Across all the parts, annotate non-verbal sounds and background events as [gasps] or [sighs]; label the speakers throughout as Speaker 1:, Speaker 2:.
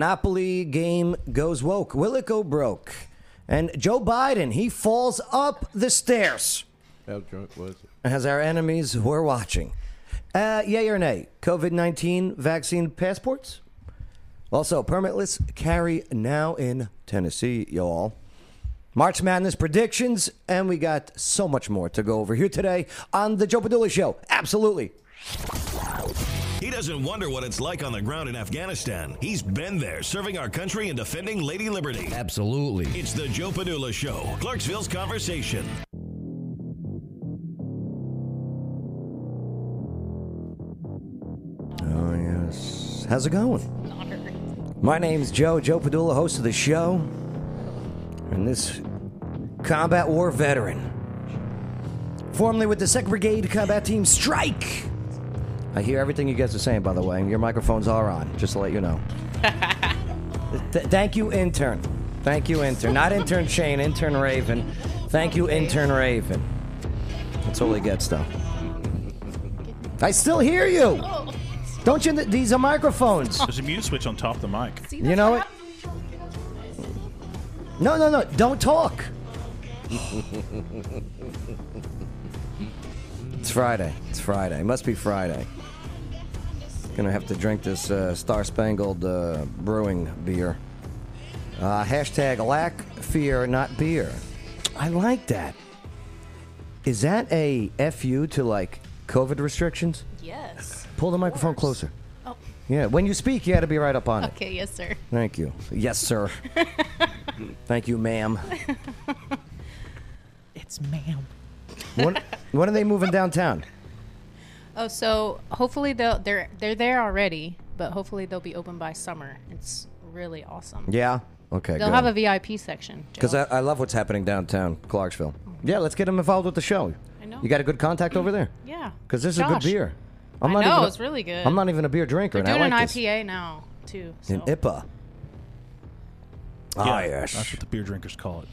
Speaker 1: Monopoly game goes woke. Will it go broke? And Joe Biden, he falls up the stairs
Speaker 2: How drunk was it?
Speaker 1: as our enemies were watching. Uh, yay or nay? COVID 19 vaccine passports? Also, permitless carry now in Tennessee, y'all. March Madness predictions, and we got so much more to go over here today on The Joe Padula Show. Absolutely.
Speaker 3: He doesn't wonder what it's like on the ground in Afghanistan. He's been there serving our country and defending Lady Liberty.
Speaker 4: Absolutely.
Speaker 3: It's the Joe Padula Show, Clarksville's Conversation.
Speaker 1: Oh, yes. How's it going? My name's Joe, Joe Padula, host of the show. And this combat war veteran, formerly with the 2nd Brigade Combat Team Strike. I hear everything you guys are saying, by the way. Your microphones are on, just to let you know. Th- thank you, intern. Thank you, intern. Not intern Shane, intern Raven. Thank you, intern Raven. That's all he gets, though. I still hear you. Don't you? These are microphones.
Speaker 5: Oh,
Speaker 6: There's a mute switch on top of the mic.
Speaker 1: You know what? No, no, no. Don't talk. it's Friday. It's Friday. It must be Friday. Gonna have to drink this uh, Star Spangled uh, Brewing beer. Uh, hashtag lack fear, not beer. I like that. Is that a fu to like COVID restrictions?
Speaker 5: Yes.
Speaker 1: Pull the microphone closer.
Speaker 5: Oh,
Speaker 1: Yeah, when you speak, you got to be right up on it.
Speaker 5: okay, yes, sir.
Speaker 1: Thank you. Yes,
Speaker 5: [laughs]
Speaker 1: sir. Thank you, ma'am.
Speaker 7: [laughs] It's ma'am.
Speaker 1: When, when are they moving downtown?
Speaker 5: Oh, so hopefully they'll they're they're there already, but hopefully they'll be open by summer. It's really awesome.
Speaker 1: Yeah. Okay.
Speaker 5: They'll have a VIP section.
Speaker 1: because
Speaker 5: Joe.
Speaker 1: I, I love what's happening downtown Clarksville. Yeah, let's get them involved with the show.
Speaker 5: I know.
Speaker 1: You got a good contact over there
Speaker 5: yeah,
Speaker 1: because this is a good
Speaker 5: Josh,
Speaker 1: beer.
Speaker 5: i know
Speaker 1: even a-
Speaker 5: it's really good.
Speaker 1: I'm not even a beer drinker.
Speaker 5: They're
Speaker 1: and I
Speaker 5: doing an
Speaker 1: like this.
Speaker 5: IPA now too. So.
Speaker 1: An IPA. Ah, yes.
Speaker 6: That's what the beer drinkers call it.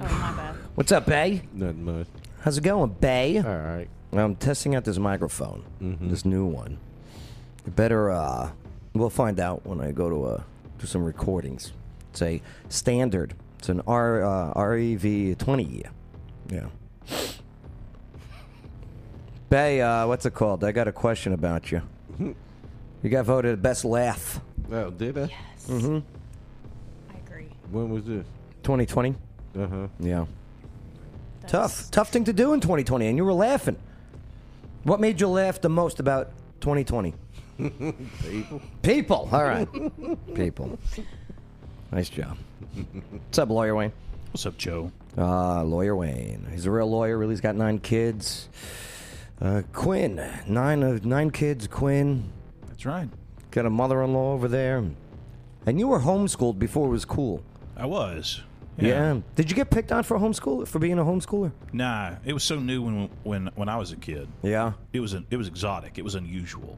Speaker 5: Oh my bad.
Speaker 1: What's up, Bay?
Speaker 2: Nothing much.
Speaker 1: How's it going, Bay?
Speaker 2: All right. Mm-hmm.
Speaker 1: I'm testing out this microphone, this new one. It better, uh, we'll find out when I go to uh, do some recordings. It's a standard. It's an R uh, REV twenty. Yeah. Bay, uh, what's it called? I got a question about you.
Speaker 2: [laughs]
Speaker 1: You got voted best laugh, Mm-hmm.
Speaker 2: Oh, did I?
Speaker 5: I agree.
Speaker 2: When was this?
Speaker 1: 2020.
Speaker 2: Uh huh.
Speaker 1: Yeah. Tough, tough thing to do in 2020, and you were laughing. What made you laugh the most about 2020? People. People. All
Speaker 2: [laughs]
Speaker 1: right. People. Nice job. What's up, [laughs] lawyer Wayne?
Speaker 6: What's up, Joe?
Speaker 1: Uh, lawyer Wayne. He's a real lawyer. Really, he's got nine kids. Uh, Quinn, nine of nine kids. Quinn
Speaker 6: That's right.
Speaker 1: got a mother-in-law over there, and you were homeschooled before it was cool.
Speaker 6: I was.
Speaker 1: Did you get picked on for homeschool for being a homeschooler?
Speaker 6: Nah, it was so new when when when I was a kid.
Speaker 1: Yeah.
Speaker 6: It was an, it was exotic. It was unusual.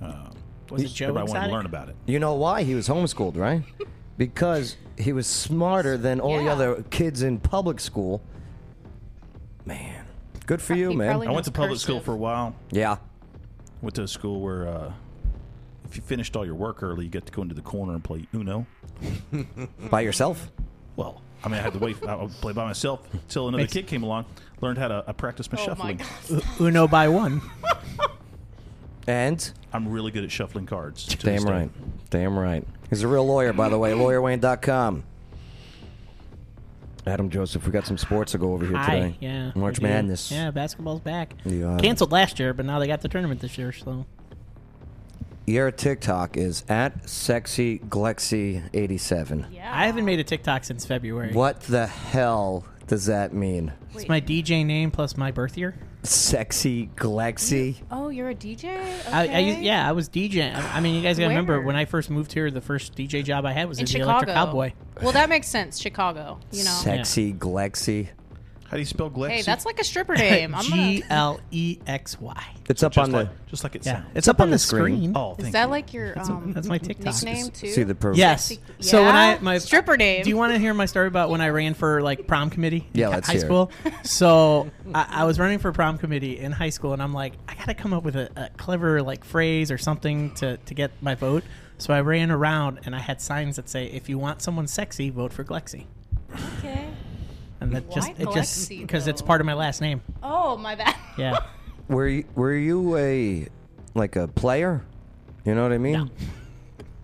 Speaker 6: Uh,
Speaker 5: Exotic.
Speaker 7: Was it Joe
Speaker 6: Everybody wanted
Speaker 7: exotic?
Speaker 6: to learn about it.
Speaker 1: You know why he was homeschooled, right? Because he was smarter than all the
Speaker 5: Yeah.
Speaker 1: other kids in public school. Man, good for you,
Speaker 5: He
Speaker 1: man.
Speaker 5: probably
Speaker 6: I went to public school
Speaker 5: cursive.
Speaker 6: for a while.
Speaker 1: Yeah.
Speaker 6: Went to a school where uh, if you finished all your work early, you got to go into the corner and play Uno.
Speaker 1: [laughs] By yourself?
Speaker 6: Well, I mean, I had to wait. I would play by myself until another kid came along. Learned how to I practiced my
Speaker 5: Oh my
Speaker 6: shuffling. [laughs]
Speaker 5: god.
Speaker 7: Uno by one.
Speaker 1: And
Speaker 6: I'm really good at shuffling cards. to this
Speaker 1: damn
Speaker 6: day.
Speaker 1: right. Damn right. He's a real lawyer, by the way, lawyerwayne.com. Adam Joseph, we got some sports to go over here
Speaker 7: Hi.
Speaker 1: today.
Speaker 7: Yeah.
Speaker 1: March
Speaker 7: we do.
Speaker 1: Madness.
Speaker 7: Yeah, basketball's back.
Speaker 1: Yeah.
Speaker 7: Canceled last year, but now they got the tournament this year, so
Speaker 1: Your TikTok is at sexy glexy 87.
Speaker 5: Yeah.
Speaker 7: I haven't made a TikTok since February.
Speaker 1: What the hell does that mean?
Speaker 7: It's my DJ name plus my birth year.
Speaker 1: Sexy glexy?
Speaker 5: Oh, you're a DJ. Okay.
Speaker 7: I, I used, yeah, I was DJ. I, I mean, you guys gotta remember
Speaker 5: Where?
Speaker 7: when I first moved here, the first DJ job I had was
Speaker 5: In
Speaker 7: as the
Speaker 5: Chicago. [laughs]
Speaker 7: Electric Cowboy.
Speaker 5: Well, that makes sense. Chicago. You know.
Speaker 1: Sexy glexy.
Speaker 6: How do you spell Glexi?
Speaker 5: Hey, that's like a stripper name.
Speaker 7: [laughs]
Speaker 5: I'm
Speaker 7: G
Speaker 5: gonna.
Speaker 7: L E X Y.
Speaker 1: It's up
Speaker 6: just
Speaker 1: on
Speaker 6: like,
Speaker 1: the
Speaker 6: just like it
Speaker 7: Yeah,
Speaker 6: sounds.
Speaker 7: it's up on the
Speaker 1: screen.
Speaker 7: screen.
Speaker 6: Oh, thank
Speaker 5: Is that
Speaker 6: you.
Speaker 5: like your um,
Speaker 7: That's my TikTok.
Speaker 5: nickname too?
Speaker 1: see the proof.
Speaker 7: Yes. So when
Speaker 5: Yeah?
Speaker 7: I my
Speaker 5: Stripper name.
Speaker 7: Do you want to hear my story about when I ran for like prom committee? in
Speaker 1: Yeah,
Speaker 7: hi-
Speaker 1: let's
Speaker 7: high
Speaker 1: hear it. [laughs]
Speaker 7: school. So I, I was running for prom committee in high school, and I'm like, I gotta come up with a, a clever like phrase or something to to get my vote. So I ran around and I had signs that say, "If you want someone sexy, vote for Glexi."
Speaker 5: Okay.
Speaker 7: And that just
Speaker 5: Why
Speaker 7: it just
Speaker 5: Glexi,
Speaker 7: because it's
Speaker 5: though?
Speaker 7: part of my last name.
Speaker 5: Oh my bad. [laughs]
Speaker 7: Yeah.
Speaker 1: Were you, were you a like a player? You know what I mean?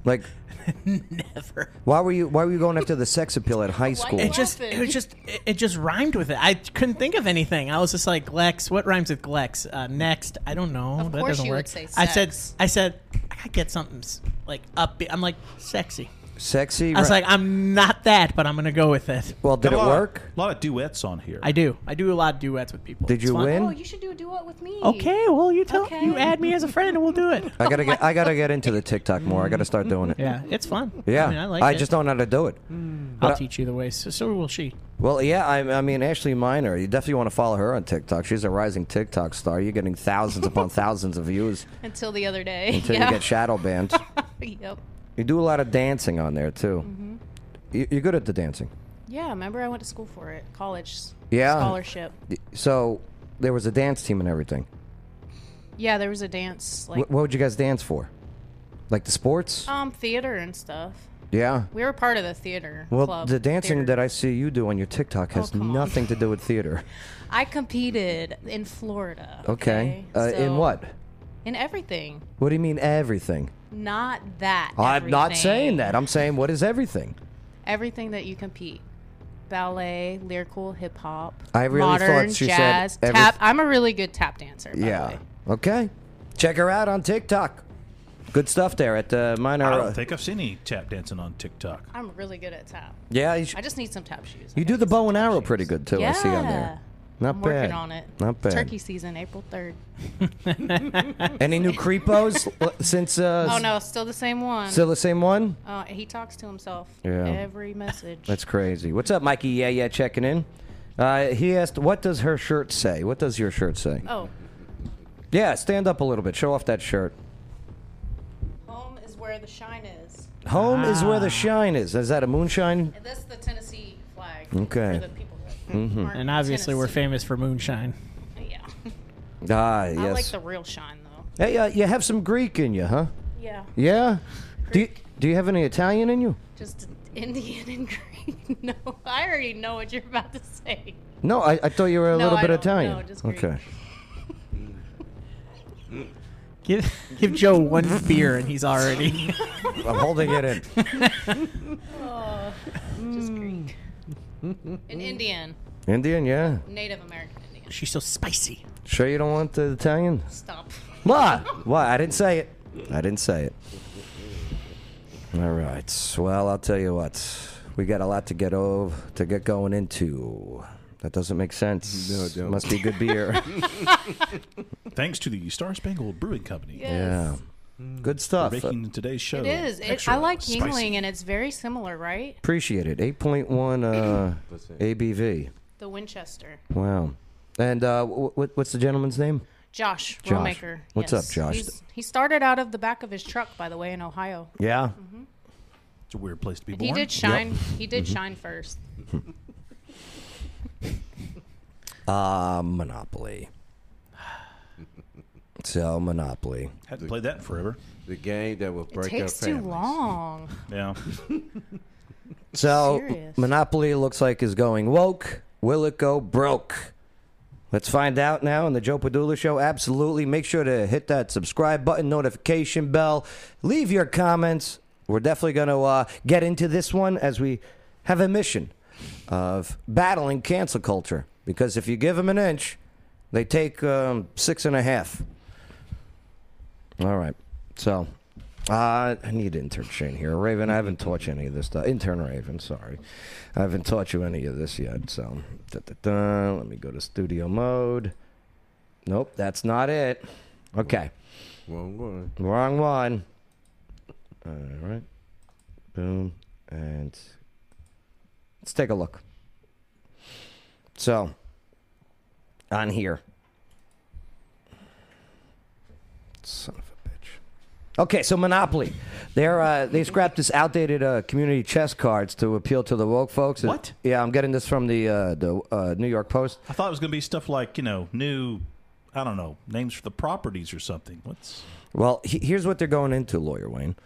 Speaker 1: Like
Speaker 7: [laughs] Never.
Speaker 1: why were you why were you going after the sex appeal at high school?
Speaker 7: It just it was just it- it just rhymed with it. I couldn't think of anything. I was just like Glex. What rhymes with Glex? Uh, next, I don't know.
Speaker 5: Of
Speaker 7: that
Speaker 5: course
Speaker 7: doesn't
Speaker 5: you would
Speaker 7: work.
Speaker 5: say
Speaker 7: I said
Speaker 5: sex.
Speaker 7: I said I gotta get something s- like upbeat. I'm like sexy.
Speaker 1: Sexy.
Speaker 7: I was
Speaker 1: ra-
Speaker 7: like I'm not that, but I'm gonna go with it.
Speaker 1: well, did
Speaker 6: Got
Speaker 1: it
Speaker 6: a lot-
Speaker 1: work?
Speaker 6: A lot of duets on here.
Speaker 7: I do. I do a lot of duets with people.
Speaker 1: Did
Speaker 7: It's
Speaker 1: you
Speaker 7: fun.
Speaker 1: win?
Speaker 5: Oh, you should do a duet with me.
Speaker 7: Okay, well you tell
Speaker 5: Okay.
Speaker 7: you add me as a friend and we'll do it.
Speaker 1: I gotta get I gotta get into the TikTok more. I gotta start doing it.
Speaker 7: Mm-hmm. Yeah, it's fun.
Speaker 1: Yeah,
Speaker 7: I, mean, I like it.
Speaker 1: just don't know how to do it.
Speaker 7: I'll teach you the way. So, so will she.
Speaker 1: Well, yeah, I, I mean Ashley Minor. You definitely want to follow her on TikTok. She's a rising TikTok star. You're getting thousands upon [laughs] thousands of views
Speaker 5: Until the other day.
Speaker 1: until
Speaker 5: yeah.
Speaker 1: you get shadow banned.
Speaker 5: [laughs] yep.
Speaker 1: you do a lot of dancing on there too.
Speaker 5: Mm-hmm.
Speaker 1: You, you're good at the dancing.
Speaker 5: Yeah. Remember, I went to school for it. College. s-
Speaker 1: Yeah.
Speaker 5: Scholarship.
Speaker 1: So there was a dance team and everything.
Speaker 5: Yeah, there was a dance like
Speaker 1: What, what would you guys dance for? Like the sports?
Speaker 5: um theater and stuff.
Speaker 1: yeah.
Speaker 5: We were part of the theater.
Speaker 1: Well,
Speaker 5: club,
Speaker 1: the dancing
Speaker 5: theater. Oh,
Speaker 1: that I see you do on your TikTok has
Speaker 5: come on.
Speaker 1: nothing to do with
Speaker 5: [laughs]
Speaker 1: theater.
Speaker 5: I competed in Florida.
Speaker 1: Okay. Uh, in
Speaker 5: So-
Speaker 1: what?
Speaker 5: In everything.
Speaker 1: What do you mean everything?
Speaker 5: Not that.
Speaker 1: I'm not saying
Speaker 5: everything.
Speaker 1: that. I'm saying what is everything?
Speaker 5: Everything that you compete. Ballet, lyrical, hip hop.
Speaker 1: I really thought
Speaker 5: modern,
Speaker 1: she said
Speaker 5: jazz,
Speaker 1: every-
Speaker 5: tap. I'm a really good tap dancer. By The
Speaker 1: Yeah.
Speaker 5: way.
Speaker 1: Okay. Check her out on TikTok. Good stuff there at uh, Minor.
Speaker 6: I don't think I've seen any tap dancing on TikTok.
Speaker 5: I'm really good at tap.
Speaker 1: Yeah, you, sh-
Speaker 5: I just need some tap shoes.
Speaker 1: you do the bow and arrow pretty good too.
Speaker 5: Yeah.
Speaker 1: I see on there. Not
Speaker 5: I'm
Speaker 1: bad.
Speaker 5: working on it.
Speaker 1: Not bad.
Speaker 5: Turkey season, April 3rd.
Speaker 1: Any new
Speaker 5: [laughs]
Speaker 1: creepos l- since? Uh,
Speaker 5: Oh, no, still the same one.
Speaker 1: Still the same one?
Speaker 5: Uh, he talks to himself
Speaker 1: Yeah.
Speaker 5: every message.
Speaker 1: That's crazy. What's up, Mikey? Yeah, yeah, checking in. Uh, he asked, "What does her shirt say? What does your shirt say?"
Speaker 5: oh,
Speaker 1: Yeah, stand up a little bit. Show off that shirt.
Speaker 5: home is where the shine is.
Speaker 1: Home is where
Speaker 5: Ah.
Speaker 1: the shine is. Is that a moonshine?
Speaker 5: And that's the Tennessee flag.
Speaker 1: Okay. Mm-hmm.
Speaker 5: For the people that aren't
Speaker 7: And obviously we're
Speaker 5: Tennessee.
Speaker 7: famous for moonshine.
Speaker 5: Yeah.
Speaker 1: Ah,
Speaker 5: I
Speaker 1: yes.
Speaker 5: like the real shine, though.
Speaker 1: hey, uh, you have some Greek in you, huh?
Speaker 5: Yeah.
Speaker 1: Yeah. Do you,
Speaker 5: Greek.
Speaker 1: do you have any Italian in you?
Speaker 5: Just Indian and green. [laughs] No, I already know what you're about to say.
Speaker 1: No, I, I thought you were a
Speaker 5: No,
Speaker 1: little
Speaker 5: I
Speaker 1: bit
Speaker 5: don't.
Speaker 1: Italian.
Speaker 5: No, just Greek.
Speaker 1: Okay.
Speaker 7: Give [laughs] give Joe one beer and
Speaker 5: [laughs]
Speaker 7: he's already.
Speaker 1: I'm holding it in.
Speaker 5: Oh. Just Greek. An Indian.
Speaker 1: Indian, yeah.
Speaker 5: Native American Indian.
Speaker 7: She's so spicy.
Speaker 1: Sure you don't want the Italian?
Speaker 5: Stop.
Speaker 1: What?
Speaker 5: [laughs]
Speaker 1: What? I didn't say it. I didn't say it. All right. Well, I'll tell you what. We got a lot to get over, to get going into. That doesn't make sense.
Speaker 2: No, it don't.
Speaker 1: Must be good
Speaker 6: [laughs]
Speaker 1: beer.
Speaker 6: Thanks to the Star Spangled Brewing Company
Speaker 1: yeah.
Speaker 2: Mm.
Speaker 1: Good
Speaker 6: for
Speaker 1: stuff.
Speaker 6: making today's show.
Speaker 5: It is. It,
Speaker 6: extra
Speaker 5: I like
Speaker 6: spicy.
Speaker 5: Yingling, and it's very similar, right?
Speaker 1: Appreciate it. 8.1 uh, ABV.
Speaker 5: The Winchester.
Speaker 1: Wow. And uh, w- w- what's the gentleman's name?
Speaker 5: Josh,
Speaker 1: Josh.
Speaker 5: Rowmaker.
Speaker 1: What's
Speaker 5: yes.
Speaker 1: up, Josh?
Speaker 5: He's- he started out of the back of his truck, by the way, in Ohio.
Speaker 1: Yeah.
Speaker 6: It's a weird place to be born.
Speaker 5: He did shine. He did
Speaker 1: Mm-hmm.
Speaker 5: shine first.
Speaker 1: Uh, Monopoly. [sighs] So, Monopoly.
Speaker 6: Hadn't played that in forever.
Speaker 2: The game that will break
Speaker 5: It
Speaker 2: our
Speaker 5: takes too
Speaker 2: families.
Speaker 5: long.
Speaker 2: [laughs]
Speaker 6: Yeah.
Speaker 1: So
Speaker 5: Serious.
Speaker 1: Monopoly looks like is going woke. Will it go broke? Let's find out now on the Joe Padula Show. Absolutely. Make sure to hit that subscribe button, notification bell. Leave your comments. We're definitely going to uh, get into this one as we have a mission of battling cancel culture. Because if you give them an inch, they take um, six and a half. All right. So uh, I need intern Shane here. Raven, I haven't taught you any of this stuff. Intern Raven, sorry. I haven't taught you any of this yet. So da, da, da. let me go to studio mode. Nope, that's not it. Okay.
Speaker 2: Wrong one.
Speaker 1: Wrong one. All right. Boom. And let's take a look. So, on here. Son of a bitch. Okay, so Monopoly. They're, uh, they scrapped this outdated uh, community chess cards to appeal to the woke folks.
Speaker 6: What?
Speaker 1: Yeah, I'm getting this from the, uh, the uh, New York Post.
Speaker 6: I thought it was going to be stuff like, you know, new, I don't know, names for the properties or something. What's
Speaker 1: Well, he, here's what they're going into, lawyer Wayne.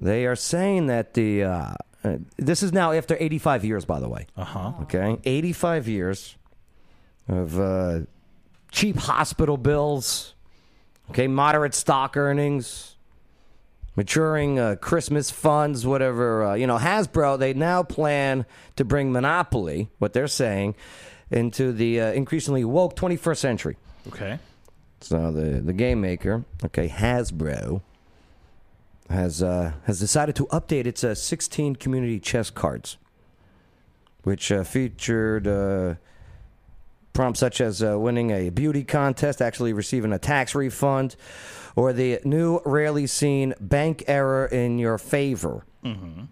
Speaker 1: They are saying that the uh, uh, this is now after 85 years, by the way.
Speaker 6: Uh huh.
Speaker 1: Okay, 85 years of uh, cheap hospital bills. Okay, moderate stock earnings, maturing uh, Christmas funds, whatever. Uh, you know, Hasbro. They now plan to bring monopoly. What they're saying into the uh, increasingly woke 21st century.
Speaker 6: Okay.
Speaker 1: So the the game maker, okay, Hasbro, has uh, has decided to update its uh, 16 community chess cards, which uh, featured uh, prompts such as uh, winning a beauty contest, actually receiving a tax refund, or the new rarely seen bank error in your favor.
Speaker 6: Mm-hmm.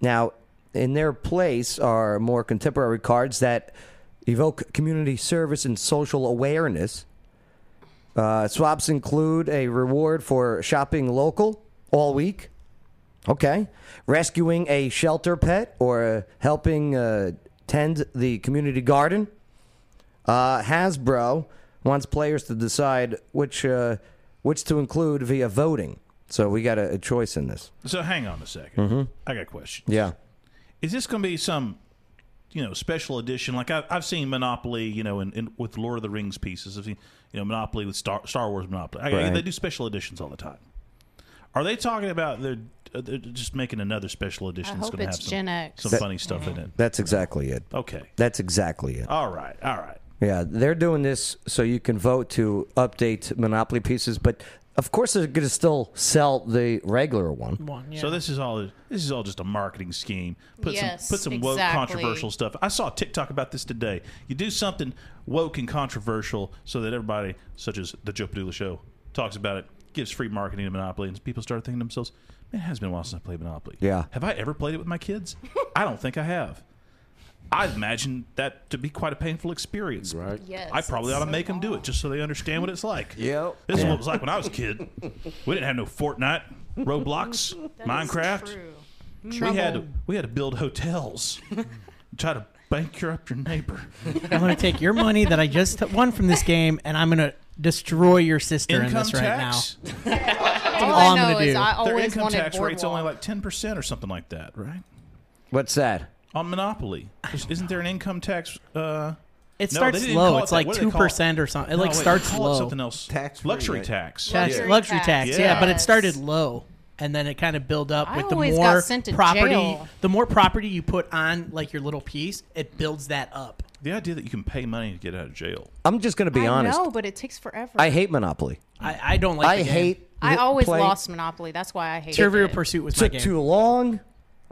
Speaker 1: Now, in their place are more contemporary cards that evoke community service and social awareness. Uh, swaps include a reward for shopping local all week. Okay. Rescuing a shelter pet or uh, helping uh, tend the community garden. Uh, Hasbro wants players to decide which uh, which to include via voting. So we got a, a choice in this.
Speaker 6: So hang on a 2nd
Speaker 1: Mm-hmm.
Speaker 6: I got a question.
Speaker 1: Yeah.
Speaker 6: Is this going to be some, you know, special edition? Like I've, I've seen Monopoly, you know, in, in, with Lord of the Rings pieces. I've seen, you know, Monopoly with Star, Star Wars Monopoly. I,
Speaker 1: Right.
Speaker 6: They do special editions all the time. Are they talking about they're, uh, they're just making another special edition? that's
Speaker 5: hope
Speaker 6: gonna
Speaker 5: it's
Speaker 6: have some,
Speaker 5: Gen X.
Speaker 6: some
Speaker 5: That-
Speaker 6: funny stuff in it.
Speaker 1: That's exactly it.
Speaker 6: Okay.
Speaker 1: That's exactly it.
Speaker 6: All right. All right.
Speaker 1: Yeah, they're doing this so you can vote to update Monopoly pieces, but of course they're going to still sell the regular one.
Speaker 7: One,
Speaker 6: So
Speaker 7: yeah.
Speaker 6: this is all this is all just a marketing scheme. Put
Speaker 5: Yes,
Speaker 6: some put some woke
Speaker 5: exactly.
Speaker 6: controversial stuff. I saw a TikTok about this today. You do something woke and controversial so that everybody, such as the Joe Padula show, talks about it, gives free marketing to Monopoly, and people start thinking to themselves, Man, it has been a while since I played Monopoly.
Speaker 1: Yeah.
Speaker 6: Have I ever played it with
Speaker 2: [laughs]
Speaker 6: my kids? I don't think I have. I imagine that to be quite a painful experience.
Speaker 2: Right.
Speaker 5: Yes.
Speaker 6: I probably
Speaker 5: it's
Speaker 6: ought to
Speaker 5: so
Speaker 6: make them do it just so they understand what it's like.
Speaker 2: [laughs] Yep.
Speaker 6: This is what it was like when I was
Speaker 2: [laughs]
Speaker 6: a kid. We didn't have no Fortnite,
Speaker 5: [laughs]
Speaker 6: Roblox,
Speaker 5: long.
Speaker 6: Minecraft.
Speaker 5: True.
Speaker 6: We had to we had to build
Speaker 5: [laughs]
Speaker 6: hotels, try to bankrupt your neighbor,
Speaker 7: [laughs] I'm gonna take your money that I just won from this game, and I'm gonna destroy your sister in
Speaker 6: income
Speaker 7: this right now.
Speaker 6: tax.
Speaker 5: [laughs]
Speaker 7: That's
Speaker 5: All,
Speaker 7: all
Speaker 5: I
Speaker 7: I'm
Speaker 5: know
Speaker 7: gonna
Speaker 5: is
Speaker 7: do.
Speaker 5: I
Speaker 6: Their
Speaker 5: always
Speaker 6: income
Speaker 5: wanted
Speaker 6: tax rate's only
Speaker 5: Boardwalk.
Speaker 6: like ten percent or something like that, right?
Speaker 1: What's that?
Speaker 6: On Monopoly, isn't there an income tax? Uh,
Speaker 7: It
Speaker 6: No,
Speaker 7: starts
Speaker 6: they didn't
Speaker 7: low.
Speaker 6: call it
Speaker 7: It's
Speaker 6: that.
Speaker 7: like
Speaker 6: What do they
Speaker 7: two
Speaker 6: call it?
Speaker 7: percent or something. It
Speaker 6: no,
Speaker 7: like
Speaker 6: wait, they
Speaker 7: starts
Speaker 6: call it
Speaker 7: low.
Speaker 6: something else.
Speaker 2: Tax-free,
Speaker 6: luxury
Speaker 2: right?
Speaker 6: tax.
Speaker 7: Tax,
Speaker 5: Yeah.
Speaker 7: luxury
Speaker 5: Tax,
Speaker 7: tax. Yeah, but it
Speaker 5: yes.
Speaker 7: started low. And then it kind of build up
Speaker 5: I
Speaker 7: with the
Speaker 5: always
Speaker 7: more
Speaker 5: got sent to
Speaker 7: property.
Speaker 5: jail.
Speaker 7: The more property you put on, like your little piece, it builds that up.
Speaker 6: The idea that you can pay money to get out of jail.
Speaker 1: I'm just going to be
Speaker 5: I
Speaker 1: honest.
Speaker 5: know, but it takes forever.
Speaker 1: I hate Monopoly.
Speaker 7: I, I don't like.
Speaker 1: I
Speaker 7: the game.
Speaker 1: hate.
Speaker 5: I
Speaker 1: it
Speaker 5: always
Speaker 1: play-
Speaker 5: lost Monopoly. That's why I hate
Speaker 7: Trivial
Speaker 5: it.
Speaker 7: Pursuit was my
Speaker 1: Took
Speaker 7: game.
Speaker 1: too long.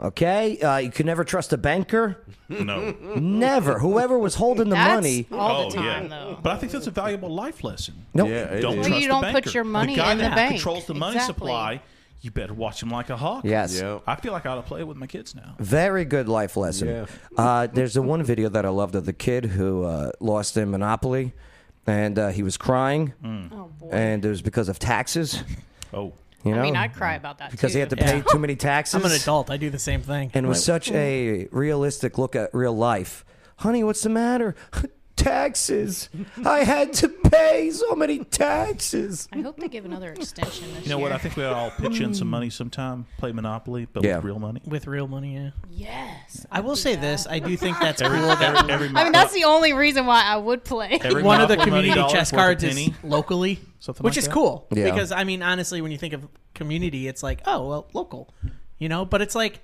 Speaker 1: Okay, uh, you can never trust a banker.
Speaker 6: No.
Speaker 1: Never. Whoever was holding the
Speaker 5: That's
Speaker 1: money.
Speaker 5: all the
Speaker 6: Oh,
Speaker 5: time,
Speaker 6: yeah.
Speaker 5: though.
Speaker 6: But I think that's a valuable life lesson.
Speaker 1: Nope.
Speaker 2: Yeah, it
Speaker 6: don't
Speaker 2: is.
Speaker 6: trust
Speaker 5: Well, you
Speaker 6: the
Speaker 5: don't put
Speaker 6: banker.
Speaker 5: your money
Speaker 6: the guy
Speaker 5: in the
Speaker 6: that
Speaker 5: bank.
Speaker 6: controls the money
Speaker 5: Exactly.
Speaker 6: supply. You better watch him like a hawk.
Speaker 1: Yes.
Speaker 2: Yep.
Speaker 6: I feel like I ought to play it with my kids now.
Speaker 1: Very good life lesson.
Speaker 2: Yeah.
Speaker 1: Uh, there's the one video that I loved of the kid who uh, lost in Monopoly, and uh, he was crying,
Speaker 5: Oh, boy.
Speaker 1: and it was because of taxes.
Speaker 6: Oh,
Speaker 1: You know,
Speaker 5: I mean, I cry about that
Speaker 1: because
Speaker 5: too.
Speaker 1: he had to pay too many taxes.
Speaker 7: [laughs] I'm an adult. I do the same thing.
Speaker 1: and
Speaker 5: [laughs]
Speaker 1: was such a realistic look at real life. Honey, what's the matter? [laughs] Taxes. I had to pay so many taxes.
Speaker 5: I hope they give another extension this
Speaker 6: you know
Speaker 5: year.
Speaker 6: what? I think we ought to all pitch in some money sometime, play Monopoly, but
Speaker 1: Yeah.
Speaker 6: with real money.
Speaker 7: With real money, yeah.
Speaker 5: Yes.
Speaker 7: I will say this: I do think that's cool.
Speaker 6: Every,
Speaker 7: That
Speaker 6: every, every
Speaker 5: I mean, that's the only reason why I would play. [laughs]
Speaker 6: every
Speaker 7: one of the
Speaker 6: Monopoly money
Speaker 7: community
Speaker 6: dollar's
Speaker 7: chess
Speaker 6: worth a
Speaker 7: cards is
Speaker 6: penny.
Speaker 7: locally,
Speaker 6: Something
Speaker 7: which
Speaker 6: like
Speaker 7: is
Speaker 6: that.
Speaker 7: cool.
Speaker 1: Yeah.
Speaker 7: Because I mean, honestly, when you think of community, it's like, oh well, local, you know. But it's like,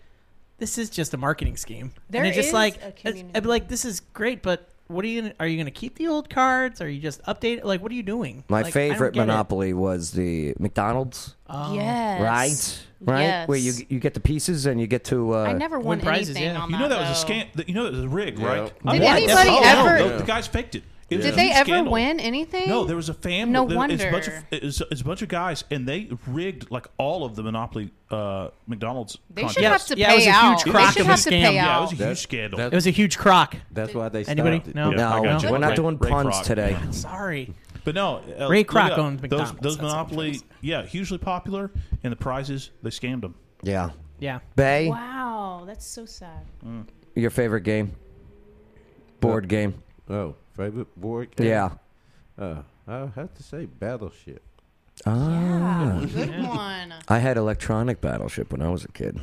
Speaker 7: this is just a marketing scheme.
Speaker 5: There
Speaker 7: and it's just
Speaker 5: is
Speaker 7: like,
Speaker 5: a
Speaker 7: it's- I'd
Speaker 5: community.
Speaker 7: be like, this is great, but what are you? Gonna, are you going to keep the old cards? Are you just update? Like, what are you doing?
Speaker 1: My
Speaker 7: Like, I don't
Speaker 1: favorite
Speaker 7: get it.
Speaker 1: Monopoly was the McDonald's,
Speaker 5: Oh. yes.
Speaker 1: right? Right,
Speaker 5: Yes.
Speaker 1: where you you get the pieces and you get to. Uh,
Speaker 5: I never won
Speaker 7: prizes,
Speaker 5: anything
Speaker 7: yeah.
Speaker 5: on
Speaker 6: You know that was a
Speaker 5: though.
Speaker 6: scam. that- You know that was a rig,
Speaker 2: Yeah.
Speaker 6: right?
Speaker 2: Did
Speaker 6: I
Speaker 5: Did
Speaker 6: want this.
Speaker 5: anybody
Speaker 6: Oh, no,
Speaker 5: ever?
Speaker 6: the guys faked it. It was
Speaker 5: Did
Speaker 6: a
Speaker 5: they
Speaker 6: huge
Speaker 5: ever
Speaker 6: scandal.
Speaker 5: win anything?
Speaker 6: No, there was a family.
Speaker 5: No
Speaker 6: there- It's a bunch of
Speaker 5: wonder.
Speaker 6: it's, it's a bunch of guys, and they rigged like all of the Monopoly uh, McDonald's.
Speaker 5: They should
Speaker 6: contest.
Speaker 5: have to
Speaker 7: Yeah, it was
Speaker 5: pay
Speaker 7: a huge
Speaker 5: out. They
Speaker 7: crock
Speaker 5: should
Speaker 7: of a
Speaker 5: have to
Speaker 7: scam.
Speaker 5: pay
Speaker 7: Yeah,
Speaker 6: Yeah, it
Speaker 5: out.
Speaker 6: was a
Speaker 2: That-
Speaker 6: huge scandal.
Speaker 2: that-
Speaker 7: It was a huge crock.
Speaker 2: That's why they
Speaker 7: Anybody?
Speaker 2: stopped it.
Speaker 7: No.
Speaker 6: Yeah. I
Speaker 1: no,
Speaker 6: got you.
Speaker 1: we're not
Speaker 6: Ray-
Speaker 1: doing
Speaker 6: Ray
Speaker 1: puns
Speaker 6: Kroc.
Speaker 1: today.
Speaker 7: Sorry.
Speaker 6: But no, uh,
Speaker 7: Ray
Speaker 6: look
Speaker 7: Kroc
Speaker 6: it up.
Speaker 7: owned
Speaker 6: those,
Speaker 7: McDonald's.
Speaker 6: those
Speaker 7: That's what I'm
Speaker 6: Monopoly, yeah, hugely popular, and the prizes they scammed them.
Speaker 1: Yeah,
Speaker 7: Yeah.
Speaker 1: Bay,
Speaker 5: Wow, that's so sad.
Speaker 1: your favorite game, board game.
Speaker 2: Oh, favorite board game?
Speaker 1: Yeah,
Speaker 2: Uh, I have to say Battleship.
Speaker 5: Yeah, good one.
Speaker 1: Ah. I had electronic battleship when I was a kid.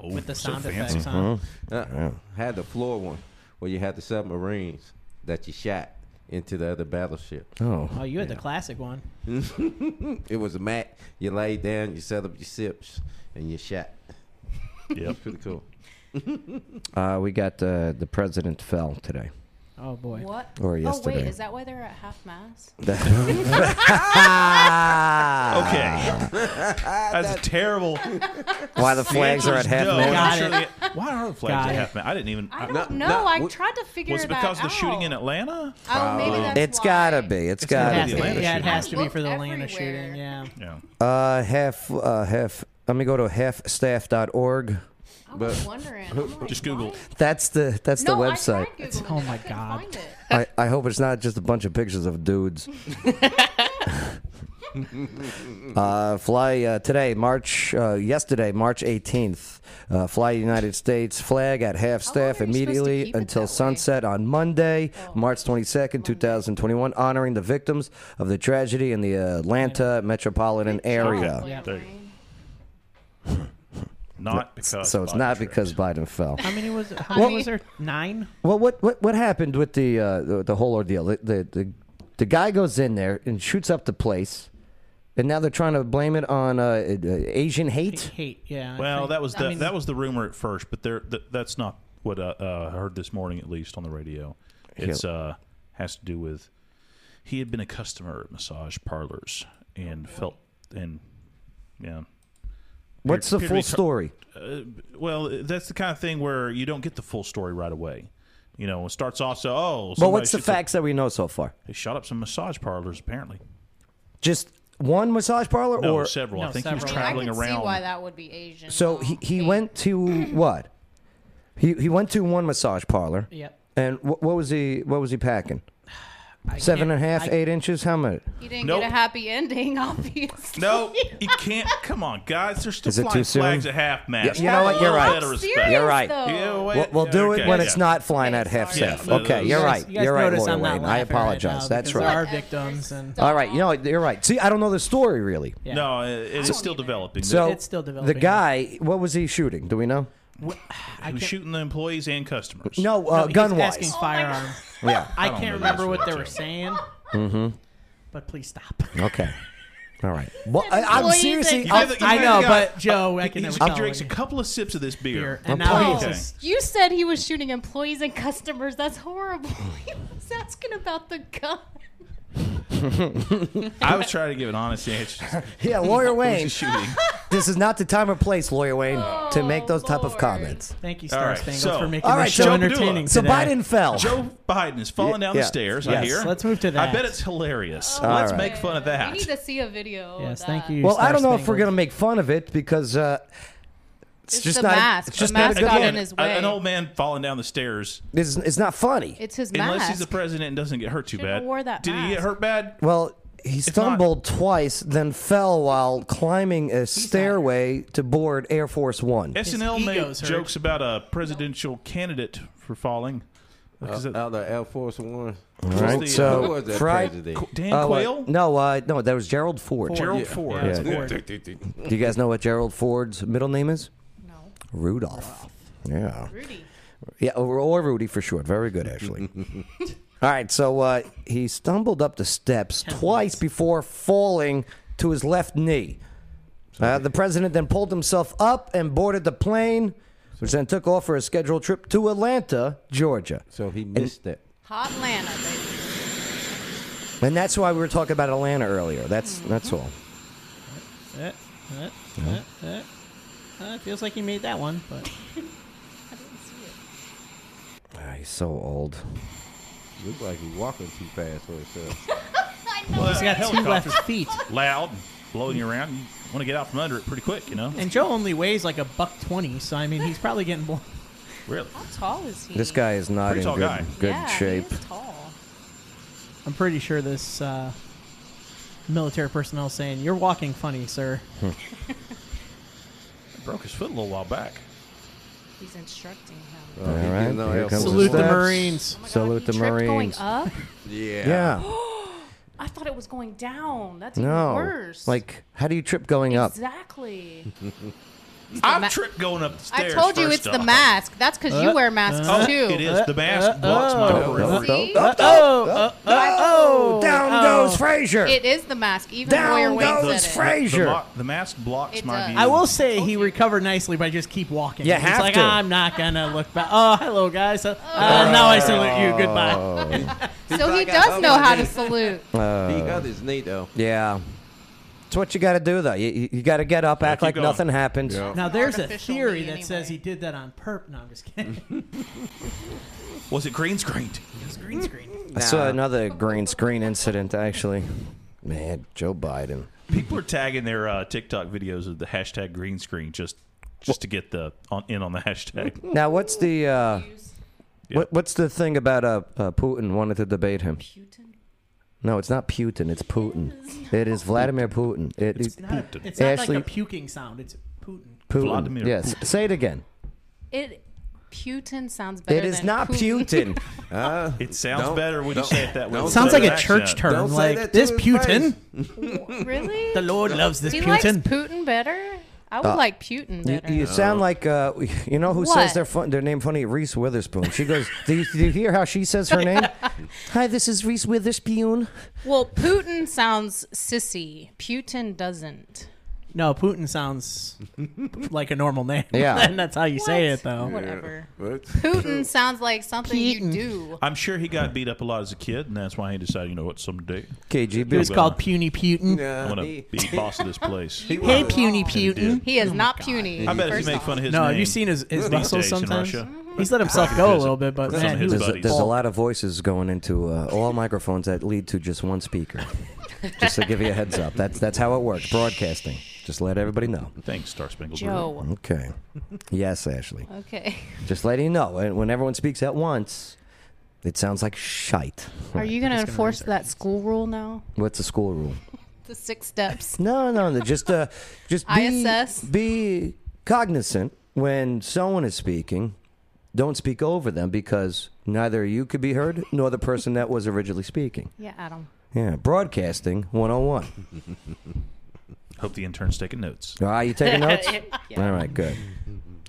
Speaker 2: Oh.
Speaker 7: with the
Speaker 6: Oh, so
Speaker 7: sound
Speaker 6: fancy.
Speaker 7: effects on.
Speaker 2: Uh, had the floor one where you had the submarines that you shot into the other battleship.
Speaker 1: Oh,
Speaker 7: Oh, you had the classic one.
Speaker 2: [laughs] It was a mat. You laid down, you set up your sips, and you shot.
Speaker 6: Yep.
Speaker 2: Pretty cool.
Speaker 1: uh, we got uh, the president fell today.
Speaker 7: Oh boy.
Speaker 5: What?
Speaker 1: Or
Speaker 5: Oh wait,
Speaker 1: [laughs] yesterday.
Speaker 5: is that why they're at half
Speaker 1: [laughs]
Speaker 5: mass?
Speaker 1: Ah.
Speaker 6: Okay.
Speaker 1: [laughs]
Speaker 6: That's a terrible.
Speaker 1: Why the flags are at half
Speaker 6: no.
Speaker 1: mast?
Speaker 7: Got
Speaker 6: Surely- Why are the flags
Speaker 7: Got
Speaker 6: at
Speaker 7: it.
Speaker 6: half mast? I didn't even.
Speaker 5: I
Speaker 6: I-
Speaker 5: don't
Speaker 2: no,
Speaker 5: know.
Speaker 2: no,
Speaker 5: I
Speaker 2: w-
Speaker 5: tried to figure
Speaker 6: was it
Speaker 5: that
Speaker 6: because of the
Speaker 5: out.
Speaker 6: shooting in Atlanta?
Speaker 5: Oh, maybe that's
Speaker 1: It's
Speaker 5: why.
Speaker 1: gotta be. It's
Speaker 7: It
Speaker 1: gotta
Speaker 7: has
Speaker 1: be.
Speaker 7: to
Speaker 6: Atlanta
Speaker 7: be, yeah, it
Speaker 6: shooting.
Speaker 7: has to be for the
Speaker 5: Looked
Speaker 7: Atlanta
Speaker 5: everywhere.
Speaker 7: shooting. Yeah.
Speaker 6: Yeah.
Speaker 1: Uh, half, uh, half. Let me go to halfstaff.org.
Speaker 5: I was
Speaker 2: But-
Speaker 5: wondering. I'm like,
Speaker 6: Just Google.
Speaker 5: why?
Speaker 1: That's the [laughs] that's
Speaker 5: No,
Speaker 1: the website.
Speaker 5: I tried Googling
Speaker 7: Oh
Speaker 5: it. I
Speaker 7: my
Speaker 5: couldn't
Speaker 7: God.
Speaker 5: find it.
Speaker 1: [laughs] I, I hope it's not just a bunch of pictures of dudes. uh, fly uh, today, March, uh, yesterday, March 18th. Uh, fly United States flag at half staff
Speaker 5: are you supposed to
Speaker 1: immediately
Speaker 5: keep it that
Speaker 1: until
Speaker 5: way? Oh.
Speaker 1: sunset on Monday, March 22nd, 2021, honoring the victims of the tragedy in the Atlanta metropolitan area.
Speaker 5: Like,
Speaker 6: There you go.
Speaker 5: Ryan,
Speaker 6: Not because.
Speaker 1: So it's
Speaker 6: Biden
Speaker 1: not
Speaker 6: tripped.
Speaker 1: because Biden fell.
Speaker 7: [laughs] How many was? How many
Speaker 5: mean-
Speaker 7: was there? Nine.
Speaker 1: Well, what what what happened with the uh, the, the whole ordeal? The, the the the guy goes in there and shoots up the place, and now they're trying to blame it on uh, uh, Asian hate.
Speaker 7: Hate. Yeah.
Speaker 6: Well, that was
Speaker 5: I
Speaker 6: the,
Speaker 5: mean-
Speaker 6: that was the rumor at first, but there th- that's not what uh, uh, I heard this morning, at least on the radio. It's uh, has to do with he had been a customer at massage parlors and felt and yeah.
Speaker 1: What's the
Speaker 6: Appeared to
Speaker 1: full
Speaker 6: be tr-
Speaker 1: story?
Speaker 6: Well, that's the kind of thing where you don't get the full story right away. You know, it starts off so oh.
Speaker 1: Well,
Speaker 6: somebody
Speaker 1: what's the
Speaker 6: shoots up-
Speaker 1: facts that we know so far?
Speaker 6: They shot up some massage parlors apparently.
Speaker 1: Just one massage parlor,
Speaker 6: No,
Speaker 1: or
Speaker 6: several. I
Speaker 7: No,
Speaker 6: think he
Speaker 7: several.
Speaker 6: was
Speaker 5: I mean,
Speaker 6: traveling
Speaker 5: I can
Speaker 6: around.
Speaker 5: see why that would be Asian.
Speaker 1: so
Speaker 5: though.
Speaker 1: he he
Speaker 5: Hey,
Speaker 1: went to
Speaker 5: [clears throat]
Speaker 1: what? He he went to one massage parlor.
Speaker 7: Yep.
Speaker 1: And what, what was he what was he packing? Seven and a half, eight inches. How much?
Speaker 5: He didn't
Speaker 6: Nope.
Speaker 5: get a happy ending, [laughs] obviously.
Speaker 6: No, you can't. Come on, guys. They're still
Speaker 1: Is it
Speaker 6: flying
Speaker 1: too soon?
Speaker 6: flags at half mast.
Speaker 1: Yeah, you know what? You're
Speaker 6: A
Speaker 1: right.
Speaker 6: little bit of respect.
Speaker 5: Serious,
Speaker 1: You're right.
Speaker 5: though.
Speaker 6: Yeah, wait,
Speaker 1: We'll, we'll do it
Speaker 6: okay,
Speaker 1: when
Speaker 6: yeah.
Speaker 1: it's not flying
Speaker 5: Okay,
Speaker 1: at half
Speaker 5: sorry.
Speaker 1: staff.
Speaker 6: Yeah,
Speaker 1: okay,
Speaker 6: those-
Speaker 1: you're
Speaker 6: You
Speaker 7: You guys-
Speaker 1: right.
Speaker 7: You guys
Speaker 1: You're right,
Speaker 7: notice
Speaker 1: Lawyer
Speaker 7: I'm not
Speaker 1: Wayne. I
Speaker 7: laughing right now
Speaker 1: apologize. That's
Speaker 7: because
Speaker 1: right.
Speaker 7: There are
Speaker 5: Whatever.
Speaker 7: victims and
Speaker 1: All right, you know what? you're right. See, I don't know the story really.
Speaker 7: yeah.
Speaker 6: No, it, it is still developing.
Speaker 1: So
Speaker 7: It's still
Speaker 1: The
Speaker 7: developing,
Speaker 1: guy, what was he shooting? Do we know?
Speaker 7: I
Speaker 6: He was
Speaker 7: can't-
Speaker 6: shooting the employees and customers. Oh
Speaker 1: No, uh,
Speaker 7: he's
Speaker 1: gun
Speaker 7: asking
Speaker 1: wise.
Speaker 7: firearm.
Speaker 1: Yeah.
Speaker 7: I
Speaker 6: know
Speaker 7: can't
Speaker 6: this
Speaker 7: remember what
Speaker 6: one,
Speaker 7: they were
Speaker 6: too.
Speaker 7: saying.
Speaker 5: [laughs]
Speaker 7: But please stop.
Speaker 1: Okay. All right. Well, I, I'm
Speaker 5: Employees
Speaker 1: seriously.
Speaker 5: and-
Speaker 6: You know that- you
Speaker 7: I
Speaker 6: that
Speaker 7: know,
Speaker 6: guy-
Speaker 7: but Joe, I
Speaker 6: he-
Speaker 7: can never
Speaker 6: he
Speaker 7: tell
Speaker 6: drinks a
Speaker 7: you.
Speaker 6: couple of sips of this beer.
Speaker 7: Beer. And
Speaker 1: I'm
Speaker 7: now he's
Speaker 6: playing.
Speaker 5: [laughs]
Speaker 7: just-
Speaker 5: You said he was shooting employees and customers. That's horrible. [laughs] He was asking about the gun.
Speaker 1: Mm-hmm. [laughs]
Speaker 7: [laughs]
Speaker 6: I was trying to give an honest answer. [laughs]
Speaker 1: yeah, Lawyer Wayne.
Speaker 6: Just shooting.
Speaker 1: [laughs] This is not the time or place, Lawyer Wayne, to make those type of
Speaker 5: Lord.
Speaker 1: comments.
Speaker 7: Thank you, Star
Speaker 6: right,
Speaker 7: Spangled,
Speaker 6: so-
Speaker 7: for making
Speaker 1: All
Speaker 7: the
Speaker 1: right,
Speaker 7: show
Speaker 1: so-
Speaker 7: entertaining.
Speaker 1: So
Speaker 7: today.
Speaker 1: Biden fell.
Speaker 6: Joe Biden is falling down
Speaker 1: Yeah.
Speaker 6: the stairs.
Speaker 1: Yes.
Speaker 6: I hear.
Speaker 7: Let's move to
Speaker 6: I
Speaker 7: that.
Speaker 6: bet it's hilarious.
Speaker 1: All
Speaker 6: Let's
Speaker 1: right.
Speaker 6: make fun of
Speaker 5: I
Speaker 6: that.
Speaker 5: need to see a video.
Speaker 7: Yes,
Speaker 5: of
Speaker 7: thank
Speaker 5: that.
Speaker 7: you.
Speaker 1: Well, I
Speaker 7: Star
Speaker 1: don't know if we're gonna
Speaker 7: Spangled.
Speaker 1: make fun of it because uh, it's,
Speaker 5: It's
Speaker 1: just
Speaker 5: the
Speaker 1: not.
Speaker 5: mask.
Speaker 1: It's
Speaker 5: The
Speaker 1: just not
Speaker 5: mask
Speaker 1: a good
Speaker 5: got in
Speaker 1: look.
Speaker 5: his
Speaker 6: A- an
Speaker 5: way.
Speaker 6: old man falling down the stairs.
Speaker 1: It's, it's not funny.
Speaker 5: It's his
Speaker 6: Unless
Speaker 5: mask.
Speaker 6: he's the president and doesn't get hurt too
Speaker 5: Should've
Speaker 6: bad.
Speaker 5: wore that
Speaker 6: Did he get
Speaker 5: mask.
Speaker 6: hurt bad?
Speaker 1: Well, he stumbled twice, then fell while climbing a stairway to board Air Force One.
Speaker 6: SNL made
Speaker 7: ego's hurt.
Speaker 6: jokes about a presidential candidate for falling. Because it-
Speaker 2: Uh, Out of Air Force One.
Speaker 1: All right,
Speaker 6: the, uh,
Speaker 2: Who
Speaker 1: so
Speaker 2: was that
Speaker 1: Fry-
Speaker 2: president?
Speaker 6: Qu- Dan
Speaker 1: uh, what-
Speaker 6: Quayle?
Speaker 1: no, uh, no, that was Gerald Ford.
Speaker 6: Gerald
Speaker 2: Yeah.
Speaker 6: Ford.
Speaker 7: Yeah, it's
Speaker 1: Yeah.
Speaker 7: Ford.
Speaker 1: Do you guys know what Gerald Ford's middle name is?
Speaker 5: No,
Speaker 1: Rudolph. Yeah.
Speaker 5: Rudy.
Speaker 1: Yeah, or, or Rudy for short. Very good, actually. All right, so uh, he stumbled up the steps twice before falling to his left knee. Uh, the president then pulled himself up and boarded the plane, which then took off for a scheduled trip to Atlanta, Georgia.
Speaker 2: So he missed that.
Speaker 5: Hot Atlanta, baby.
Speaker 1: And that's why we were talking about Atlanta earlier. That's that's all.
Speaker 7: Eh, eh, eh, eh. Uh, it feels like he made that one,
Speaker 5: [laughs]
Speaker 7: but
Speaker 1: Ah, he's so old.
Speaker 2: Looked like he walking too fast for himself.
Speaker 6: Well,
Speaker 7: he's got two left feet.
Speaker 6: uh, loud, and blowing you around. You want to get out from under it pretty quick, you know?
Speaker 7: And Joe only weighs like a buck twenty, so I mean he's probably getting blown.
Speaker 6: Really.
Speaker 5: How tall is he?
Speaker 1: [laughs] This guy is not
Speaker 6: Pretty
Speaker 1: in
Speaker 6: tall
Speaker 1: good,
Speaker 6: guy.
Speaker 1: good
Speaker 5: yeah,
Speaker 1: shape.
Speaker 5: He is tall.
Speaker 7: I'm pretty sure this uh, military personnel is saying you're walking funny, sir.
Speaker 6: Broke his foot a little while back.
Speaker 5: He's instructing him. [gasps]
Speaker 2: All
Speaker 1: right, here comes
Speaker 7: Salute the
Speaker 1: Steps.
Speaker 7: Marines.
Speaker 5: Oh my God,
Speaker 1: Salute
Speaker 5: he
Speaker 1: the
Speaker 5: tripped
Speaker 1: Marines.
Speaker 5: Going up.
Speaker 2: [laughs] Yeah.
Speaker 1: Yeah.
Speaker 5: I thought it was going down. That's
Speaker 1: No.
Speaker 5: even worse.
Speaker 1: Like, how do you trip going up?
Speaker 5: exactly.
Speaker 6: I'm
Speaker 5: ma-
Speaker 6: tripped going up the
Speaker 5: I
Speaker 6: stairs.
Speaker 5: told you
Speaker 6: first
Speaker 5: it's the
Speaker 6: off. Uh,
Speaker 5: mask. That's because you wear masks too.
Speaker 6: It is the mask
Speaker 1: Uh,
Speaker 6: blocks my
Speaker 1: Nope,
Speaker 6: peripheral.
Speaker 1: nope,
Speaker 5: See?
Speaker 1: nope, nope,
Speaker 7: Oh,
Speaker 1: nope.
Speaker 7: oh, oh,
Speaker 1: Down
Speaker 7: oh.
Speaker 1: goes Frazier.
Speaker 5: It is the mask. Even Lawyer
Speaker 1: Down
Speaker 5: Wayne
Speaker 1: goes
Speaker 5: said it.
Speaker 6: The,
Speaker 1: Frazier.
Speaker 6: mo- the mask blocks
Speaker 5: It
Speaker 6: my
Speaker 5: does.
Speaker 6: view.
Speaker 7: I will say he recovered nicely by just keep walking.
Speaker 1: You
Speaker 7: He's
Speaker 1: have
Speaker 7: like,
Speaker 1: to.
Speaker 7: I'm not gonna look back. Oh, hello guys. Uh, uh, now I salute you.
Speaker 1: Oh.
Speaker 7: Goodbye.
Speaker 5: So he
Speaker 2: like, I
Speaker 5: does
Speaker 2: love
Speaker 5: know
Speaker 2: my
Speaker 5: how to
Speaker 2: knee.
Speaker 5: salute.
Speaker 2: the other's neat though.
Speaker 1: Uh, Yeah. It's what you got to do, though. You, you- you got to get up, act
Speaker 6: keep
Speaker 1: like
Speaker 6: going.
Speaker 1: nothing happened.
Speaker 2: Yeah.
Speaker 7: Now there's a
Speaker 5: Artificial
Speaker 7: theory
Speaker 5: knee
Speaker 7: that says
Speaker 5: anyway.
Speaker 7: he did that on perp. No, I'm just [laughs] kidding.
Speaker 6: Was it green screened?
Speaker 7: It's green screen.
Speaker 1: I saw another green screen incident, actually. Man, Joe Biden.
Speaker 6: People are tagging their uh, TikTok videos of the hashtag green screen just just to get the on in on the hashtag.
Speaker 1: Now, what's the uh,
Speaker 6: Yeah.
Speaker 1: what, what's the thing about uh, uh, Putin wanted to debate him? No, it's not Putin. It's
Speaker 5: [laughs]
Speaker 1: Putin. It is Vladimir Putin. It is
Speaker 6: Putin.
Speaker 7: It's not
Speaker 1: Ashley-
Speaker 7: like a puking sound. It's Putin.
Speaker 1: Putin.
Speaker 6: Vladimir
Speaker 1: yes. Say it again.
Speaker 5: It Putin sounds better.
Speaker 1: It is
Speaker 5: than
Speaker 1: not
Speaker 5: Putin. [laughs]
Speaker 1: Putin. Uh,
Speaker 6: It sounds
Speaker 2: Don't-
Speaker 6: better when you
Speaker 2: don't-
Speaker 6: say it that way.
Speaker 2: don't
Speaker 6: It's
Speaker 7: Sounds
Speaker 6: better
Speaker 7: like a
Speaker 6: accent.
Speaker 7: church term.
Speaker 2: Don't say
Speaker 7: like
Speaker 2: that to
Speaker 7: this
Speaker 2: his
Speaker 5: [laughs]
Speaker 7: Putin.
Speaker 5: really?
Speaker 7: The Lord loves this
Speaker 5: he
Speaker 7: Putin.
Speaker 5: likes Putin better. I would like Putin
Speaker 1: You,
Speaker 5: better.
Speaker 1: you sound like uh, [laughs] you know who says
Speaker 5: What?
Speaker 1: their fun, their name funny Reese Witherspoon. She goes, [laughs] do, you, do you hear how she says her
Speaker 5: [laughs]
Speaker 1: name? Hi, this is Reese
Speaker 7: [laughs]
Speaker 1: Witherspoon.
Speaker 5: well, Putin sounds sissy. Putin doesn't.
Speaker 7: No, Putin sounds like a normal name.
Speaker 1: Yeah.
Speaker 7: [laughs] and that's how you say
Speaker 5: What?
Speaker 7: it though.
Speaker 5: Whatever.
Speaker 2: Putin.
Speaker 5: Putin sounds like something you do.
Speaker 6: I'm sure he got beat up a lot as a kid, and that's why he decided, you know what, someday
Speaker 7: It
Speaker 1: KGB.
Speaker 7: was called Puny Putin.
Speaker 6: I'm
Speaker 2: Yeah,
Speaker 6: gonna
Speaker 2: he,
Speaker 6: be boss of
Speaker 1: [laughs]
Speaker 6: this place.
Speaker 7: Hey, Puny Putin.
Speaker 5: He is not puny.
Speaker 6: I bet if
Speaker 5: first
Speaker 6: you make
Speaker 5: off.
Speaker 6: fun of his
Speaker 7: No,
Speaker 6: name,
Speaker 7: have you seen his, his
Speaker 6: these
Speaker 7: muscles
Speaker 6: days in
Speaker 7: sometimes?
Speaker 6: Russia?
Speaker 7: He's let himself go a little bit, but
Speaker 6: That's
Speaker 7: man,
Speaker 6: on
Speaker 7: he
Speaker 6: his
Speaker 7: was Oh.
Speaker 6: buddies.
Speaker 1: There's, there's a lot of voices going into uh, all microphones that lead to just one
Speaker 5: [laughs]
Speaker 1: speaker. just to give you a heads up, that's that's how it works. Broadcasting. Just let everybody know.
Speaker 6: Thanks, Star Spangled Banner.
Speaker 5: Joe.
Speaker 1: Okay. Yes, Ashley.
Speaker 5: Okay.
Speaker 1: Just letting you know. and When everyone speaks at once, it sounds like shite.
Speaker 5: Are you going to enforce that school rule now?
Speaker 1: What's the school rule?
Speaker 5: The
Speaker 1: [laughs]
Speaker 5: six steps.
Speaker 1: No, no, no. Just, uh, just be,
Speaker 5: ISS?
Speaker 1: be cognizant when someone is speaking. Don't speak over them because neither you could be heard nor the person that was originally speaking.
Speaker 5: Yeah, Adam.
Speaker 1: Yeah, broadcasting 101.
Speaker 6: [laughs] Hope the intern's taking notes.
Speaker 1: All right, you taking notes?
Speaker 5: Yeah.
Speaker 1: All right, good.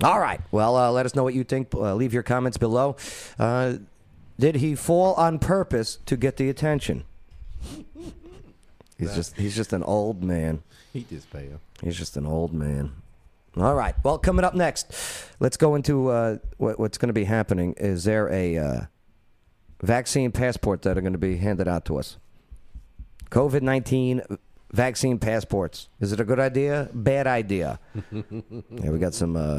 Speaker 1: All right. Well, uh, let us know what you think. Uh, leave your comments below. Uh, did he fall on purpose to get the attention? He's just he's just an old man.
Speaker 2: he just pale.
Speaker 1: He's just an old man. All right. Well, coming up next, let's go into uh, what, what's going to be happening. Is there a uh, vaccine passport that are going to be handed out to us? COVID 19 vaccine passports. Is it a good idea? Bad
Speaker 2: [laughs]
Speaker 1: idea. yeah, we got some uh,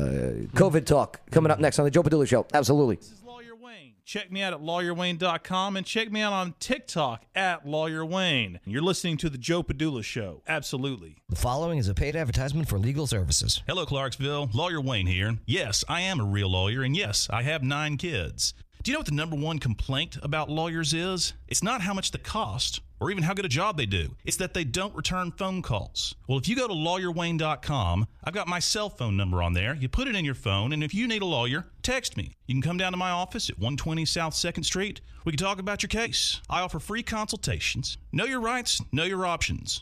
Speaker 1: COVID talk coming up next on the Joe Padula Show. Absolutely.
Speaker 6: This is Lawyer Wayne. Check me out at lawyerwayne.com and check me out on TikTok at Lawyer Wayne. You're listening to The Joe Padula Show. Absolutely.
Speaker 4: The following is a paid advertisement for legal services.
Speaker 6: Hello, Clarksville. Lawyer Wayne here. Yes, I am a real lawyer, and yes, I have nine kids. Do you know what the number one complaint about lawyers is? It's not how much they cost or even how good a job they do, it's that they don't return phone calls. Well, if you go to lawyerwayne.com, I've got my cell phone number on there. You put it in your phone, and if you need a lawyer, text me. You can come down to my office at 120 South 2nd Street. We can talk about your case. I offer free consultations. Know your rights, know your options.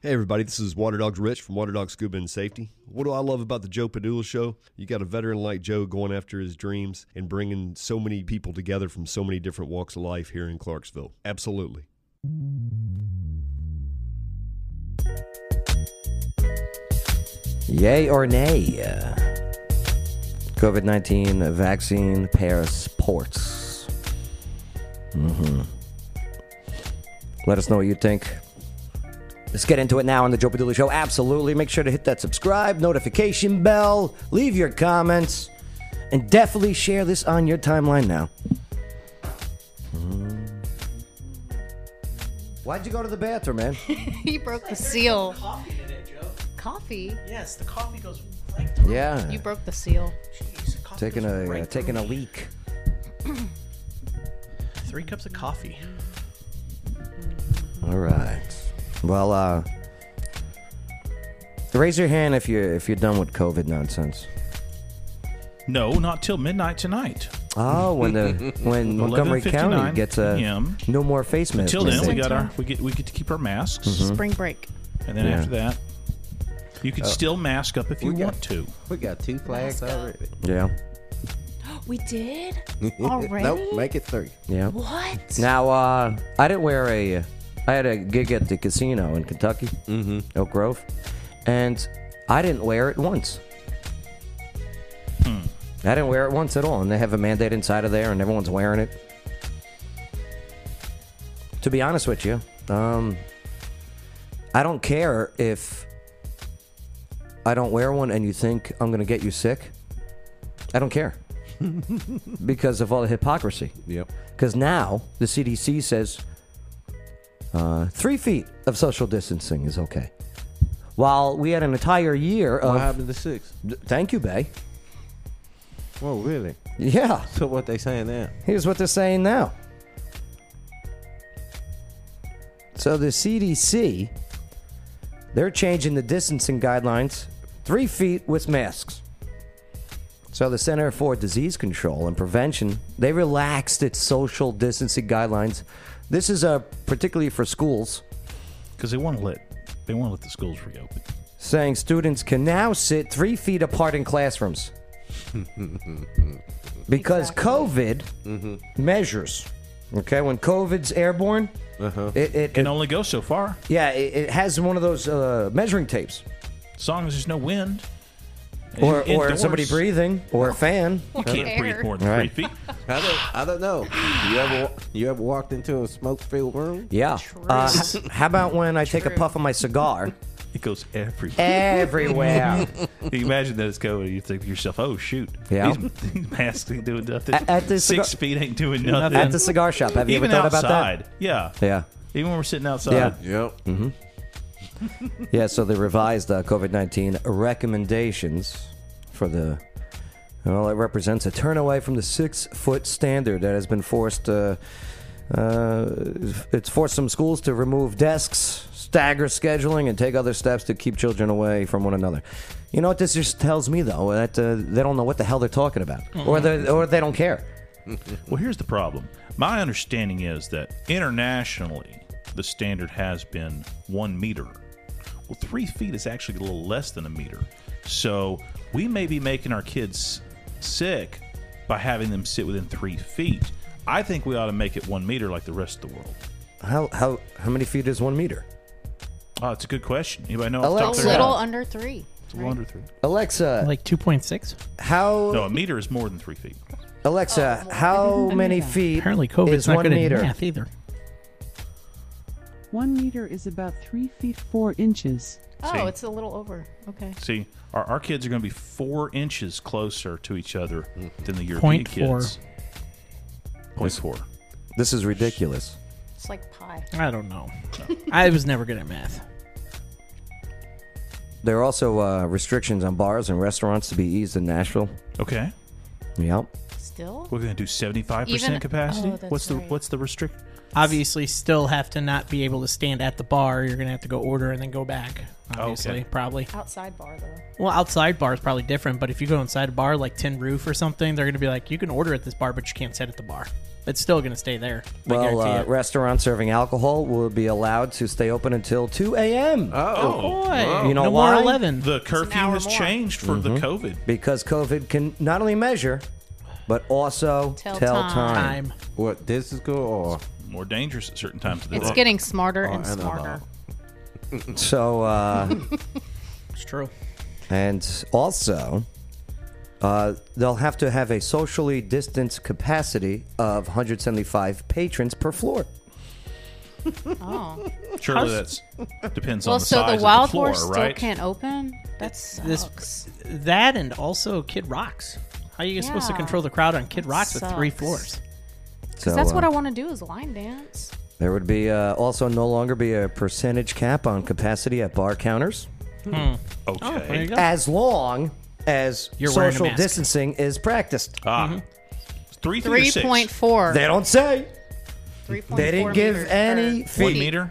Speaker 8: Hey everybody, this is Water Dogs Rich from Water Dog Scuba and Safety. What do I love about the Joe Padula Show? You got a veteran like Joe going after his dreams and bringing so many people together from so many different walks of life here in Clarksville. Absolutely.
Speaker 1: Yay or nay? COVID 19 vaccine passports. Mm-hmm. Let us know what you think. Let's get into it now on the Joe Padula Show. Absolutely. Make sure to hit that subscribe, notification bell, leave your comments, and definitely share this on your timeline now. Mm-hmm. Why'd you go to the bathroom, man?
Speaker 5: [laughs] he broke the seal.
Speaker 7: Coffee in it, Joe.
Speaker 5: Coffee?
Speaker 7: Yes, the coffee goes right through.
Speaker 1: Yeah.
Speaker 5: You broke the seal.
Speaker 7: Jeez, coffee
Speaker 1: taking
Speaker 7: goes
Speaker 1: a
Speaker 7: right
Speaker 1: uh, taking a
Speaker 7: through.
Speaker 1: leak.
Speaker 7: Three cups of coffee.
Speaker 1: All right. Well, uh, raise your hand if you're if you're done with COVID nonsense.
Speaker 6: No, not till midnight tonight.
Speaker 1: Oh, when [laughs] the when Montgomery County
Speaker 6: 11:59
Speaker 1: gets a
Speaker 6: PM.
Speaker 1: no more face mask.
Speaker 6: Till then, we
Speaker 1: mandate.
Speaker 6: got our we get we get to keep our masks,
Speaker 5: Spring break.
Speaker 6: and then
Speaker 1: Yeah. [laughs]
Speaker 6: after that, you can still mask up if you
Speaker 2: we got-
Speaker 6: want to.
Speaker 2: We got two flags already.
Speaker 1: yeah,
Speaker 5: [gasps] We did? Already?
Speaker 2: Nope, make it three.
Speaker 1: yeah.
Speaker 5: What?
Speaker 1: Now, uh, I didn't wear a. I had a gig at the casino in Kentucky, mm-hmm. Oak Grove, and I didn't wear it once. I didn't wear it once at all, and they have a mandate inside of there, and everyone's wearing it. To be honest with you, um, I don't care if I don't wear one and you think I'm going to get you sick. I don't
Speaker 2: [laughs]
Speaker 1: care
Speaker 9: Hmm.
Speaker 1: because of all the hypocrisy.
Speaker 2: Yep.
Speaker 1: Because now the CDC says uh, three feet of social distancing is okay. While we had an entire year
Speaker 2: What
Speaker 1: of.
Speaker 2: happened to six?
Speaker 1: Thank you, Bay.
Speaker 2: Whoa, really?
Speaker 1: Yeah,
Speaker 2: [laughs] So what they saying now?
Speaker 1: here's what they're saying now. So the CDC, they're changing the distancing guidelines three feet with masks. So the Center for Disease Control and Prevention, they relaxed its social distancing guidelines. This is uh, particularly for schools.
Speaker 6: because they want to let they want to let the schools reopen.
Speaker 1: saying students can now sit three feet apart in classrooms because COVID measures. Okay, when COVID's airborne, it, it,
Speaker 6: Can
Speaker 1: it-
Speaker 6: only go so far,
Speaker 1: yeah, it, it has one of those uh, measuring tapes,
Speaker 6: as long as there's no wind. and
Speaker 1: or or
Speaker 6: indoors, Oh,
Speaker 1: somebody breathing, or a fan.
Speaker 6: You can't breathe more than
Speaker 1: All right.
Speaker 6: three feet.
Speaker 2: I don't, I don't know. You ever wa- you ever walked into a smoke filled
Speaker 7: [laughs]
Speaker 2: room?
Speaker 1: Yeah. Uh, h- how about when I take a
Speaker 5: True.
Speaker 1: puff of my cigar
Speaker 6: It goes everywhere.
Speaker 1: everywhere?
Speaker 6: [laughs] you imagine that it's COVID. You think to yourself, "Oh shoot,
Speaker 1: Yeah.
Speaker 6: these, these masks ain't doing nothing.
Speaker 1: At- at the
Speaker 6: Six
Speaker 1: cigar-
Speaker 6: feet ain't doing nothing."
Speaker 1: At the cigar shop. Have you
Speaker 6: Even
Speaker 1: ever thought
Speaker 6: outside,
Speaker 1: about
Speaker 6: yeah,
Speaker 1: that? Yeah.
Speaker 6: Even when we're sitting outside,
Speaker 1: Yeah.
Speaker 2: Yep.
Speaker 1: Mm-hmm. Yeah, so the revised uh, COVID 19 recommendations for the. Well, it represents a turn away from the six foot standard that has been forced. Uh, uh, it's forced some schools to remove desks, stagger scheduling, and take other steps to keep children away from one another. You know what this just tells me, though? That uh, they don't know what the hell they're talking about,
Speaker 6: Mm-hmm.
Speaker 1: or, they or they don't care.
Speaker 6: Well, here's the problem. My understanding is that internationally, the standard has been one meter. Well, three feet is actually a little less than a meter. So we may be making our kids sick by having them sit within three feet. I think we ought to make it one meter like the rest of the world.
Speaker 1: How, how, how many feet is one meter?
Speaker 6: Oh, it's a good question. Anybody know?
Speaker 5: A
Speaker 6: off the top of
Speaker 1: Alexa.
Speaker 6: their head?
Speaker 5: little under three.
Speaker 6: It's a little under three.
Speaker 1: Alexa,
Speaker 7: Like 2.6?
Speaker 1: how
Speaker 6: No, a meter is more than three feet.
Speaker 1: Alexa, how many feet
Speaker 7: Apparently, COVID
Speaker 1: is
Speaker 7: is not
Speaker 1: one
Speaker 7: good
Speaker 1: meter?
Speaker 7: at math either.
Speaker 9: One meter is about three feet four inches.
Speaker 5: Oh,
Speaker 6: See?
Speaker 5: it's a little over. Okay.
Speaker 6: See, our, our kids are going to be four inches closer to each other than the European
Speaker 7: Point four.
Speaker 6: kids. Point four.
Speaker 1: This is ridiculous.
Speaker 5: It's like pie.
Speaker 7: I don't know. I was never good at math.
Speaker 1: There are also uh, restrictions on bars and restaurants to be eased in Nashville.
Speaker 6: Okay.
Speaker 1: Yep.
Speaker 5: Still?
Speaker 6: We're going to do seventy-five
Speaker 5: Even-
Speaker 6: percent capacity.
Speaker 5: oh, that's
Speaker 6: what's the
Speaker 5: right.
Speaker 6: what's the restrict?
Speaker 7: Obviously, still have to not be able to stand at the bar. You're going to have to go order and then go back. Obviously,
Speaker 6: Oh, Okay.
Speaker 7: probably.
Speaker 5: Outside bar, though.
Speaker 7: Well, outside bar is probably different, but if you go inside a bar like Tin Roof or something, they're going to be like, you can order at this bar, but you can't sit at the bar. It's still going to stay there. I
Speaker 1: Well,
Speaker 7: guarantee
Speaker 1: uh,
Speaker 7: it.
Speaker 1: restaurants serving alcohol will be allowed to stay open until 2 a.m.
Speaker 2: Oh,
Speaker 7: Boy,
Speaker 1: You know
Speaker 7: no
Speaker 1: why? Mm-hmm.
Speaker 7: more 11.
Speaker 6: The curfew
Speaker 5: hour
Speaker 6: has
Speaker 5: more.
Speaker 6: changed for the
Speaker 2: Mm-hmm.
Speaker 6: COVID.
Speaker 1: because COVID can not only measure, but also tell,
Speaker 5: Tell
Speaker 1: time.
Speaker 5: time.
Speaker 7: time.
Speaker 2: what this is good or
Speaker 6: More dangerous at certain times of the
Speaker 5: It's
Speaker 6: day.
Speaker 5: getting smarter
Speaker 1: Oh,
Speaker 5: and
Speaker 2: Oh, I know.
Speaker 5: smarter.
Speaker 1: So,
Speaker 2: [laughs]
Speaker 1: uh, [laughs]
Speaker 7: It's true.
Speaker 1: and also, uh, they'll have to have a socially distanced capacity of 175 patrons per floor.
Speaker 5: [laughs] Oh.
Speaker 6: Surely that's depends
Speaker 5: Well,
Speaker 6: on the
Speaker 5: so
Speaker 6: size
Speaker 5: the wild
Speaker 6: of the floor,
Speaker 5: horse still
Speaker 6: right?
Speaker 5: can't open? That
Speaker 7: this-
Speaker 5: sucks.
Speaker 7: That and also Kid Rocks. How are you supposed to
Speaker 5: Yeah.
Speaker 7: control the crowd on Kid
Speaker 5: That
Speaker 7: Rocks with three
Speaker 5: sucks.
Speaker 7: floors?
Speaker 1: So
Speaker 5: Because that's
Speaker 1: uh,
Speaker 5: what I want to do is line dance.
Speaker 1: There would be uh, also no longer be a percentage cap on capacity at bar counters
Speaker 5: Hmm.
Speaker 6: Okay.
Speaker 7: Oh, there you go.
Speaker 1: as long as
Speaker 7: You're wearing a
Speaker 1: social
Speaker 7: mask. Mm-hmm.
Speaker 1: distancing is practiced.
Speaker 6: ah. Three, three,
Speaker 5: Three
Speaker 6: six.
Speaker 5: point four.
Speaker 1: They don't say.
Speaker 5: Three point four.
Speaker 1: They didn't give
Speaker 5: meters
Speaker 1: any
Speaker 5: per
Speaker 1: feet.
Speaker 6: One
Speaker 5: feet.
Speaker 6: meter.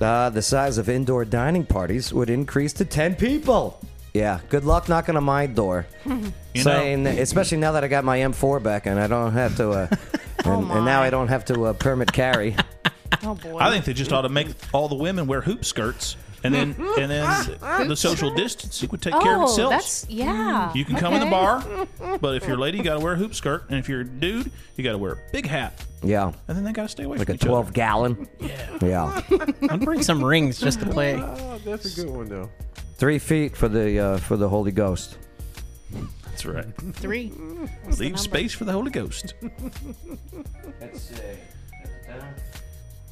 Speaker 1: Uh, the size of indoor dining parties would increase to 10 people. Yeah, good luck knocking on my
Speaker 7: [laughs]
Speaker 1: door.
Speaker 6: You
Speaker 1: saying,
Speaker 6: know,
Speaker 1: especially now that I got my M4 back and I don't have to,
Speaker 7: [laughs]
Speaker 1: uh, and,
Speaker 7: Oh,
Speaker 1: and now I don't have to uh, permit carry.
Speaker 5: Oh boy.
Speaker 6: I think they just ought to make all the women wear hoop skirts, and then and
Speaker 5: [laughs]
Speaker 6: then the social distancing would take
Speaker 5: oh,
Speaker 6: care of itself.
Speaker 5: that's yeah.
Speaker 6: You can come in the
Speaker 5: okay.
Speaker 6: bar,
Speaker 5: [laughs]
Speaker 6: but if you're a lady, you got to wear a hoop skirt, and if you're a dude, you got to wear a big hat,
Speaker 1: yeah,
Speaker 6: and then they got to stay away
Speaker 1: like a
Speaker 6: from each
Speaker 1: 12 gallon. Yeah.
Speaker 7: [laughs] I'll bring some rings just to play.
Speaker 2: Oh, that's a good one though.
Speaker 1: Three feet for the uh, for the Holy Ghost.
Speaker 6: other. That's right.
Speaker 5: Three.
Speaker 6: Leave space for the Holy Ghost.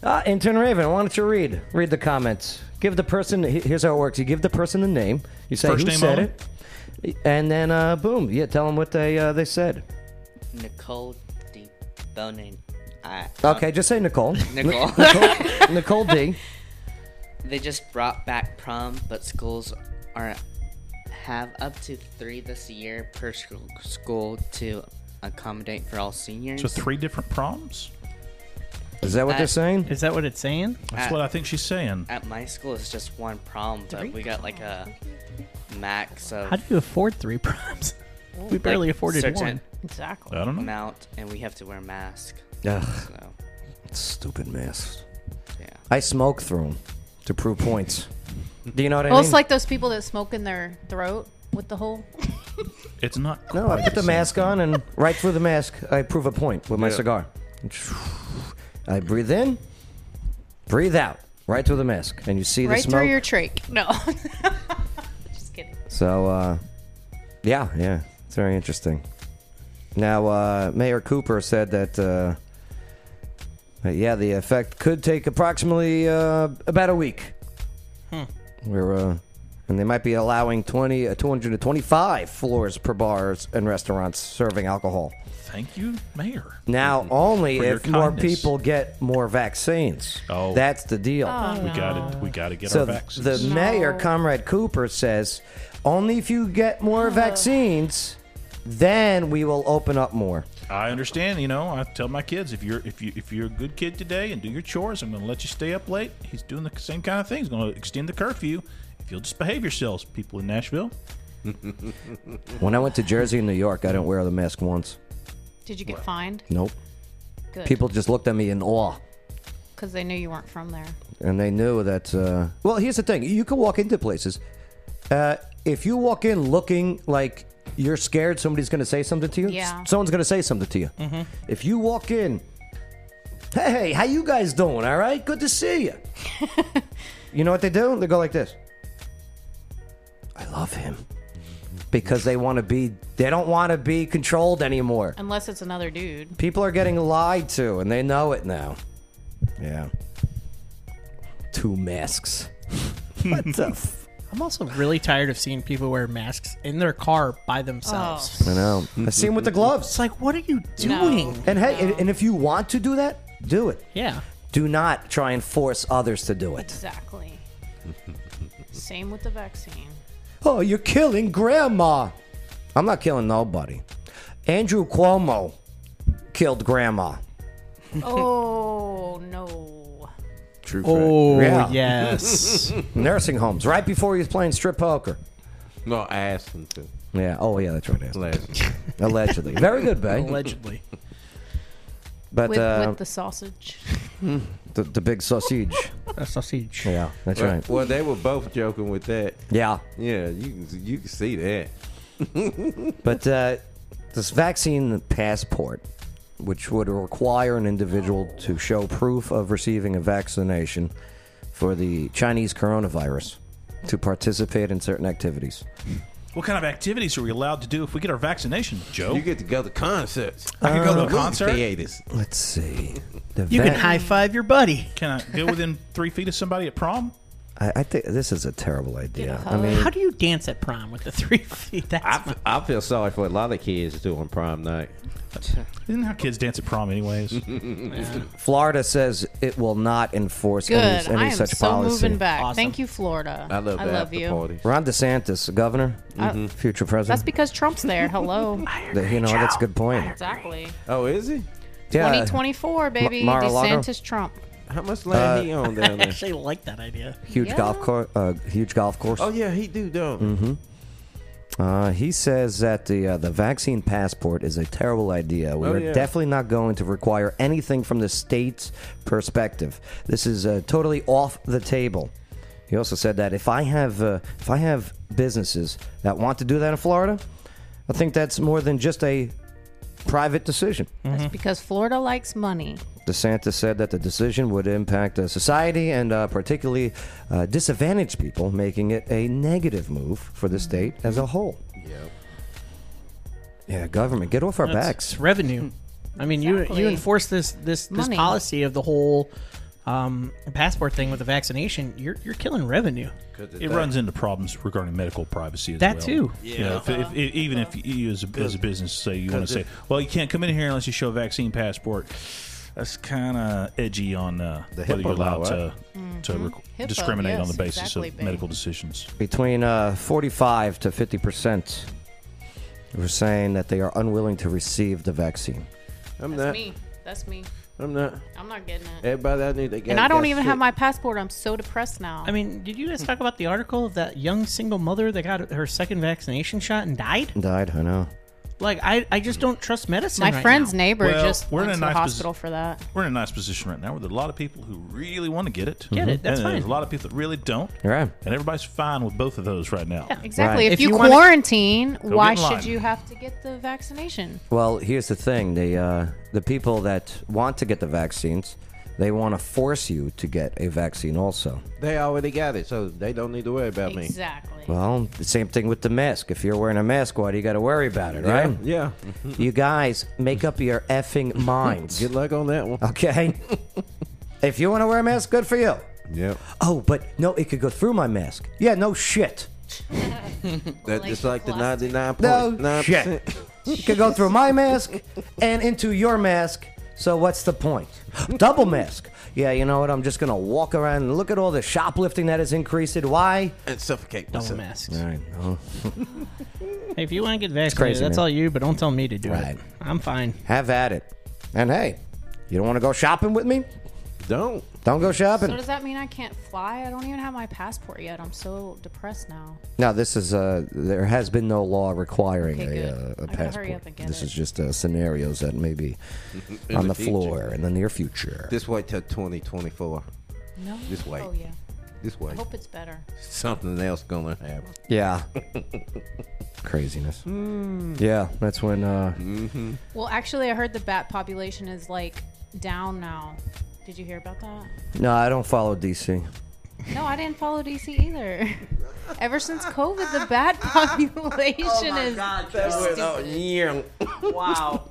Speaker 1: Uh, intern Raven, why don't you read read the comments? Give the person. he- Here's how it works. You give the person the name. You say
Speaker 6: First
Speaker 1: who
Speaker 6: name
Speaker 1: said
Speaker 6: only?
Speaker 1: it, and then uh, boom, yeah, tell them what they uh, they said.
Speaker 10: Nicole DeBonin. I,
Speaker 1: Okay, just say
Speaker 10: [laughs]
Speaker 1: Nicole.
Speaker 10: Uh, Nicole. [laughs]
Speaker 1: Nicole, Nicole D.
Speaker 10: They just brought back prom, but schools are have up to three this year per school, school to accommodate for all seniors.
Speaker 6: So three different proms.
Speaker 1: Is that what they're
Speaker 10: Uh,
Speaker 1: saying?
Speaker 7: Is that what it's saying?
Speaker 6: That's
Speaker 10: Uh,
Speaker 6: what I think she's saying.
Speaker 10: At my school, it's just one prom, but we got like a max of
Speaker 7: How do you afford three [laughs] proms? We barely
Speaker 10: like,
Speaker 7: afforded
Speaker 10: certain
Speaker 7: one.
Speaker 5: Exactly.
Speaker 6: I don't know.
Speaker 10: amount, and we have to wear a mask.
Speaker 1: Ugh,
Speaker 10: So
Speaker 1: stupid mess.
Speaker 10: yeah,
Speaker 1: I smoke through them to prove points. Do you know what I
Speaker 5: Well,
Speaker 1: mean?
Speaker 5: it's like those people that smoke in their throat with the whole.
Speaker 6: It's not.
Speaker 1: no,
Speaker 6: quite
Speaker 1: I put the
Speaker 6: same
Speaker 1: mask
Speaker 6: thing.
Speaker 1: on, and right through the mask, I prove a point with my cigar. I breathe in, breathe out, right through the mask, and you see the
Speaker 5: right
Speaker 1: smoke.
Speaker 5: through your trach. No. [laughs] Just kidding.
Speaker 1: So, uh, yeah, yeah, it's very interesting. Now, uh, Mayor Cooper said that, uh, that, yeah, the effect could take approximately uh, about a week. We're, uh, and they might be allowing 20, uh, 200 to 25 floors per bars and restaurants serving alcohol.
Speaker 6: Thank you, Mayor.
Speaker 1: Now, only
Speaker 6: Mm-hmm. For your
Speaker 1: if more
Speaker 6: kindness.
Speaker 1: people get more vaccines.
Speaker 6: Oh.
Speaker 1: That's the deal
Speaker 6: We got to we got to get
Speaker 1: so
Speaker 6: our
Speaker 1: th-
Speaker 6: vaccines.
Speaker 1: the mayor,
Speaker 5: Oh, No.
Speaker 1: Comrade Cooper, says only if you get more vaccines, then we will open up more.
Speaker 6: I understand. You know, I tell my kids if you're if you if you're a good kid today and do your chores, I'm going to let you stay up late. He's doing the same kind of thing. He's going to extend the curfew if you'll just behave yourselves, people in Nashville.
Speaker 1: [laughs] When I went to Jersey and New York, I didn't wear the mask once.
Speaker 5: Did you get fined?
Speaker 1: Nope.
Speaker 5: Good.
Speaker 1: People just looked at me in awe.
Speaker 5: Because they knew you weren't from there.
Speaker 1: And they knew that. Uh, well, here's the thing you can walk into places. Uh, if you walk in looking like you're scared somebody's going to say something to you,
Speaker 5: Yeah.
Speaker 1: s- someone's going to say something to you. If you walk in, hey, how you guys doing? All right, good to see you. you know what they do? They go like this. I love him because they want to be. They don't want to be controlled anymore.
Speaker 5: Unless it's another dude.
Speaker 1: People are getting lied to, and they know it now. Yeah. Two masks. [laughs] what the? F-
Speaker 7: I'm also really tired of seeing people wear masks in their car by themselves.
Speaker 1: I know. I see him with the gloves.
Speaker 7: It's like, what are you
Speaker 5: No.
Speaker 7: doing?
Speaker 1: And hey, and, and if you want to do that, do it.
Speaker 7: Yeah.
Speaker 1: Do not try and force others to do it. [laughs]
Speaker 5: Exactly. Same with the vaccine.
Speaker 1: Oh, you're killing grandma. I'm not killing nobody. Andrew Cuomo killed grandma.
Speaker 5: Oh no.
Speaker 2: True
Speaker 7: Oh
Speaker 1: Yeah.
Speaker 7: yes.
Speaker 1: [laughs] Nursing homes right before he was playing strip poker.
Speaker 2: fact. No, I asked him to
Speaker 1: Yeah. Oh, yeah. That's right. Ashley.
Speaker 2: last.
Speaker 1: Allegedly. Very good, Bay.
Speaker 7: Allegedly.
Speaker 1: But
Speaker 5: With,
Speaker 1: uh,
Speaker 5: with the sausage.
Speaker 1: the, the big sausage.
Speaker 7: A sausage.
Speaker 1: Yeah, that's
Speaker 2: well, [laughs]
Speaker 1: right.
Speaker 2: well, they were both joking with that.
Speaker 1: Yeah,
Speaker 2: Yeah, you can you can see that.
Speaker 1: but uh, this vaccine passport, which would require an individual to show proof of receiving a vaccination for the Chinese coronavirus to participate in certain activities.
Speaker 6: What kind of activities are we allowed to do if we get our vaccination, Joe?
Speaker 2: You get to go to concerts.
Speaker 6: I can go
Speaker 1: Uh,
Speaker 6: to a
Speaker 2: Movie
Speaker 6: concert.
Speaker 2: Theaters.
Speaker 1: Let's see.
Speaker 5: Oh.
Speaker 1: The
Speaker 7: You can
Speaker 1: vac-
Speaker 7: high five your buddy.
Speaker 6: Can I go within three feet of somebody at prom?
Speaker 1: I, I think this is a terrible idea. I
Speaker 5: hug.
Speaker 1: mean,
Speaker 7: How do you dance at prom with the three feet? That's
Speaker 2: I, I feel sorry for a lot of kids doing prom night.
Speaker 6: Isn't how kids dance at prom,
Speaker 5: [laughs]
Speaker 6: anyways?
Speaker 1: Florida says it will not enforce
Speaker 5: Good.
Speaker 1: any,
Speaker 5: I
Speaker 1: any
Speaker 5: am
Speaker 1: such
Speaker 5: so
Speaker 1: policy.
Speaker 5: moving back. Thank you, Florida. I love you.
Speaker 1: Ron DeSantis, the governor,
Speaker 5: I-
Speaker 2: Mm-hmm.
Speaker 5: Mhm.
Speaker 1: future president.
Speaker 5: That's because Trump's there. Hello.
Speaker 1: The- you know, that's a good point.
Speaker 5: exactly.
Speaker 2: Oh, is he?
Speaker 1: Yeah.
Speaker 5: 2024, baby.
Speaker 1: Ma- Mar-a-Lago.
Speaker 5: DeSantis, Trump.
Speaker 2: How much
Speaker 1: land Uh, he own down
Speaker 7: [laughs] I
Speaker 1: there?
Speaker 7: actually like that idea.
Speaker 1: [laughs] Huge golf course. Uh, huge golf course.
Speaker 2: Oh yeah, he do don't.
Speaker 1: Mm-hmm. Uh, he says that the uh, the vaccine passport is a terrible idea. We
Speaker 2: Oh,
Speaker 1: are
Speaker 2: yeah.
Speaker 1: definitely not going to require anything from the state's perspective. This is uh, totally off the table. He also said that if I have uh, if I have businesses that want to do that in Florida, I think that's more than just a private decision.
Speaker 5: That's because Florida likes money.
Speaker 1: DeSantis said that the decision would impact uh, society and uh, particularly uh, disadvantaged people, making it a negative move for the state as a whole. Yeah, government, get off our
Speaker 7: That's
Speaker 1: backs.
Speaker 7: revenue. I mean, you
Speaker 5: Exactly.
Speaker 7: you enforce this this this
Speaker 5: Money.
Speaker 7: policy of the whole um, passport thing with the vaccination. You're you're killing revenue.
Speaker 6: It runs into problems regarding medical privacy as
Speaker 7: That
Speaker 6: well.
Speaker 7: too.
Speaker 6: Yeah. if, if, if- even if you as a, as a business say you want to say, well, you can't come in here unless you show a vaccine passport. That's kind of edgy on uh,
Speaker 2: The
Speaker 6: whether you're
Speaker 2: HIPAA law,
Speaker 6: allowed to, to
Speaker 7: Mm-hmm.
Speaker 5: Mhm.
Speaker 6: rec-
Speaker 5: HIPAA,
Speaker 6: discriminate on the
Speaker 5: yes,
Speaker 6: basis
Speaker 5: exactly,
Speaker 6: of
Speaker 5: babe.
Speaker 6: medical decisions.
Speaker 1: Between uh, 45 to 50 percent were saying that they are unwilling to receive the vaccine.
Speaker 2: I'm
Speaker 5: That's
Speaker 2: not.
Speaker 5: me. That's me.
Speaker 2: I'm not.
Speaker 5: I'm not getting it.
Speaker 2: Everybody I need. They got,
Speaker 5: and I don't
Speaker 2: got
Speaker 5: even
Speaker 2: sick.
Speaker 5: have my passport. I'm so depressed now.
Speaker 7: I mean, did you guys talk about the article of that young single mother that got her second vaccination shot and died?
Speaker 1: Died, I know.
Speaker 7: Like, I, I just don't trust medicine.
Speaker 5: my
Speaker 7: right
Speaker 5: friend's
Speaker 7: now.
Speaker 5: neighbor
Speaker 6: Well,
Speaker 5: just
Speaker 6: we're in
Speaker 5: went
Speaker 6: a
Speaker 5: to
Speaker 6: nice
Speaker 5: the
Speaker 6: posi-
Speaker 5: hospital for that.
Speaker 6: We're in a nice position right now where there's a lot of people who really want to get it.
Speaker 7: Get it, that's
Speaker 6: and There's a
Speaker 7: fine.
Speaker 6: lot of people that really don't.
Speaker 1: Right.
Speaker 6: And everybody's fine with both of those right now.
Speaker 5: Exactly. If,
Speaker 7: Right. If
Speaker 5: you,
Speaker 7: you wanna-
Speaker 5: quarantine,
Speaker 6: in
Speaker 5: why
Speaker 6: line.
Speaker 5: should you have to get the vaccination?
Speaker 1: Well, here's the thing: the uh, the people that want to get the vaccines, they want to force you to get a vaccine. Also,
Speaker 2: They already got it, so they don't need to worry about me. [laughs]
Speaker 5: Exactly.
Speaker 1: well, the same thing with the mask. If you're wearing a mask, why do you got to worry about it, right?
Speaker 2: Yeah.
Speaker 1: You guys, make up your
Speaker 2: [laughs]
Speaker 1: effing minds.
Speaker 2: Good luck on that one. [laughs]
Speaker 1: Okay. if you want to wear a mask, good for you.
Speaker 2: Yep.
Speaker 1: Oh, but no, it could go through my mask. Yeah, no shit.
Speaker 2: That's just like the
Speaker 5: plastic.
Speaker 2: 99
Speaker 1: No shit. [laughs] it could go through my mask and into your mask. So what's the
Speaker 2: [laughs]
Speaker 1: point? Double mask. Yeah, you know what? I'm just gonna walk around and look at all the shoplifting that has increased. Why?
Speaker 2: And suffocate
Speaker 7: Double
Speaker 2: myself.
Speaker 7: masks.
Speaker 1: I
Speaker 2: Oh.
Speaker 1: know.
Speaker 7: Hey, Oh, if you want to get vaccinated,
Speaker 1: crazy,
Speaker 7: that's
Speaker 1: man.
Speaker 7: all you. But don't tell me to do
Speaker 1: Right.
Speaker 7: it. I'm fine.
Speaker 1: Have at it. And hey, you don't want to go shopping with me?
Speaker 2: Don't.
Speaker 1: Don't go
Speaker 5: So
Speaker 1: shopping.
Speaker 5: does that mean I can't fly? I don't even have my passport yet. I'm so depressed now.
Speaker 1: No, this is uh, there has been no law requiring
Speaker 5: Okay,
Speaker 1: a,
Speaker 5: good.
Speaker 1: uh, a
Speaker 5: I gotta
Speaker 1: passport.
Speaker 5: hurry up and get
Speaker 1: this
Speaker 5: it.
Speaker 1: is just uh, scenarios that may be
Speaker 2: [laughs] In
Speaker 1: on the,
Speaker 2: the future.
Speaker 1: floor in the near future.
Speaker 2: This way till 2024.
Speaker 5: No.
Speaker 2: Just wait.
Speaker 5: Oh yeah.
Speaker 2: This way.
Speaker 5: I hope it's better.
Speaker 2: Something else gonna happen. [laughs]
Speaker 1: yeah, craziness.
Speaker 5: Hmm.
Speaker 1: Yeah, that's when. Uh,
Speaker 2: Mm-hmm.
Speaker 5: Well, actually, I heard the bat population is like down now. Did you hear about that?
Speaker 1: No, I don't follow DC.
Speaker 5: No, I didn't follow DC [laughs] either. Ever since COVID, the [laughs] bat population is
Speaker 2: yeah. [laughs]
Speaker 7: Wow.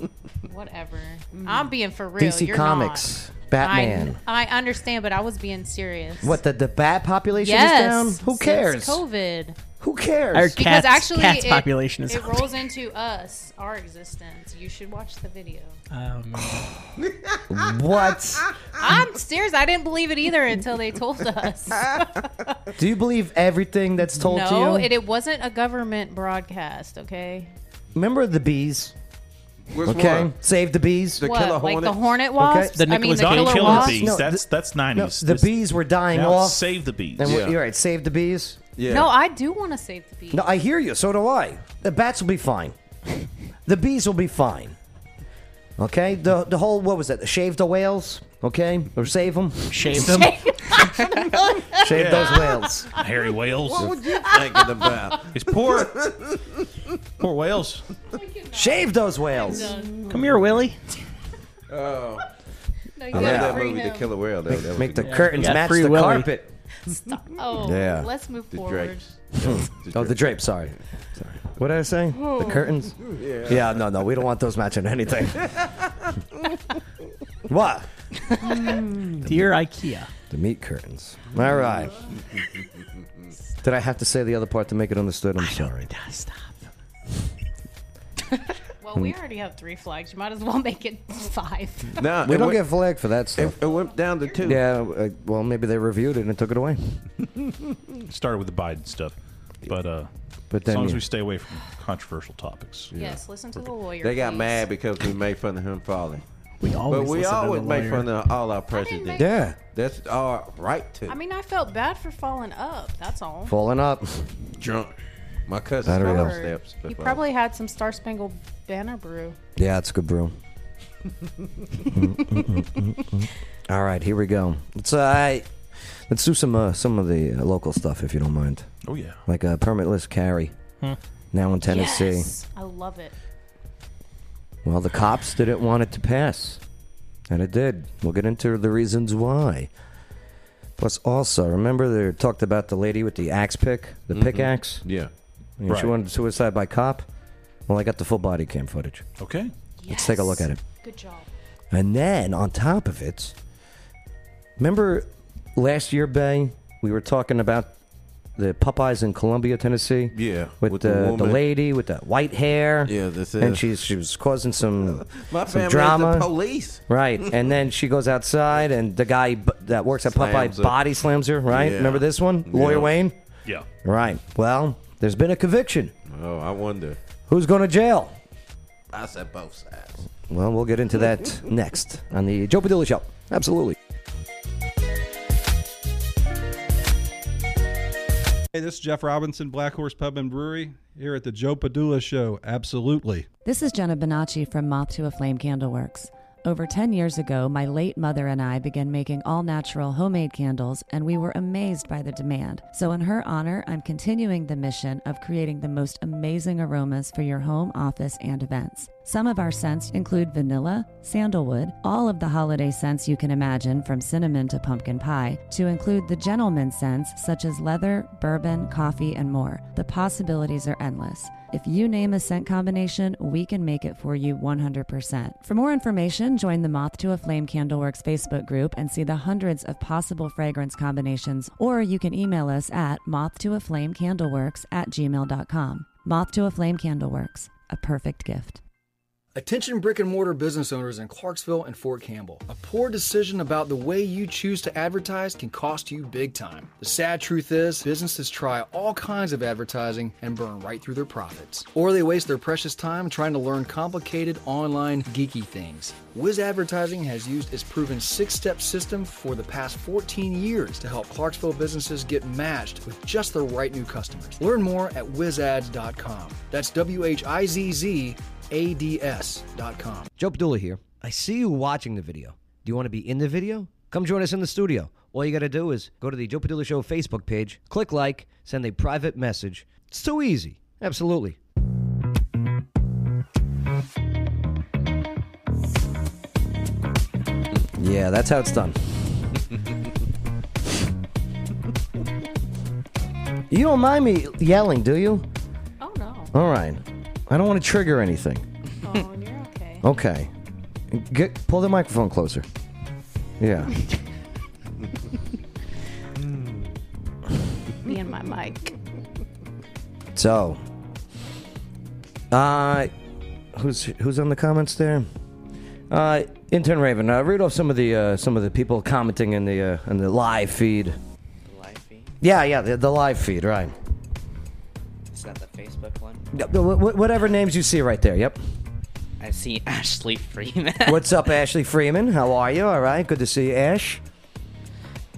Speaker 5: whatever. I'm being for real.
Speaker 1: DC
Speaker 5: You're
Speaker 1: Comics,
Speaker 5: not.
Speaker 1: Batman.
Speaker 5: I, I understand, but I was being serious.
Speaker 1: What the the bat population
Speaker 5: Yes.
Speaker 1: is down? Who
Speaker 5: since
Speaker 1: cares?
Speaker 5: COVID.
Speaker 1: Who
Speaker 7: Our
Speaker 1: cares?
Speaker 5: Because
Speaker 7: cats,
Speaker 5: actually,
Speaker 7: cats
Speaker 5: it,
Speaker 7: population is. [laughs]
Speaker 5: it rolls into us, our existence. You should watch the video.
Speaker 7: [laughs] Um,
Speaker 1: what?
Speaker 5: I'm serious. I didn't believe it either until they told us.
Speaker 1: Do you believe everything that's [laughs] told
Speaker 5: no,
Speaker 1: to you?
Speaker 5: it, it wasn't a government broadcast. Okay.
Speaker 1: Remember the bees?
Speaker 2: Which
Speaker 1: Okay,
Speaker 2: one?
Speaker 1: save the bees.
Speaker 2: The
Speaker 5: what?
Speaker 2: killer
Speaker 5: like
Speaker 2: hornet.
Speaker 5: the hornet wasps?
Speaker 7: The
Speaker 5: I mean,
Speaker 7: Nicolas
Speaker 5: the
Speaker 7: Cage
Speaker 5: killer
Speaker 7: killer
Speaker 5: wasps?
Speaker 6: bees.
Speaker 1: No,
Speaker 6: that's that's
Speaker 1: No,
Speaker 6: nineties.
Speaker 1: the bees were dying
Speaker 6: now
Speaker 1: off.
Speaker 6: save the bees.
Speaker 1: and we-
Speaker 2: Yeah.
Speaker 1: You're right. Save the bees.
Speaker 2: Yeah.
Speaker 5: No, I do want to save the bees.
Speaker 1: No, I hear you. So do I. The bats will be
Speaker 5: [laughs]
Speaker 1: fine. The bees will be fine. Okay. The the whole what was that? Shave the whales. Okay, or save them.
Speaker 5: [laughs]
Speaker 7: shave them.
Speaker 1: Shave
Speaker 6: Yeah.
Speaker 1: those whales.
Speaker 6: [laughs] Harry Whales.
Speaker 2: thinking
Speaker 6: [laughs]
Speaker 2: about.
Speaker 6: It's poor. poor whales.
Speaker 1: Shave those whales.
Speaker 7: Come here, Willie.
Speaker 5: [laughs] No, you
Speaker 2: I
Speaker 5: gotta
Speaker 2: love that
Speaker 5: free
Speaker 2: movie, The
Speaker 5: him.
Speaker 2: Killer Whale. Though. That was
Speaker 1: Make
Speaker 2: a
Speaker 1: the curtains
Speaker 7: Yeah,
Speaker 1: match
Speaker 7: free
Speaker 1: the
Speaker 7: Willy.
Speaker 1: carpet. [laughs]
Speaker 5: Oh,
Speaker 1: Yeah.
Speaker 5: let's move
Speaker 2: The
Speaker 5: forward.
Speaker 2: drapes.
Speaker 1: Oh, the drape. Sorry. Sorry. What did I say?
Speaker 5: Oh.
Speaker 1: The curtains. Yeah. No, no. We don't want those matching [laughs]
Speaker 2: [laughs]
Speaker 1: anything. what?
Speaker 7: Dear IKEA.
Speaker 1: The meat curtains. All right. Did I have to say the other part to make it understood? I'm sorry.
Speaker 7: Stop.
Speaker 5: Well, we already have three flags. You might as well [laughs] make it five.
Speaker 1: [laughs]
Speaker 5: [laughs]
Speaker 2: No,
Speaker 1: we
Speaker 2: it
Speaker 1: don't
Speaker 2: went-
Speaker 1: get flagged for that stuff.
Speaker 2: It went down to two.
Speaker 1: Yeah, uh, well, maybe they reviewed it and took it away.
Speaker 6: Started with the Biden stuff, but uh,
Speaker 1: But
Speaker 6: as
Speaker 1: then
Speaker 6: long as
Speaker 1: you-
Speaker 6: we stay away from controversial topics.
Speaker 5: Yes, listen to the lawyer.
Speaker 2: They got
Speaker 5: please.
Speaker 2: mad because we made fun of him falling.
Speaker 7: We always
Speaker 2: but we
Speaker 7: listen to the
Speaker 2: always make
Speaker 7: lawyer.
Speaker 2: fun of all our presidents.
Speaker 5: make-
Speaker 1: Yeah,
Speaker 2: That's our right to.
Speaker 5: I mean, I felt bad for falling up. That's all.
Speaker 1: falling up.
Speaker 2: drunk. My cousin
Speaker 1: Battery
Speaker 2: fell
Speaker 1: low.
Speaker 2: on steps.
Speaker 5: He
Speaker 2: before.
Speaker 5: probably had some Star Spangled Banner brew.
Speaker 1: Yeah, it's a good brew. [laughs] All right, here we go. Let's uh, let's do some uh, some of the uh, local stuff if you don't mind,
Speaker 6: Oh yeah. Hmm.
Speaker 1: like a permitless carry. Now in [laughs] Tennessee,
Speaker 5: Yes, I love it.
Speaker 1: well, the cops didn't want it to pass, and it did. We'll get into the reasons why. Plus, also remember they talked about the lady with the axe pick, the pickaxe.
Speaker 2: Yeah.
Speaker 1: You know, She
Speaker 6: Mm-hmm. Right.
Speaker 1: wanted suicide by cop. Well, I got the full body cam footage.
Speaker 6: Okay.
Speaker 1: Let's take a look at it.
Speaker 5: Good job.
Speaker 1: And then on top of it, remember last year, Bay, we were talking about the Popeyes in Columbia, Tennessee.
Speaker 2: Yeah,
Speaker 1: with,
Speaker 2: with the
Speaker 1: the, the,
Speaker 2: woman.
Speaker 1: lady with the white hair.
Speaker 2: Yeah, this
Speaker 1: and
Speaker 2: is-
Speaker 1: she's she was causing some
Speaker 2: [laughs] My
Speaker 1: some
Speaker 2: family
Speaker 1: drama.
Speaker 2: is the police.
Speaker 1: Right,
Speaker 7: [laughs]
Speaker 1: and then she goes outside, and the guy b- that works at
Speaker 2: Slams
Speaker 1: Popeye
Speaker 2: her.
Speaker 1: body slams her. Right,
Speaker 2: Yeah.
Speaker 1: remember this one,
Speaker 2: Yeah.
Speaker 1: Lawyer Wayne.
Speaker 6: Yeah.
Speaker 1: Right. Well, there's been a conviction.
Speaker 2: Oh, I wonder.
Speaker 1: Who's going to jail?
Speaker 2: I said both sides.
Speaker 1: Well, we'll get into that next on the Joe Padilla Show. Absolutely.
Speaker 11: Hey, this is Jeff Robinson, Black Horse Pub and Brewery, here at the Joe Padula Show. Absolutely.
Speaker 12: This is Jenna Bonacci from Moth to a Flame Candleworks. Over 10 years ago, my late mother and I began making all natural homemade candles, and we were amazed by the demand. So, in her honor, I'm continuing the mission of creating the most amazing aromas for your home, office, and events. Some of our scents include vanilla, sandalwood, all of the holiday scents you can imagine, from cinnamon to pumpkin pie, to include the gentleman scents such as leather, bourbon, coffee, and more. The possibilities are endless. If you name a scent combination, we can make it for you 100%. For more information, join the Moth to a Flame Candleworks Facebook group and see the hundreds of possible fragrance combinations, or you can email us at moth to a flame candleworks at gmail.com. Moth to a Flame Candleworks, a perfect gift.
Speaker 13: Attention brick and mortar business owners in Clarksville and Fort Campbell. A poor decision about the way you choose to advertise can cost you big time. The sad truth is, businesses try all kinds of advertising and burn right through their profits. Or they waste their precious time trying to learn complicated online geeky things. Wiz Advertising has used its proven six step system for the past 14 years to help Clarksville businesses get matched with just the right new customers. Learn more at wizads.com. That's W H I Z Z ads.com.
Speaker 1: Joe Padula here. I see you watching the video. Do you want to be in the video? Come join us in the studio. All you got to do is go to the Joe Padula Show Facebook page, click like, send a private message. It's too easy. Absolutely. Yeah, that's how it's done. you don't mind me yelling, do you?
Speaker 5: Oh no.
Speaker 1: All right. I don't want to trigger anything.
Speaker 5: Oh, and you're okay.
Speaker 1: Okay. Get pull the microphone closer. Yeah.
Speaker 5: Me and my mic.
Speaker 1: so, uh, who's who's on the comments there? Uh, intern Raven, uh, read off some of the uh, some of the people commenting in the uh, in the live feed.
Speaker 10: Live feed?
Speaker 1: Yeah, yeah, the, the live feed, right?
Speaker 10: Is that the Facebook one?
Speaker 1: Yeah, wh- wh- Whatever names you see right there. Yep.
Speaker 10: I see [laughs] Ashley Freeman.
Speaker 1: What's up, Ashley Freeman? How are you? All right, good to see you, Ash.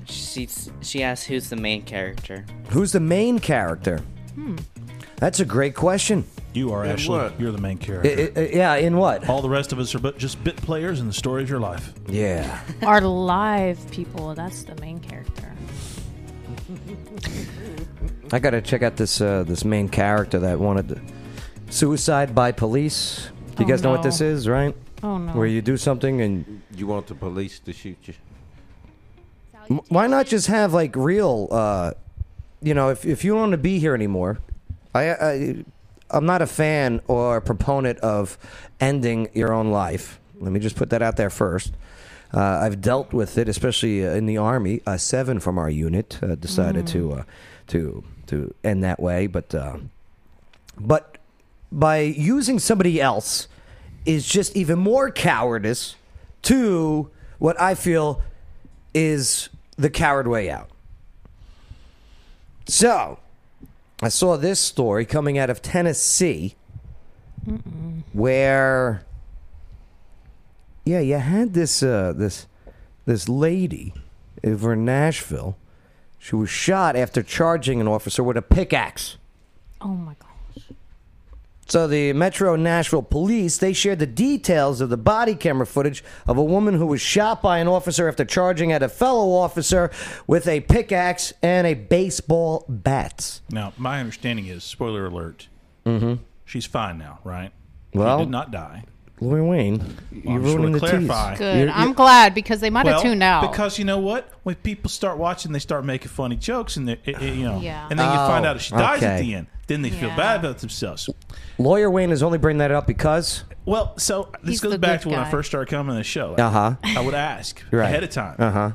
Speaker 10: She's, she asks who's the main character.
Speaker 1: Who's the main character?
Speaker 10: Hmm.
Speaker 1: That's a great question.
Speaker 6: You are
Speaker 1: In
Speaker 6: Ashley.
Speaker 1: what?
Speaker 6: You're the main character.
Speaker 1: I- I- I- yeah, in what?
Speaker 6: All the rest of us are but just bit players in the story of your life.
Speaker 1: Yeah.
Speaker 5: Our live people. That's the main character.
Speaker 1: I gotta check out this uh, this main character that wanted to suicide by police. You
Speaker 5: Oh,
Speaker 1: guys know what
Speaker 5: no.
Speaker 1: this is, right?
Speaker 5: Oh, no.
Speaker 1: Where you do something and
Speaker 2: You want the police to shoot you?
Speaker 1: M- why not just have like real? Uh, you know, if if you don't want to be here anymore, I, I I'm not a fan or a proponent of ending your own life. Let me just put that out there first. Uh, I've dealt with it, especially uh, in the army. Uh, seven from our unit uh, decided to uh, to to end that way, but. Uh, but by using somebody else is just even more cowardice to what I feel is the coward way out. So, I saw this story coming out of Tennessee where yeah, you had this uh, this this lady over in Nashville. She was shot after charging an officer with a pickaxe.
Speaker 5: Oh my god.
Speaker 1: So the Metro Nashville police they shared the details of the body camera footage of a woman who was shot by an officer after charging at a fellow officer with a pickaxe and a baseball bat.
Speaker 6: Now, my understanding is, spoiler alert, she's fine now, right?
Speaker 1: Mm-hmm. Well-
Speaker 6: she did not die.
Speaker 1: Lori Wayne,
Speaker 6: Well,
Speaker 1: you're
Speaker 6: I'm sure
Speaker 1: ruining
Speaker 6: to
Speaker 1: the tease.
Speaker 6: clarify.
Speaker 5: Good. I'm glad because they might have
Speaker 6: well,
Speaker 5: tuned out. [laughs]
Speaker 6: because you know what? When people start watching, they start making funny jokes, and they, it- it- you know,
Speaker 5: Yeah.
Speaker 6: and then you
Speaker 1: Oh,
Speaker 6: find out if she dies at
Speaker 1: okay.
Speaker 6: the end, then they feel
Speaker 5: Yeah.
Speaker 6: bad about themselves.
Speaker 1: Lawyer Wayne is only bringing that up because
Speaker 6: Well, so this
Speaker 5: He's
Speaker 6: goes
Speaker 5: the
Speaker 6: back
Speaker 5: good
Speaker 6: to when I
Speaker 5: guy.
Speaker 6: first started coming to the show.
Speaker 1: Uh-huh.
Speaker 6: I would ask
Speaker 1: [laughs] Right.
Speaker 6: ahead of time.
Speaker 1: Uh huh.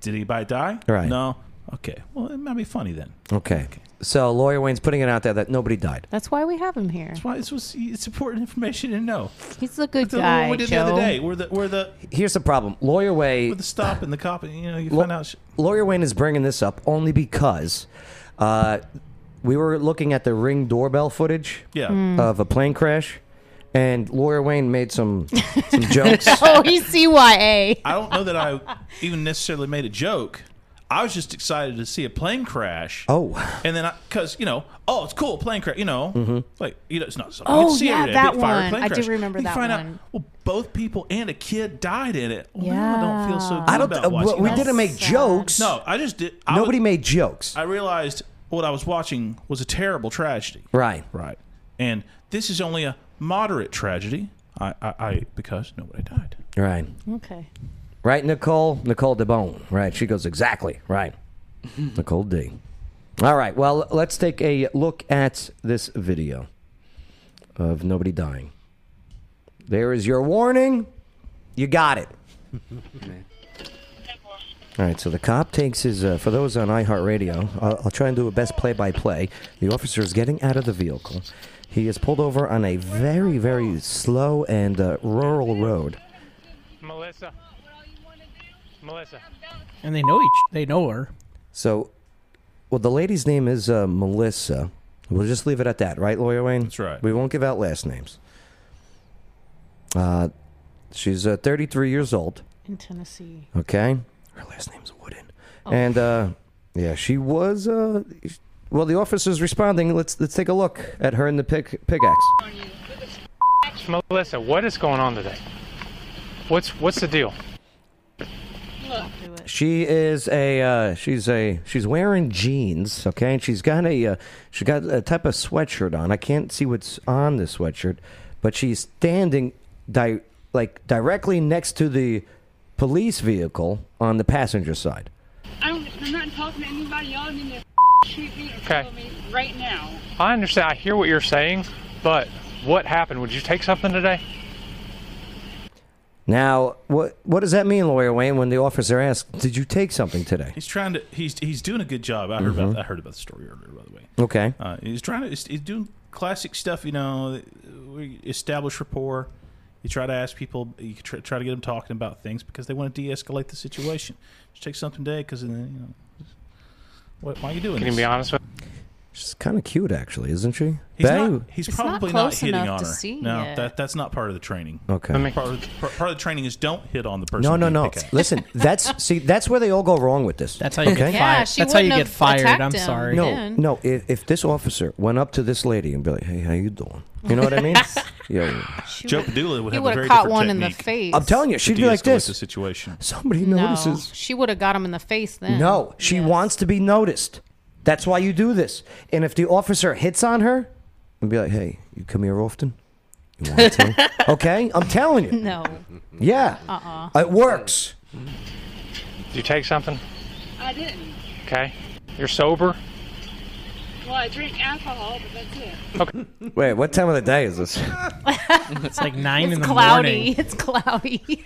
Speaker 6: Did anybody die?
Speaker 1: Right.
Speaker 6: No. Okay. Well, it might be funny then.
Speaker 1: Okay. So Lawyer Wayne's putting it out there that nobody died.
Speaker 5: That's why we have him here.
Speaker 6: That's why this was it's important information to know.
Speaker 5: He's a good
Speaker 6: That's
Speaker 5: guy,
Speaker 6: what "Oh, we did the
Speaker 5: Joe.
Speaker 6: other day. We're the we're the
Speaker 1: Here's the problem. Lawyer Wayne
Speaker 6: we're the stop and the cop. And, you know, you
Speaker 1: Lo-
Speaker 6: find out. She,
Speaker 1: Lawyer Wayne is bringing this up only because uh, we were looking at the ring doorbell footage
Speaker 6: Yeah. Mm.
Speaker 1: of a plane crash, and Lawyer Wayne made some some jokes.
Speaker 5: oh, he's CYA.
Speaker 6: I don't know that I [laughs] even necessarily made a joke. I was just excited to see a plane crash.
Speaker 1: Oh.
Speaker 6: And then, because, you know, oh, it's cool, plane crash, you know.
Speaker 1: Mhm.
Speaker 6: Like, you know, it's not something you
Speaker 5: Oh
Speaker 6: see
Speaker 5: yeah,
Speaker 6: every day.
Speaker 5: that
Speaker 6: Big fire,
Speaker 5: one.
Speaker 6: plane
Speaker 5: I do
Speaker 6: crash.
Speaker 5: remember
Speaker 6: you
Speaker 5: that
Speaker 6: find Out,
Speaker 5: one.
Speaker 6: well, both people and a kid died in it. Well, now I don't feel so good
Speaker 1: I don't.
Speaker 6: about
Speaker 1: uh, well,
Speaker 6: watching
Speaker 1: we
Speaker 6: that.
Speaker 1: didn't make jokes.
Speaker 6: No, I just did. [laughs] I
Speaker 1: Nobody
Speaker 6: was-
Speaker 1: made jokes.
Speaker 6: I realized what I was watching was a terrible tragedy.
Speaker 1: Right.
Speaker 6: Right. And this is only a moderate tragedy. I, I, I because nobody died.
Speaker 1: Right.
Speaker 5: Okay.
Speaker 1: Right, Nicole? Nicole DeBone. Right. She goes, exactly. Right. Nicole D. All right. Well, let's take a look at this video of nobody dying. There is your warning. You got it. All right, so the cop takes his. Uh, for those on iHeartRadio, I'll, I'll try and do a best play by play. The officer is getting out of the vehicle. He is pulled over on a very, very slow and uh, rural road.
Speaker 14: Melissa. Melissa.
Speaker 7: And they know each. They know her.
Speaker 1: So, well, the lady's name is uh, Melissa. We'll just leave it at that, right, Lawyer Wayne? That's right. We won't give out last names. Uh, she's uh, 33 years old.
Speaker 5: In Tennessee. Oh.
Speaker 1: Okay. Her last name's Wooden. And uh, yeah, she was. Uh, well, the officer's responding. Let's let's take a look at her in the pick pickaxe.
Speaker 14: Melissa, what is going on today? What's what's the deal?
Speaker 1: She is a uh, she's a she's wearing jeans, okay, and she's got a uh, she got a type of sweatshirt on. I can't see what's on the sweatshirt, but she's standing di- like directly next to the police vehicle on the passenger side.
Speaker 15: I don't, I'm not talking to anybody. Y'all need to shoot me or
Speaker 14: Okay.
Speaker 15: kill me right now.
Speaker 14: I understand. I hear what you're saying, but what happened? Would you take something today?
Speaker 1: Now, what what does that mean, lawyer Wayne? When the officer asks, "Did you take something today?"
Speaker 6: He's trying to. He's he's doing a good job. I heard
Speaker 1: Mhm.
Speaker 6: about. I heard about the story earlier, by the way.
Speaker 1: Okay.
Speaker 6: Mm-hmm. Uh, he's trying to. He's, he's doing classic stuff. You know, we establish rapport. You try to ask people. You try, try to get them talking about things because they want to de-escalate the situation. Just take something today because then you know. What, why are you doing?
Speaker 14: Can you
Speaker 6: this?
Speaker 14: be honest with?
Speaker 1: She's kind of cute, actually, isn't she?
Speaker 6: He's
Speaker 1: Babe?
Speaker 6: not. He's
Speaker 14: It's not
Speaker 6: probably not,
Speaker 14: close
Speaker 6: hitting
Speaker 14: enough
Speaker 6: on
Speaker 14: to
Speaker 6: her.
Speaker 14: see
Speaker 6: no,
Speaker 14: it.
Speaker 6: that that's not part of the training.
Speaker 1: Okay.
Speaker 14: Let me-
Speaker 6: Part of, the- part of the training is don't hit on the person.
Speaker 1: no, no,
Speaker 6: you
Speaker 1: no.
Speaker 6: pick at. [laughs]
Speaker 1: Listen, that's see, that's where they all go wrong with this. That's
Speaker 7: how you get fired. Yeah, she That's how you wouldn't get have fired. attacked I'm him sorry.
Speaker 1: No,
Speaker 7: then.
Speaker 1: no. If, if this officer went up to this lady and be like, "Hey, how you doing?" You know what I mean? yeah.
Speaker 6: Joe Padula would
Speaker 5: He
Speaker 6: have
Speaker 5: would
Speaker 6: a
Speaker 5: have
Speaker 6: very
Speaker 5: caught
Speaker 6: different
Speaker 5: one in the
Speaker 6: technique
Speaker 5: face.
Speaker 1: I'm telling you,
Speaker 6: to
Speaker 1: she'd be like
Speaker 6: de-escalate
Speaker 1: this.
Speaker 6: The situation.
Speaker 1: Somebody
Speaker 5: No,
Speaker 1: notices.
Speaker 5: she would have got him in the face then.
Speaker 1: No, she wants to be noticed. That's why you do this. And if the officer hits on her, and be like, "Hey, you come here often? You
Speaker 5: [laughs]
Speaker 1: want to? okay, I'm telling you.
Speaker 5: No.
Speaker 1: Yeah,
Speaker 5: Uh-uh.
Speaker 1: it works.
Speaker 14: Did you take something?
Speaker 15: I didn't.
Speaker 14: Okay. You're sober.
Speaker 15: Well, I drink alcohol, but that's it.
Speaker 14: Okay.
Speaker 1: Wait, what time of the day is this?
Speaker 7: It's like nine
Speaker 5: It's
Speaker 7: in the
Speaker 5: cloudy.
Speaker 7: morning.
Speaker 5: [laughs] It's cloudy.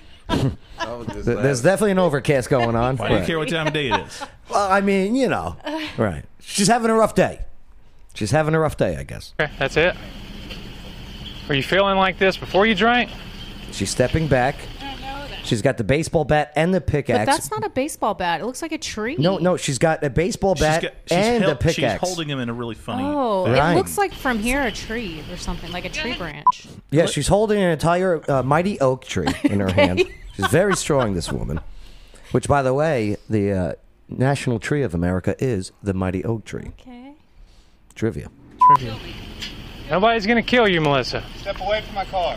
Speaker 1: There's definitely an overcast going on.
Speaker 6: Why do you
Speaker 1: But-
Speaker 6: care what time of day it is?
Speaker 1: Well, I mean, you know, right? She's having a rough day. She's having a rough day, I guess.
Speaker 14: Okay. That's it. Are you feeling like this before you drank?
Speaker 1: She's stepping back. She's got the baseball bat and the pickaxe.
Speaker 5: But that's not a baseball bat. It looks like a tree.
Speaker 1: no, no, she's got a baseball bat
Speaker 6: got-
Speaker 1: [laughs] and
Speaker 6: held-
Speaker 1: a pickaxe.
Speaker 6: She's holding him in a really funny.
Speaker 5: Oh,
Speaker 1: Right.
Speaker 5: it looks like from here a tree or something, like a tree branch.
Speaker 1: Yeah, she's holding an entire uh, mighty oak tree in her
Speaker 5: Okay.
Speaker 1: hand. She's very strong, this woman. Which, by the way, the uh, national tree of America is the mighty oak tree.
Speaker 5: Okay.
Speaker 1: Trivia.
Speaker 14: Nobody's gonna kill you, Melissa.
Speaker 16: Step away from my car.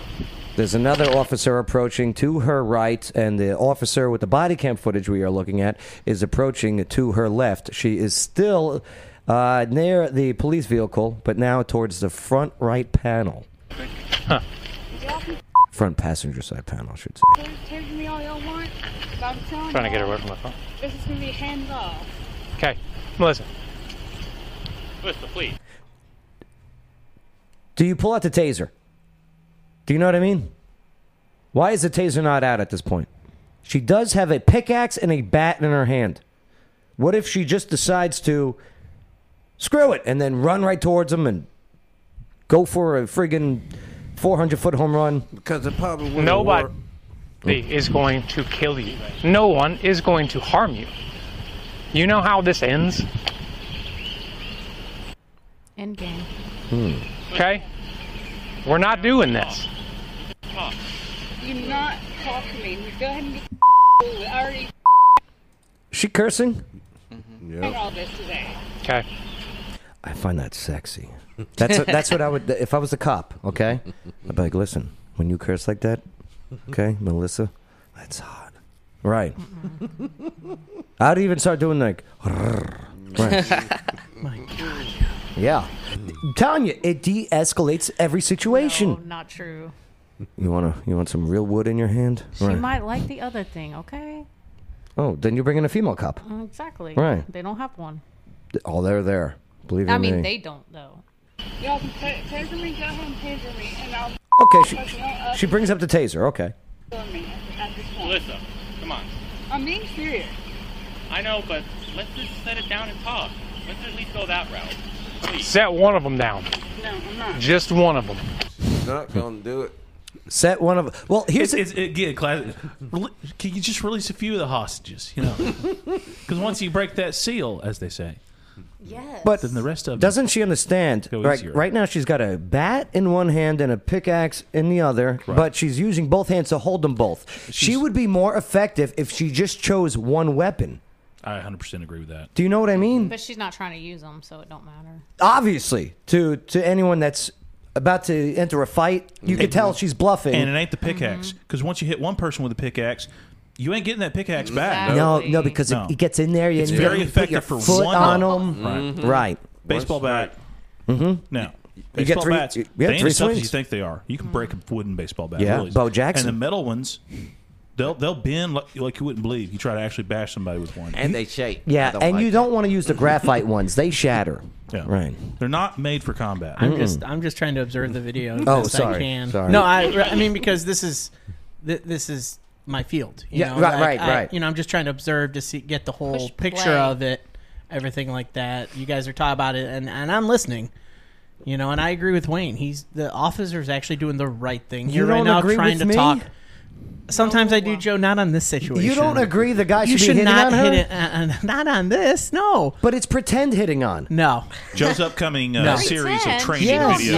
Speaker 1: There's another officer approaching to her right, and the officer with the body cam footage we are looking at is approaching to her left. She is still uh, near the police vehicle, but now towards the front right panel.
Speaker 14: Huh.
Speaker 1: Front passenger side panel, I should say.
Speaker 15: Take, take me all you want, but I'm telling
Speaker 14: Trying to get
Speaker 15: y'all,
Speaker 14: away from the phone.
Speaker 15: This is gonna be hands off.
Speaker 14: Okay, Melissa. Melissa, please.
Speaker 1: Do you pull out the taser? Do you know what I mean? Why is the taser not out at this point? She does have a pickaxe and a bat in her hand. What if she just decides to screw it and then run right towards him and go for a friggin' 400 foot home run?
Speaker 2: Because it probably wouldn't
Speaker 14: Nobody
Speaker 2: work.
Speaker 14: is going to kill you. No one is going to harm you. You know how this ends,
Speaker 5: End game.
Speaker 14: okay? We're not doing this.
Speaker 15: You not talk to me. Go ahead and get [laughs] cool. I already
Speaker 1: She cursing?
Speaker 15: did all this today.
Speaker 14: Okay.
Speaker 1: I find that sexy. That's that's what I would if I was a cop. Okay, I'd be like, listen, when you curse like that, okay, Melissa, that's hot,
Speaker 5: [laughs]
Speaker 1: right? I'd even start doing like,
Speaker 5: [laughs]
Speaker 1: right.
Speaker 7: [laughs] My God.
Speaker 1: yeah. I'm telling you, it de-escalates every
Speaker 5: No,
Speaker 1: situation.
Speaker 5: not true.
Speaker 1: You wanna you want some real wood in your hand?
Speaker 5: She might like the other thing, okay?
Speaker 1: Oh, then you bring in a female cop.
Speaker 5: Mm, Exactly.
Speaker 1: Right.
Speaker 5: They don't have one.
Speaker 1: Oh, they're there. Believe
Speaker 5: I
Speaker 1: it
Speaker 5: mean,
Speaker 1: me.
Speaker 5: they don't, though.
Speaker 15: Y'all can ta- taser me. Go ahead and taser me, and I'll
Speaker 1: okay, she,
Speaker 15: fuck you up.
Speaker 1: she brings up the taser. Okay.
Speaker 15: Kill me at this point.
Speaker 16: Melissa, come on.
Speaker 15: I'm being serious.
Speaker 16: I know, but let's just set it down and talk. Let's at least go that route.
Speaker 14: Set one of them down.
Speaker 15: No, I'm not.
Speaker 14: Just one of them.
Speaker 2: Not gonna do it.
Speaker 1: Set one of well.
Speaker 6: Here's it's, it's, again, class, rel- can you just release a few of the hostages?
Speaker 1: [laughs]
Speaker 6: You know, because once you break that seal, as they say,
Speaker 5: yes.
Speaker 1: But
Speaker 6: then the rest of
Speaker 1: Doesn't she understand?
Speaker 6: Go
Speaker 1: Right,
Speaker 6: easier.
Speaker 1: right now, she's got a bat in one hand and a pickaxe in the other, but she's using both hands to hold them both. she would be more effective if she just chose one weapon.
Speaker 6: I 100 percent agree with that.
Speaker 1: Do you know what I mean?
Speaker 5: But she's not trying to use them, so it don't matter.
Speaker 1: Obviously, to to anyone that's about to enter a fight, you can tell she's bluffing.
Speaker 6: And it ain't the
Speaker 14: Mm-hmm.
Speaker 6: pickaxe, because once you hit one person with a pickaxe, you ain't getting that pickaxe back.
Speaker 1: no, no, because
Speaker 6: No.
Speaker 1: It, it gets in there.
Speaker 6: It's
Speaker 1: and you
Speaker 6: very
Speaker 1: gotta put
Speaker 6: effective
Speaker 1: your
Speaker 6: for
Speaker 1: foot
Speaker 6: one
Speaker 1: on
Speaker 6: up.
Speaker 1: them.
Speaker 14: Mm-hmm.
Speaker 6: Right.
Speaker 1: Right.
Speaker 6: Baseball bat.
Speaker 1: Mm-hmm.
Speaker 6: Now,
Speaker 1: get
Speaker 6: baseball
Speaker 1: three-
Speaker 6: bats.
Speaker 1: you- yeah,
Speaker 6: they ain't
Speaker 1: three
Speaker 6: as tough as
Speaker 1: swings.
Speaker 6: you think they are. You can break a
Speaker 7: Mm-hmm.
Speaker 6: wooden baseball bat.
Speaker 1: Yeah,
Speaker 6: really easy.
Speaker 1: Bo Jackson.
Speaker 6: And the metal ones, they'll they'll bend like, like you wouldn't believe. You try to actually bash somebody with one,
Speaker 2: and they shake.
Speaker 1: Yeah, and you don't want to use the graphite ones; they shatter.
Speaker 6: Yeah.
Speaker 1: Right.
Speaker 6: They're not made for combat.
Speaker 7: I'm just I'm just trying to observe the video as
Speaker 1: Oh,
Speaker 7: best
Speaker 1: sorry,
Speaker 7: I can.
Speaker 1: sorry.
Speaker 7: No, I I mean because this is th- this is my field. You
Speaker 1: Yeah,
Speaker 7: know?
Speaker 1: right,
Speaker 7: Like,
Speaker 1: right,
Speaker 7: I-
Speaker 1: right.
Speaker 7: You know, I'm just trying to observe to see get the whole
Speaker 5: Push
Speaker 7: picture
Speaker 5: play.
Speaker 7: of it, everything like that. You guys are talking about it, and and I'm listening. You know, and I agree with Wayne. He's the officer's actually doing the right thing
Speaker 1: You
Speaker 7: here right
Speaker 1: don't
Speaker 7: now,
Speaker 1: agree
Speaker 7: trying
Speaker 1: with
Speaker 7: to
Speaker 1: me?
Speaker 7: talk. Sometimes I do, Joe. Not on this situation.
Speaker 1: You don't agree the guy
Speaker 7: You
Speaker 1: should be
Speaker 7: should
Speaker 1: hitting
Speaker 7: not
Speaker 1: on her?
Speaker 7: hit it. Uh, uh, not on this. No.
Speaker 1: But it's pretend hitting on.
Speaker 7: No.
Speaker 6: Joe's upcoming uh,
Speaker 7: No.
Speaker 6: series of
Speaker 7: Pretend?
Speaker 6: training
Speaker 7: You don't
Speaker 6: videos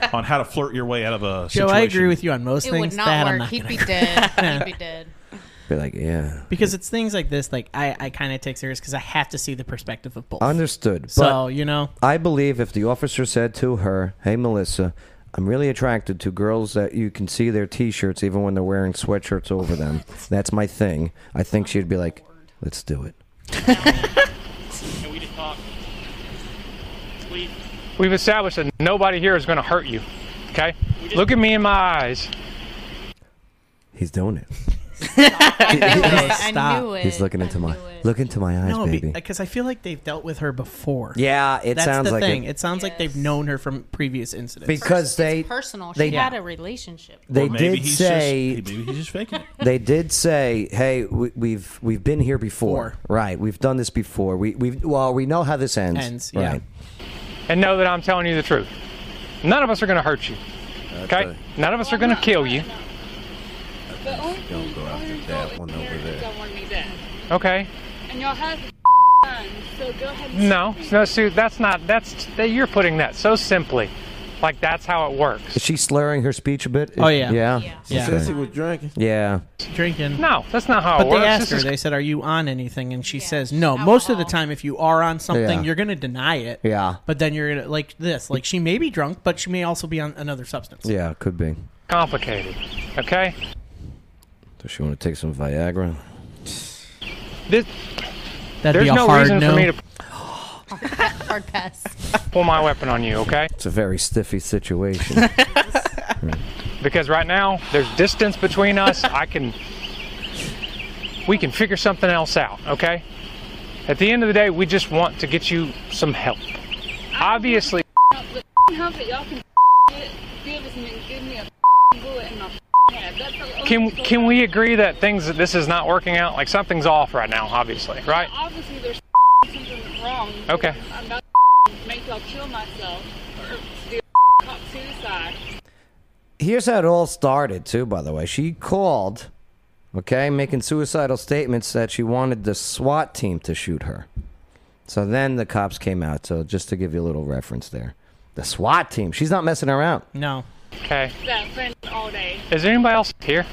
Speaker 7: know
Speaker 6: on, on how to flirt your way out of a
Speaker 7: Joe,
Speaker 6: situation.
Speaker 7: I agree with you on most
Speaker 5: It
Speaker 7: things.
Speaker 5: would not
Speaker 7: that I'm
Speaker 5: work.
Speaker 7: not
Speaker 5: He'd
Speaker 7: gonna
Speaker 5: be
Speaker 7: agree.
Speaker 5: dead. He'd be
Speaker 7: [laughs]
Speaker 5: dead. [laughs]
Speaker 1: Be like, yeah,
Speaker 7: because it's things like this like i, I kind of take serious because i have to see the perspective of both
Speaker 1: understood. But
Speaker 7: So, you know,
Speaker 1: I believe if the officer said to her, "Hey, Melissa." I'm really attracted to girls that you can see their T-shirts even when they're wearing sweatshirts over [laughs] them. That's my thing. I think she'd be like, "Let's do it."
Speaker 16: Can we just talk? Please.
Speaker 14: We've established that nobody here is going to hurt you. Okay? Look at me in
Speaker 1: [laughs]
Speaker 14: my eyes.
Speaker 1: He's doing
Speaker 7: [laughs]
Speaker 1: it.
Speaker 7: I
Speaker 5: Stop. knew it.
Speaker 1: He's looking into my look into my eyes,
Speaker 7: no
Speaker 1: baby.
Speaker 7: because i feel like they've dealt with her before
Speaker 1: Yeah, it
Speaker 7: That's
Speaker 1: sounds
Speaker 7: the
Speaker 1: like
Speaker 7: thing
Speaker 1: it.
Speaker 7: it, sounds like they've known her from previous incidents
Speaker 1: Because It's they-
Speaker 5: Personal. She
Speaker 1: They-
Speaker 5: had a relationship.
Speaker 1: They
Speaker 6: Or maybe
Speaker 1: did
Speaker 6: he's
Speaker 1: say
Speaker 6: just, maybe he's just faking it.
Speaker 1: [laughs] they did say, "Hey, we, we've we've been here before, right? We've done this before. We we well, we know how this ends,
Speaker 7: Ends, yeah.
Speaker 1: right?
Speaker 14: And know that I'm telling you the truth. None of us are going to hurt you. Okay? None of us are going to kill you.
Speaker 15: But only
Speaker 2: Don't go after that one over there.
Speaker 15: don't want me dead.
Speaker 14: Okay?
Speaker 15: And y'all have guns, so go ahead and
Speaker 14: No, no, Sue, that's not, that's, that you're putting that so simply. Like, that's how it works.
Speaker 1: Is she slurring her speech a bit?
Speaker 7: Oh, yeah.
Speaker 1: Yeah.
Speaker 7: Yeah. She said she was
Speaker 2: drinking.
Speaker 1: Yeah.
Speaker 7: Drinking.
Speaker 14: No, that's not how
Speaker 7: but
Speaker 14: it
Speaker 7: they
Speaker 14: works.
Speaker 7: asked
Speaker 14: This
Speaker 7: her.
Speaker 14: is-
Speaker 7: They said, "Are you on anything?" And she says, "No." Most of the time, if you are on something,
Speaker 1: Yeah.
Speaker 7: you're going to deny it.
Speaker 1: Yeah.
Speaker 7: But then you're gonna like this. Like she may be drunk, but she may also be on another substance.
Speaker 1: Yeah, it could be.
Speaker 14: Complicated. Okay.
Speaker 1: Does she want to take some Viagra?
Speaker 14: This,
Speaker 1: That'd
Speaker 14: there's
Speaker 1: be a
Speaker 14: no
Speaker 1: hard
Speaker 14: reason
Speaker 1: no.
Speaker 14: for me to
Speaker 5: [laughs] Hard pass.
Speaker 14: pull my weapon on you. Okay.
Speaker 1: It's a very stiffy situation.
Speaker 14: Because right now there's distance between us. I can. We can figure something else out. Okay. At the end of the day, we just want to get you some help. Obviously.
Speaker 15: help, but help it. Y'all can get give me give me a bullet in my head. That's the only
Speaker 14: Can
Speaker 15: thing-
Speaker 14: can we agree that things this is not working out? Like something's off right now. Obviously, right?
Speaker 15: Obviously, there's something wrong.
Speaker 14: Okay.
Speaker 15: I'm not make y'all kill myself or do suicide.
Speaker 1: Here's how it all started, too, by the way. She called, okay, making suicidal statements that she wanted the SWAT team to shoot her. So then the cops came out. So just to give you a little reference there the SWAT team. She's not messing around.
Speaker 7: No.
Speaker 14: Okay.
Speaker 15: That friend all day.
Speaker 14: Is there anybody else here?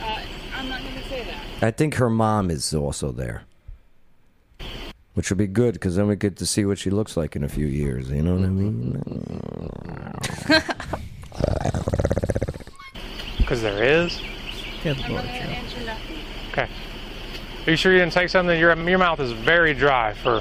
Speaker 15: Uh, I'm not gonna say that.
Speaker 1: I think her mom is also there, which would be good because then we get to see what she looks like in a few years. You know what I mean?
Speaker 5: [laughs]
Speaker 14: Because there is.
Speaker 7: Good
Speaker 14: lord,
Speaker 15: Answer nothing.
Speaker 14: Okay. Are you sure you didn't take something? Your your mouth is very dry for.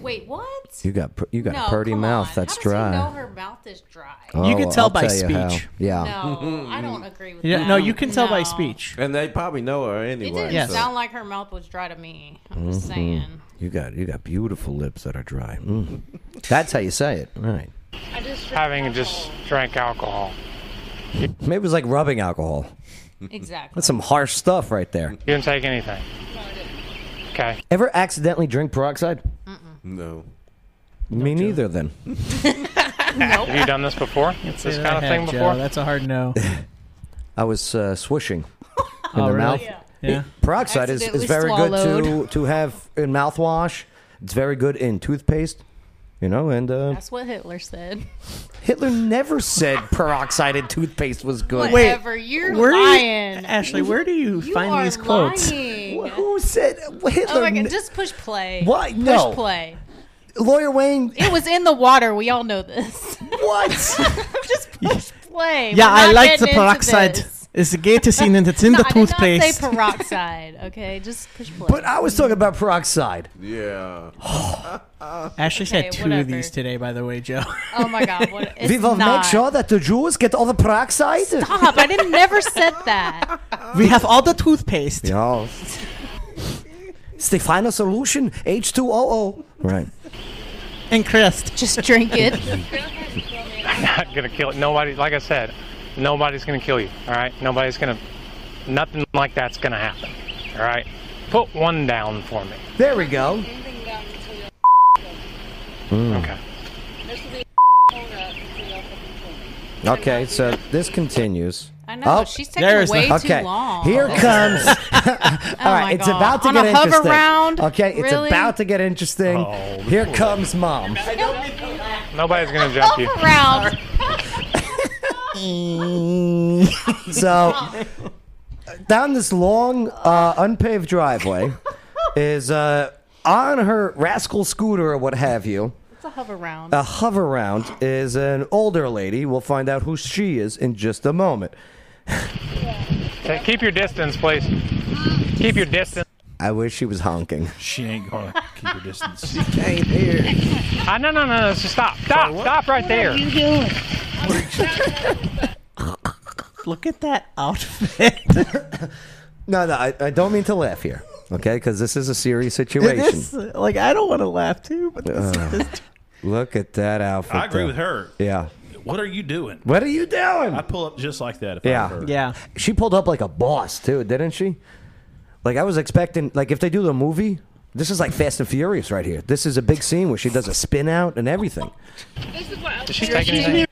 Speaker 5: Wait, what?
Speaker 1: You got pr- you got
Speaker 5: No,
Speaker 1: a purty
Speaker 5: come
Speaker 1: mouth
Speaker 5: on.
Speaker 1: that's
Speaker 5: How does
Speaker 1: dry.
Speaker 5: He know her mouth is dry.
Speaker 1: Oh,
Speaker 7: You can tell
Speaker 1: I'll
Speaker 7: by
Speaker 1: you how.
Speaker 7: speech.
Speaker 1: Yeah.
Speaker 5: No, I don't agree with
Speaker 7: Yeah,
Speaker 5: that.
Speaker 7: no, you can tell by
Speaker 5: No.
Speaker 7: speech.
Speaker 2: And they probably know her
Speaker 5: It
Speaker 2: anyway.
Speaker 5: didn't
Speaker 1: Yes.
Speaker 5: sound like her mouth was dry to me. I'm
Speaker 1: Mhm.
Speaker 5: just saying.
Speaker 1: You got you got beautiful lips that are dry. Mm. [laughs] That's how you say it, right?
Speaker 14: having just drank [laughs] alcohol.
Speaker 1: [laughs] Maybe it was like rubbing alcohol.
Speaker 5: Exactly.
Speaker 1: That's some harsh stuff right there.
Speaker 14: You didn't take anything. Okay.
Speaker 1: Ever accidentally drink peroxide?
Speaker 2: No.
Speaker 1: Me neither. Then
Speaker 14: Have you done this before? This
Speaker 7: say
Speaker 14: kind
Speaker 7: that
Speaker 14: of
Speaker 7: I
Speaker 14: thing
Speaker 7: have, Joe.
Speaker 14: before?
Speaker 7: That's a hard
Speaker 1: [laughs]
Speaker 7: no.
Speaker 1: I was uh,
Speaker 7: [laughs]
Speaker 1: swishing in
Speaker 7: Oh,
Speaker 1: the
Speaker 7: really?
Speaker 1: mouth.
Speaker 7: Yeah. Yeah.
Speaker 1: Peroxide is, is
Speaker 7: Accidentally
Speaker 1: very good
Speaker 7: swallowed.
Speaker 1: to to have in mouthwash. It's very good in toothpaste. You know, and uh,
Speaker 5: That's what Hitler said.
Speaker 1: Hitler never said peroxide in toothpaste was good.
Speaker 5: Whatever. You're
Speaker 7: where do you-
Speaker 5: lying.
Speaker 7: Ashley, where do you,
Speaker 5: You
Speaker 7: find
Speaker 5: are
Speaker 7: these quotes?
Speaker 5: lying.
Speaker 1: Who said
Speaker 5: Oh my
Speaker 1: Hitler
Speaker 5: god!
Speaker 1: ne-
Speaker 5: Just push play.
Speaker 1: Why?
Speaker 5: Push
Speaker 1: No.
Speaker 5: play.
Speaker 1: Lawyer Wayne.
Speaker 5: It was in the water. We all know this. [laughs]
Speaker 1: What?
Speaker 5: just push play.
Speaker 7: Yeah,
Speaker 5: We're
Speaker 7: I
Speaker 5: not
Speaker 7: like the
Speaker 5: getting into
Speaker 7: peroxide.
Speaker 5: this.
Speaker 7: It's the greatest thing that's
Speaker 5: [laughs]
Speaker 7: in
Speaker 5: No,
Speaker 7: the
Speaker 5: I did not
Speaker 7: toothpaste.
Speaker 5: say peroxide. Okay, just push play.
Speaker 1: But I was
Speaker 5: [laughs]
Speaker 1: talking about peroxide.
Speaker 7: [sighs]
Speaker 2: Yeah.
Speaker 7: Ashley's
Speaker 5: Okay,
Speaker 7: had two of
Speaker 5: whatever.
Speaker 7: these today, by the way, Joe.
Speaker 5: Oh my god! What, it's
Speaker 1: we will
Speaker 5: not.
Speaker 1: make sure that the Jews get all the peroxide.
Speaker 5: Stop! I didn't never said that.
Speaker 7: We have all the toothpaste.
Speaker 1: Yeah. It's the final solution. H2OO.
Speaker 7: [laughs]
Speaker 1: Right.
Speaker 7: And Crest.
Speaker 5: Just drink
Speaker 7: [laughs]
Speaker 5: it.
Speaker 14: I'm not gonna kill it. Nobody, like I said, nobody's gonna kill you. All right. Nobody's gonna. Nothing like that's gonna happen. All right. Put one down for me.
Speaker 1: There we go.
Speaker 15: Anything down until y'all
Speaker 14: Okay.
Speaker 15: This will be hold up until y'all fucking kill me.
Speaker 1: Okay, so this continues.
Speaker 5: I know, she's taking There's way the- too
Speaker 1: okay.
Speaker 5: long. [laughs]
Speaker 1: Here comes. [laughs] All right,
Speaker 5: my
Speaker 1: it's
Speaker 5: God.
Speaker 1: about to
Speaker 5: On a
Speaker 1: get
Speaker 5: hover
Speaker 1: interesting.
Speaker 5: round?
Speaker 1: Okay, it's
Speaker 5: Really?
Speaker 1: about to get interesting. Here comes mom.
Speaker 14: Nobody's gonna jump you.
Speaker 5: Round.
Speaker 1: Mm. [laughs] so down this long uh, unpaved driveway is uh, on her rascal scooter or what have you.
Speaker 5: It's a hover round.
Speaker 1: A hover round is an older lady. We'll find out who she is in just a moment.
Speaker 14: Okay, Keep your distance, please. Keep your distance.
Speaker 1: I wish she was honking.
Speaker 6: She ain't gonna keep her distance.
Speaker 1: Ain't here.
Speaker 14: Ah, no, no, no, no. so Stop. Stop. Stop right there.
Speaker 1: [laughs]
Speaker 7: doing? Look at that outfit.
Speaker 1: [laughs] No, no, I, I don't mean to laugh here, okay? Because this is a serious situation.
Speaker 7: This- like I don't want to laugh too, but [laughs] this
Speaker 1: Ugh.
Speaker 7: is
Speaker 1: Look at that outfit.
Speaker 6: I agree
Speaker 1: though.
Speaker 6: with her.
Speaker 1: Yeah.
Speaker 6: What are you doing?
Speaker 1: What are you doing?
Speaker 6: I pull up just like that. If I were
Speaker 1: Yeah.
Speaker 6: her.
Speaker 1: She pulled up like a boss, too, didn't she? Like, I was expecting, like, if they do the movie, this is like Fast and Furious right here. This is a big scene where she does a spin out and everything.
Speaker 15: This is what I was
Speaker 14: She's
Speaker 15: thinking.
Speaker 14: taking anything.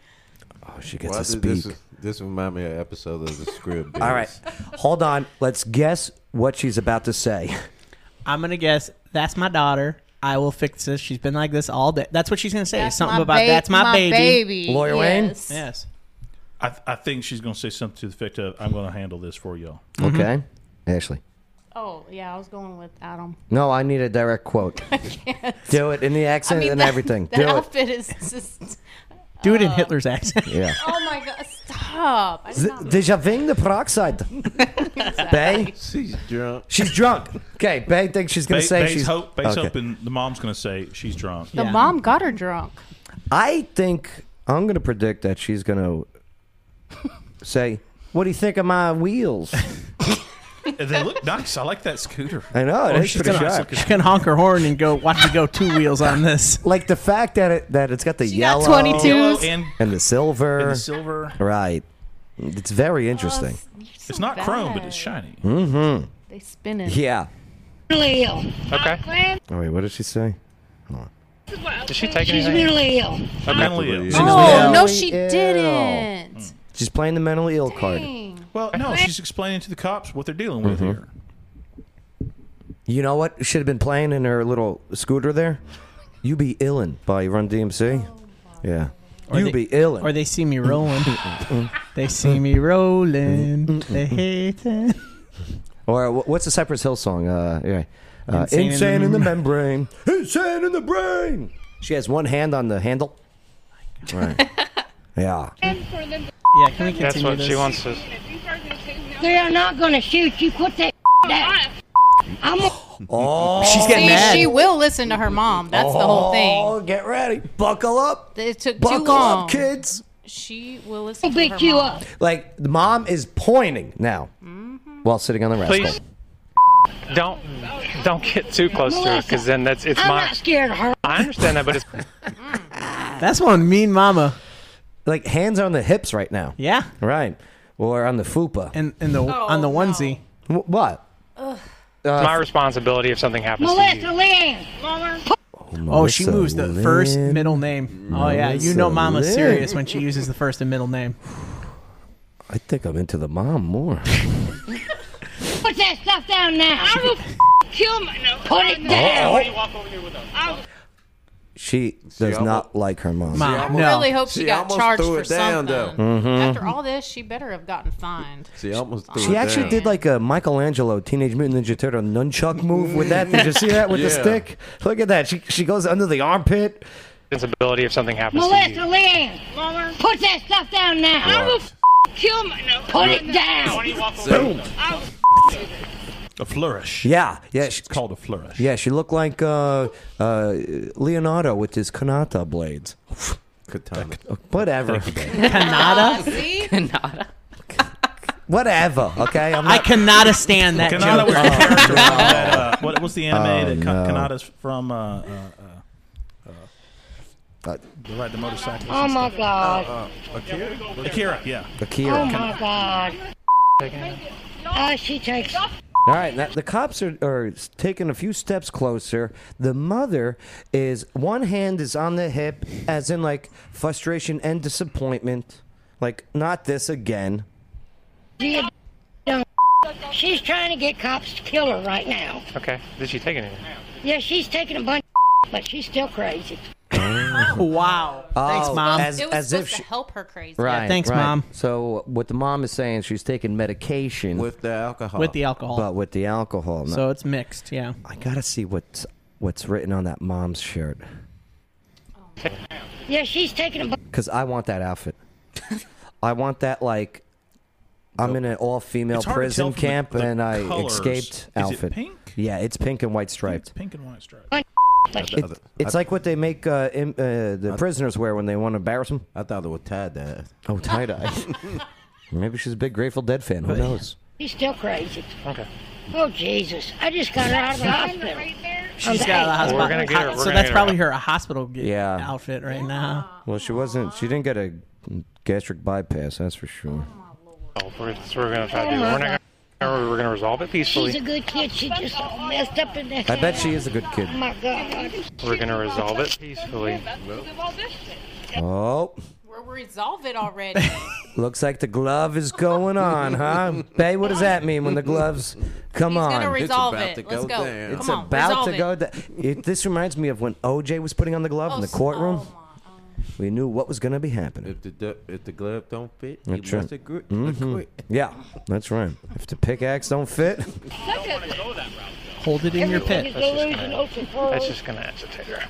Speaker 1: Oh, She gets
Speaker 2: Why
Speaker 1: to
Speaker 2: did
Speaker 1: speak.
Speaker 2: This, this remind me of an episode of the script.
Speaker 1: All right, hold on. Let's guess what she's about to say.
Speaker 7: I'm gonna guess that's my daughter. I will fix this. She's been like this all day. That's what she's gonna say.
Speaker 5: That's
Speaker 7: Something
Speaker 5: my
Speaker 7: about
Speaker 5: ba-
Speaker 7: that's my,
Speaker 5: my
Speaker 7: baby.
Speaker 5: baby, Lawyer Wayne? yes.
Speaker 7: Yes.
Speaker 6: I, th- I think she's going to say something to the effect of, I'm going to handle this for y'all.
Speaker 1: Okay, Ashley.
Speaker 5: Oh yeah, I was going with Adam.
Speaker 1: No, I need a direct
Speaker 5: [laughs]
Speaker 1: quote.
Speaker 5: can't.
Speaker 1: Do it in the accent and
Speaker 5: that-
Speaker 1: everything.
Speaker 5: That
Speaker 1: Do it. [laughs]
Speaker 5: outfit is just.
Speaker 7: Do it in Hitler's accent.
Speaker 1: Yeah.
Speaker 5: Oh my god! Stop! I did
Speaker 1: Z- [laughs]
Speaker 5: not
Speaker 1: Deja ving the peroxide.
Speaker 5: [laughs]
Speaker 1: Bay?
Speaker 2: She's drunk.
Speaker 1: She's drunk. Okay, Bay thinks she's going to
Speaker 6: Ba-
Speaker 1: say
Speaker 6: Bae's
Speaker 1: she's.
Speaker 6: hope, Bae's
Speaker 1: okay.
Speaker 6: hoping the mom's going to say she's drunk. [laughs]
Speaker 5: The mom got her drunk.
Speaker 1: I think I'm going to predict that she's going to say, What do you think of my wheels?
Speaker 6: they look nice. I like that scooter.
Speaker 1: I know, it
Speaker 7: Or
Speaker 1: is
Speaker 7: Oh, she's
Speaker 1: pretty
Speaker 7: gonna,
Speaker 1: sharp.
Speaker 7: She can honk her horn and go. Watch me go two wheels on this.
Speaker 1: [laughs] Like the fact that it that it's got the
Speaker 7: got
Speaker 1: yellow,
Speaker 7: 22s. Yellow and-
Speaker 1: Oh. and the silver,
Speaker 6: and the silver.
Speaker 1: right? It's very interesting.
Speaker 6: it's not chrome, but it's shiny.
Speaker 1: mm-hmm.
Speaker 5: They spin it.
Speaker 1: Yeah.
Speaker 15: Really ill.
Speaker 14: Okay.
Speaker 15: Glenn,
Speaker 1: Oh wait, what did she say?
Speaker 15: this is what-
Speaker 14: Did she take
Speaker 15: She's
Speaker 14: anything?
Speaker 15: mentally ill.
Speaker 14: Okay.
Speaker 6: Mentally ill. Mm.
Speaker 1: She's
Speaker 5: Oh no,
Speaker 1: mentally
Speaker 5: she
Speaker 1: ill.
Speaker 5: didn't.
Speaker 1: She's playing the mentally ill card.
Speaker 6: Well, no, she's explaining to the cops what they're dealing with
Speaker 1: Mhm.
Speaker 6: here.
Speaker 1: You know what should have been playing in her little scooter there? You Be Illin' by Run
Speaker 5: Oh,
Speaker 1: DMC. yeah. you
Speaker 7: they-
Speaker 1: Be Illin'.
Speaker 7: Or they see me rolling. they see me rolling. they hate it.
Speaker 1: Or wh- what's the Cypress Hill song? Uh, anyway. Uh,
Speaker 7: Insane in
Speaker 1: insane,
Speaker 7: the
Speaker 1: in the
Speaker 7: mem-
Speaker 1: membrane. Insane in the brain. She has one hand on the handle. Right. yeah.
Speaker 15: And for them-
Speaker 7: Yeah, can we continue
Speaker 14: That's what she
Speaker 7: this?
Speaker 14: wants to.
Speaker 15: They are not going to shoot you. Put
Speaker 5: [laughs]
Speaker 15: that down. I'm a-
Speaker 1: Oh,
Speaker 15: She's getting
Speaker 5: See,
Speaker 15: mad.
Speaker 5: she will listen to her mom. That's the whole
Speaker 1: Oh,
Speaker 5: thing.
Speaker 1: get ready. Buckle up.
Speaker 5: It took
Speaker 1: Buckle
Speaker 5: too long.
Speaker 1: up, kids.
Speaker 5: She will listen.
Speaker 15: I'll
Speaker 5: to
Speaker 15: beat
Speaker 5: her
Speaker 15: you
Speaker 5: mom.
Speaker 15: up.
Speaker 1: Like, the mom is pointing now while sitting on the rascal.
Speaker 14: Please don't don't get too close to her because then that's it's
Speaker 15: I'm
Speaker 14: my.
Speaker 15: not scared of her.
Speaker 14: I understand that, but it's
Speaker 1: That's one mean mama. Like hands on the hips right now.
Speaker 7: Yeah.
Speaker 1: Right. Or on the fupa. And
Speaker 7: in the
Speaker 5: Oh,
Speaker 7: on the onesie.
Speaker 1: what?
Speaker 15: Ugh.
Speaker 1: Uh,
Speaker 14: my responsibility if something happens to you.
Speaker 15: Melissa Leanne.
Speaker 7: Oh, she
Speaker 1: Melissa
Speaker 7: moves the first
Speaker 1: Lynn.
Speaker 7: middle name. Oh yeah, you know
Speaker 1: Melissa
Speaker 7: Mama's
Speaker 1: Lynn.
Speaker 7: serious when she uses the first and middle name.
Speaker 1: I think I'm into the mom more.
Speaker 15: Put that stuff down now. I will kill my. No, Put it
Speaker 1: Oh.
Speaker 15: down.
Speaker 1: Why do you
Speaker 15: walk over here with us?
Speaker 1: She does not like her mom.
Speaker 7: Mom,
Speaker 5: I really hope she,
Speaker 2: she
Speaker 5: got
Speaker 2: almost
Speaker 5: charged
Speaker 2: threw
Speaker 5: for
Speaker 2: it down,
Speaker 5: something.
Speaker 1: though. Mhm.
Speaker 5: After all this, she better have
Speaker 1: [laughs]
Speaker 5: gotten fined.
Speaker 2: She almost threw
Speaker 1: She
Speaker 2: it
Speaker 1: actually
Speaker 2: down.
Speaker 1: did like a Michelangelo Teenage Mutant Ninja Turtle nunchuck move with that. Did you see that with
Speaker 6: [laughs]
Speaker 1: the
Speaker 14: Yeah.
Speaker 1: stick? Look at that. She she goes under the armpit.
Speaker 14: Responsibility if something happens to
Speaker 15: Melissa
Speaker 14: you.
Speaker 15: Leanne. Put that stuff down now. I will kill my. No, put it down.
Speaker 1: Boom.
Speaker 6: A flourish.
Speaker 1: Yeah, yeah. She,
Speaker 6: It's called a flourish.
Speaker 1: yeah, she looked like uh, uh, Leonardo with his kanata blades. uh,
Speaker 2: Katana.
Speaker 5: [laughs]
Speaker 1: Whatever.
Speaker 7: Kanata?
Speaker 5: See?
Speaker 7: Kanata.
Speaker 1: Whatever. Okay.
Speaker 6: [laughs]
Speaker 1: I'm
Speaker 7: I cannot stand that
Speaker 6: Kanata
Speaker 7: joke. Oh,
Speaker 6: was the character from that, uh, what was the anime
Speaker 1: Oh,
Speaker 6: that Ka-
Speaker 1: no.
Speaker 6: Kanata's from? Uh, uh, uh,
Speaker 1: uh,
Speaker 6: they ride the motorcycle.
Speaker 15: Oh my god.
Speaker 6: Uh, Akira? Akira, yeah.
Speaker 1: Akira.
Speaker 15: Oh my god. Oh, she takes.
Speaker 1: All right, now the cops are, are taking a few steps closer. The mother is one hand is on the hip, as in like frustration and disappointment, like not this again.
Speaker 15: She a dumb. She's trying to get cops to kill her right now.
Speaker 14: Okay. Did she take anything?
Speaker 15: Yeah, she's taking a bunch, of [laughs] but she's still crazy. [laughs]
Speaker 7: wow.
Speaker 15: Thanks, Mom.
Speaker 1: Oh. As,
Speaker 15: It was
Speaker 1: as
Speaker 15: supposed
Speaker 1: if
Speaker 15: to
Speaker 1: she,
Speaker 5: help her crazy.
Speaker 1: Right.
Speaker 7: thanks,
Speaker 1: right.
Speaker 7: Mom.
Speaker 1: So what the mom is saying, she's taking medication with
Speaker 2: the alcohol.
Speaker 7: With the alcohol.
Speaker 1: But with the alcohol.
Speaker 7: So it's mixed, yeah.
Speaker 1: I gotta see what's what's written on that mom's shirt
Speaker 15: Yeah, she's taking a bunch.
Speaker 1: because I want that outfit. I want that like. I'm in an all-female
Speaker 6: It's hard to
Speaker 1: prison
Speaker 6: tell from the-
Speaker 1: camp,
Speaker 6: the
Speaker 1: and I
Speaker 6: colors. Is
Speaker 1: escaped
Speaker 6: it
Speaker 1: outfit.
Speaker 6: pink?
Speaker 1: Yeah, it's pink and white striped.
Speaker 6: Pink and white stripes.
Speaker 1: It- it's like what they make uh, im uh, the prisoners wear when they want to embarrass them.
Speaker 2: I thought it was tie dye.
Speaker 1: Oh, tie dye. [laughs] Maybe she's a big Grateful Dead fan. Who knows?
Speaker 15: She's still crazy.
Speaker 14: Okay.
Speaker 15: Oh Jesus! I just got her out of the hospital.
Speaker 7: She's got a hospital.
Speaker 14: We're gonna get her- we're
Speaker 7: so
Speaker 14: gonna
Speaker 7: that's
Speaker 14: get her
Speaker 7: probably
Speaker 14: out.
Speaker 7: her hospital get-
Speaker 1: Yeah.
Speaker 7: outfit right now.
Speaker 1: Well, she wasn't. She didn't get a gastric bypass. That's for sure.
Speaker 14: Oh, we're, that's what we're gonna try to do. We're not gonna. We're gonna resolve it
Speaker 15: She's a
Speaker 14: peacefully.
Speaker 15: good kid. She just messed up in the.
Speaker 1: I bet she is a good kid.
Speaker 15: Oh my God!
Speaker 14: We're gonna resolve it peacefully.
Speaker 1: Oh,
Speaker 5: Well, resolve
Speaker 1: [laughs]
Speaker 5: it already.
Speaker 1: Looks like the glove is going on, huh? Bay, what does that mean when the gloves come
Speaker 5: He's
Speaker 1: on?
Speaker 5: gonna resolve It's about it. to go Let's go. down.
Speaker 1: It's
Speaker 5: Come on,
Speaker 1: about
Speaker 5: resolve
Speaker 1: to
Speaker 5: it. Oh,
Speaker 1: go down. It, this reminds me of when OJ was putting on the glove in the courtroom.
Speaker 5: uh,
Speaker 1: we knew what was going to be happening.
Speaker 2: If the du- if the glove don't fit, you
Speaker 1: That's right.
Speaker 2: must agree.
Speaker 1: Mhm. Yeah, that's right. If the pickaxe don't fit,
Speaker 7: hold it in your pit.
Speaker 14: That's just gonna- That's just going to hesitate her.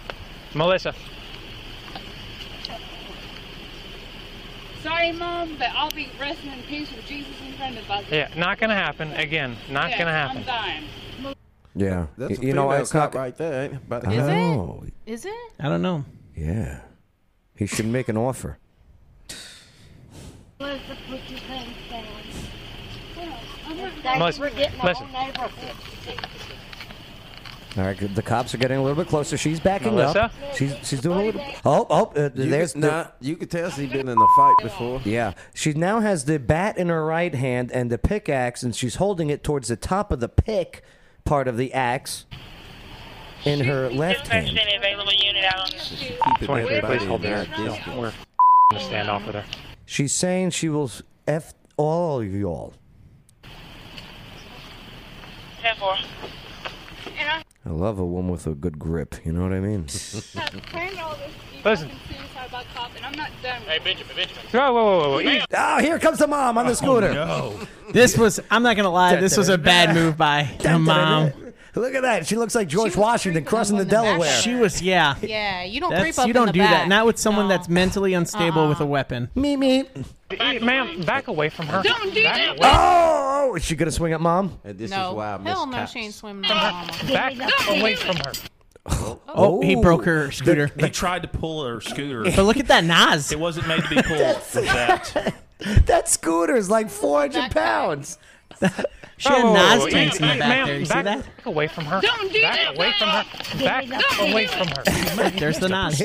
Speaker 14: Melissa.
Speaker 15: Sorry, Mom, but I'll be resting in peace with Jesus in front of us.
Speaker 14: Yeah, not going to happen. Again, not
Speaker 15: Yeah,
Speaker 14: going to happen.
Speaker 15: I'm dying.
Speaker 1: Yeah,
Speaker 2: that's
Speaker 1: Y- you know, it's not
Speaker 2: right there. Ain't it? About to-
Speaker 1: I know.
Speaker 5: Is it?
Speaker 7: I don't know.
Speaker 1: Yeah, he should make an offer.
Speaker 15: Melissa, put your hands down.
Speaker 14: Melissa, We're getting our listen.
Speaker 1: All right, good. the cops are getting a little bit closer. She's backing
Speaker 2: Melissa?
Speaker 1: up. She's she's doing a little. Oh, oh, uh,
Speaker 2: You
Speaker 1: there's
Speaker 2: could,
Speaker 1: the-
Speaker 2: nah, you could tell she's been in a fight before.
Speaker 1: Yeah, she now has the bat in her right hand and the pickaxe, and she's holding it towards the top of the pick part of the axe in her left hand.
Speaker 2: Keep it
Speaker 14: 23,
Speaker 2: everybody
Speaker 14: please hold
Speaker 2: in
Speaker 14: there.
Speaker 2: that
Speaker 14: No,
Speaker 2: distance.
Speaker 14: we're going to stand off with her.
Speaker 1: She's saying she will f all of y'all.
Speaker 15: Ten four. And
Speaker 6: [laughs]
Speaker 15: I
Speaker 1: I love a woman with a good grip. You know what I
Speaker 7: [laughs]
Speaker 1: mean?
Speaker 15: have planned all this
Speaker 14: Listen.
Speaker 15: suicide by cop, and I'm not done. Hey, Benjamin, Benjamin.
Speaker 14: Whoa, whoa, whoa, whoa.
Speaker 1: Oh, here comes the mom on the
Speaker 6: Oh,
Speaker 1: scooter.
Speaker 7: This was, I'm not going to lie, this was a
Speaker 14: [laughs]
Speaker 7: bad move
Speaker 1: [laughs]
Speaker 7: by the mom.
Speaker 1: Look at that. She looks like George Washington crossing the Delaware.
Speaker 7: She was, yeah.
Speaker 5: Yeah, you don't
Speaker 7: That's,
Speaker 5: creep up
Speaker 7: you
Speaker 5: in
Speaker 7: don't
Speaker 5: the
Speaker 7: do
Speaker 5: back.
Speaker 7: that. Not with someone that's mentally unstable with a weapon.
Speaker 1: Me, me.
Speaker 14: Uh-uh. Ma'am, back away from her.
Speaker 15: Don't do
Speaker 14: Back
Speaker 15: that.
Speaker 14: away.
Speaker 1: Oh, is she gonna swing at mom?
Speaker 2: this
Speaker 5: no.
Speaker 2: is why I miss
Speaker 5: Hell no,
Speaker 2: cops.
Speaker 5: she ain't swimming. Back
Speaker 14: away from her.
Speaker 7: Oh, he broke her scooter.
Speaker 6: He tried to pull her scooter.
Speaker 7: But look at that
Speaker 14: [laughs]
Speaker 7: Nas.
Speaker 6: It wasn't made to
Speaker 1: [laughs]
Speaker 6: be pulled for that.
Speaker 1: That scooter is like 400 pounds.
Speaker 7: [laughs] She
Speaker 6: Oh,
Speaker 7: had
Speaker 14: Whoa, whoa,
Speaker 7: Nas
Speaker 14: whoa,
Speaker 7: tanks in
Speaker 14: ma'am,
Speaker 7: the back
Speaker 14: ma'am,
Speaker 7: there. You see
Speaker 14: back
Speaker 7: that?
Speaker 14: away from her.
Speaker 15: Don't do
Speaker 14: back
Speaker 15: that,
Speaker 14: away from her. Back away from her.
Speaker 7: There's the Nas.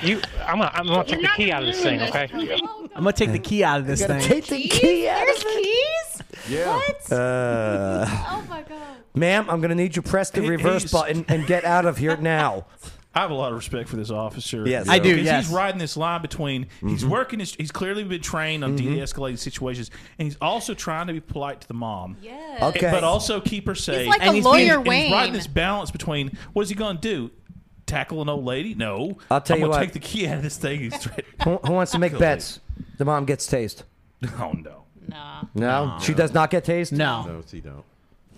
Speaker 14: You, I'm gonna, I'm gonna take the key out of this thing, okay?
Speaker 7: I'm going to take the key out of this
Speaker 1: gotta
Speaker 7: thing.
Speaker 1: take the key out
Speaker 5: There's keys?
Speaker 2: Yeah.
Speaker 5: What?
Speaker 1: Uh,
Speaker 5: Oh my god.
Speaker 1: ma'am, I'm gonna need you to press the
Speaker 6: He-
Speaker 1: reverse
Speaker 6: he's-
Speaker 1: button and get out of here now.
Speaker 6: [laughs] I have a lot of respect for this officer.
Speaker 1: Yes. I do,
Speaker 6: 'Cause
Speaker 1: yes.
Speaker 6: He's riding this line between he's
Speaker 1: Mm-hmm.
Speaker 6: working. His, he's clearly been trained on de-escalating situations, and he's also trying to be polite to the mom.
Speaker 5: Yes.
Speaker 1: Okay.
Speaker 6: But also keep her safe.
Speaker 5: like And a he's being- lawyer
Speaker 6: and He's
Speaker 5: Wayne.
Speaker 6: riding this balance between what is he going to do? Tackle an old lady? No.
Speaker 1: I'll tell
Speaker 6: I'm
Speaker 1: you
Speaker 6: gonna
Speaker 1: what.
Speaker 6: Take the key out of this thing. He's straight. [laughs]
Speaker 1: Who, who wants to make bets? The mom gets
Speaker 2: [laughs]
Speaker 1: tased.
Speaker 6: Oh no.
Speaker 1: No, she does not get tased.
Speaker 7: No.
Speaker 2: No, she don't.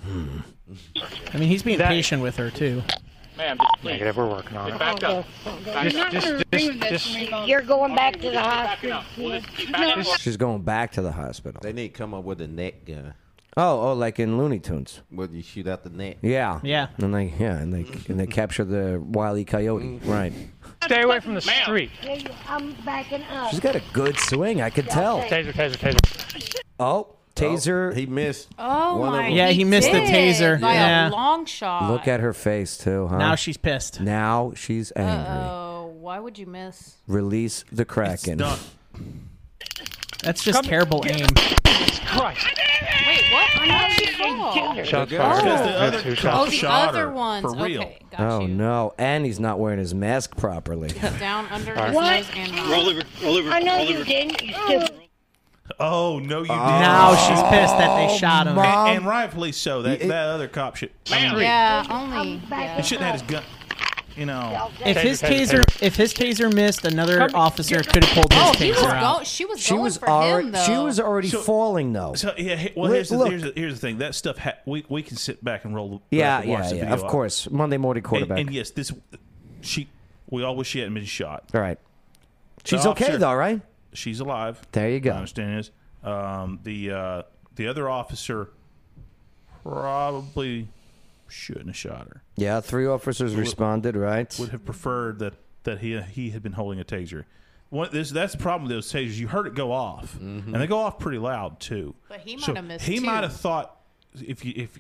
Speaker 7: Hmm. I mean, he's being patient with her, too.
Speaker 14: Ma'am, negative. We're working on it.
Speaker 16: Back up.
Speaker 14: Just, just, just, just.
Speaker 15: You're going back to the hospital.
Speaker 1: She's going back to the hospital.
Speaker 2: They need to come up with a net gun
Speaker 1: Oh, oh, like in Looney Tunes.
Speaker 2: where you shoot out the net.
Speaker 1: Yeah.
Speaker 7: Yeah.
Speaker 1: And they yeah, and they and they capture the wily coyote. Right.
Speaker 14: Stay away from the street.
Speaker 15: I'm backing up.
Speaker 1: She's got a good swing, I could tell.
Speaker 14: Taser, taser, taser.
Speaker 1: Oh, taser.
Speaker 2: He missed.
Speaker 5: Oh
Speaker 2: One of
Speaker 5: my.
Speaker 2: them.
Speaker 7: Yeah, he missed the
Speaker 5: did
Speaker 7: taser.
Speaker 5: by
Speaker 7: Yeah.
Speaker 5: a long shot.
Speaker 1: Look at her face too, huh?
Speaker 7: Now she's pissed.
Speaker 1: Now she's angry.
Speaker 5: Oh, why would you miss?
Speaker 1: Release the Kraken.
Speaker 6: Done.
Speaker 7: That's just terrible aim.
Speaker 14: Christ.
Speaker 5: Wait, what? I'm not sure.
Speaker 14: Shots
Speaker 2: The
Speaker 14: fired.
Speaker 2: guy-
Speaker 6: Because the
Speaker 14: That's
Speaker 6: other
Speaker 14: who
Speaker 6: cop
Speaker 5: Oh, the
Speaker 6: shot
Speaker 5: other
Speaker 6: her,
Speaker 5: ones.
Speaker 6: For real.
Speaker 5: Okay, got
Speaker 1: Oh
Speaker 5: you.
Speaker 1: no, and he's not wearing his mask properly.
Speaker 5: [laughs] Down under
Speaker 14: Alright.
Speaker 5: his
Speaker 15: What?
Speaker 5: nose and mouth.
Speaker 16: over. Roll over.
Speaker 15: I know you didn't. You stupid.
Speaker 6: Oh no, you didn't.
Speaker 7: Now she's pissed that
Speaker 1: Oh,
Speaker 7: they shot him.
Speaker 1: my-
Speaker 6: And, and rightfully so. That that other cop should. I mean,
Speaker 5: Yeah, only.
Speaker 6: he
Speaker 5: Yeah.
Speaker 6: shouldn't have had his gun. You know.
Speaker 7: If his
Speaker 14: Taser,
Speaker 7: taser, if his taser missed, another officer could have pulled
Speaker 5: Oh,
Speaker 7: his
Speaker 5: he was
Speaker 7: taser
Speaker 5: go-
Speaker 7: out.
Speaker 5: she was
Speaker 1: She
Speaker 5: going
Speaker 1: was
Speaker 5: for him
Speaker 1: already
Speaker 5: though.
Speaker 1: she was already falling though.
Speaker 6: So yeah. he- Well,
Speaker 1: Look-
Speaker 6: here's the,
Speaker 1: look.
Speaker 6: here's the here's the thing. That stuff. Ha- we we can sit back and roll. back
Speaker 1: yeah,
Speaker 6: and watch
Speaker 1: yeah,
Speaker 6: the
Speaker 1: yeah.
Speaker 6: video
Speaker 1: Of
Speaker 6: op-
Speaker 1: course, Monday morning
Speaker 6: And,
Speaker 1: quarterback.
Speaker 6: and yes, this she. We all wish she hadn't been shot.
Speaker 1: All right, she's
Speaker 6: The
Speaker 1: okay
Speaker 6: officer-
Speaker 1: though, right?
Speaker 6: She's alive.
Speaker 1: There you
Speaker 6: My
Speaker 1: go.
Speaker 6: understanding is um, the uh, the other officer probably shouldn't have shot her.
Speaker 1: Yeah, three officers responded, right?
Speaker 6: would have preferred that that he he had been holding a taser. One, this, that's the problem with those tasers. You heard it go off,
Speaker 1: Mm-hmm.
Speaker 6: and they go off pretty loud too.
Speaker 5: But he might
Speaker 6: So
Speaker 5: have missed
Speaker 6: He
Speaker 5: too.
Speaker 6: might have thought if you if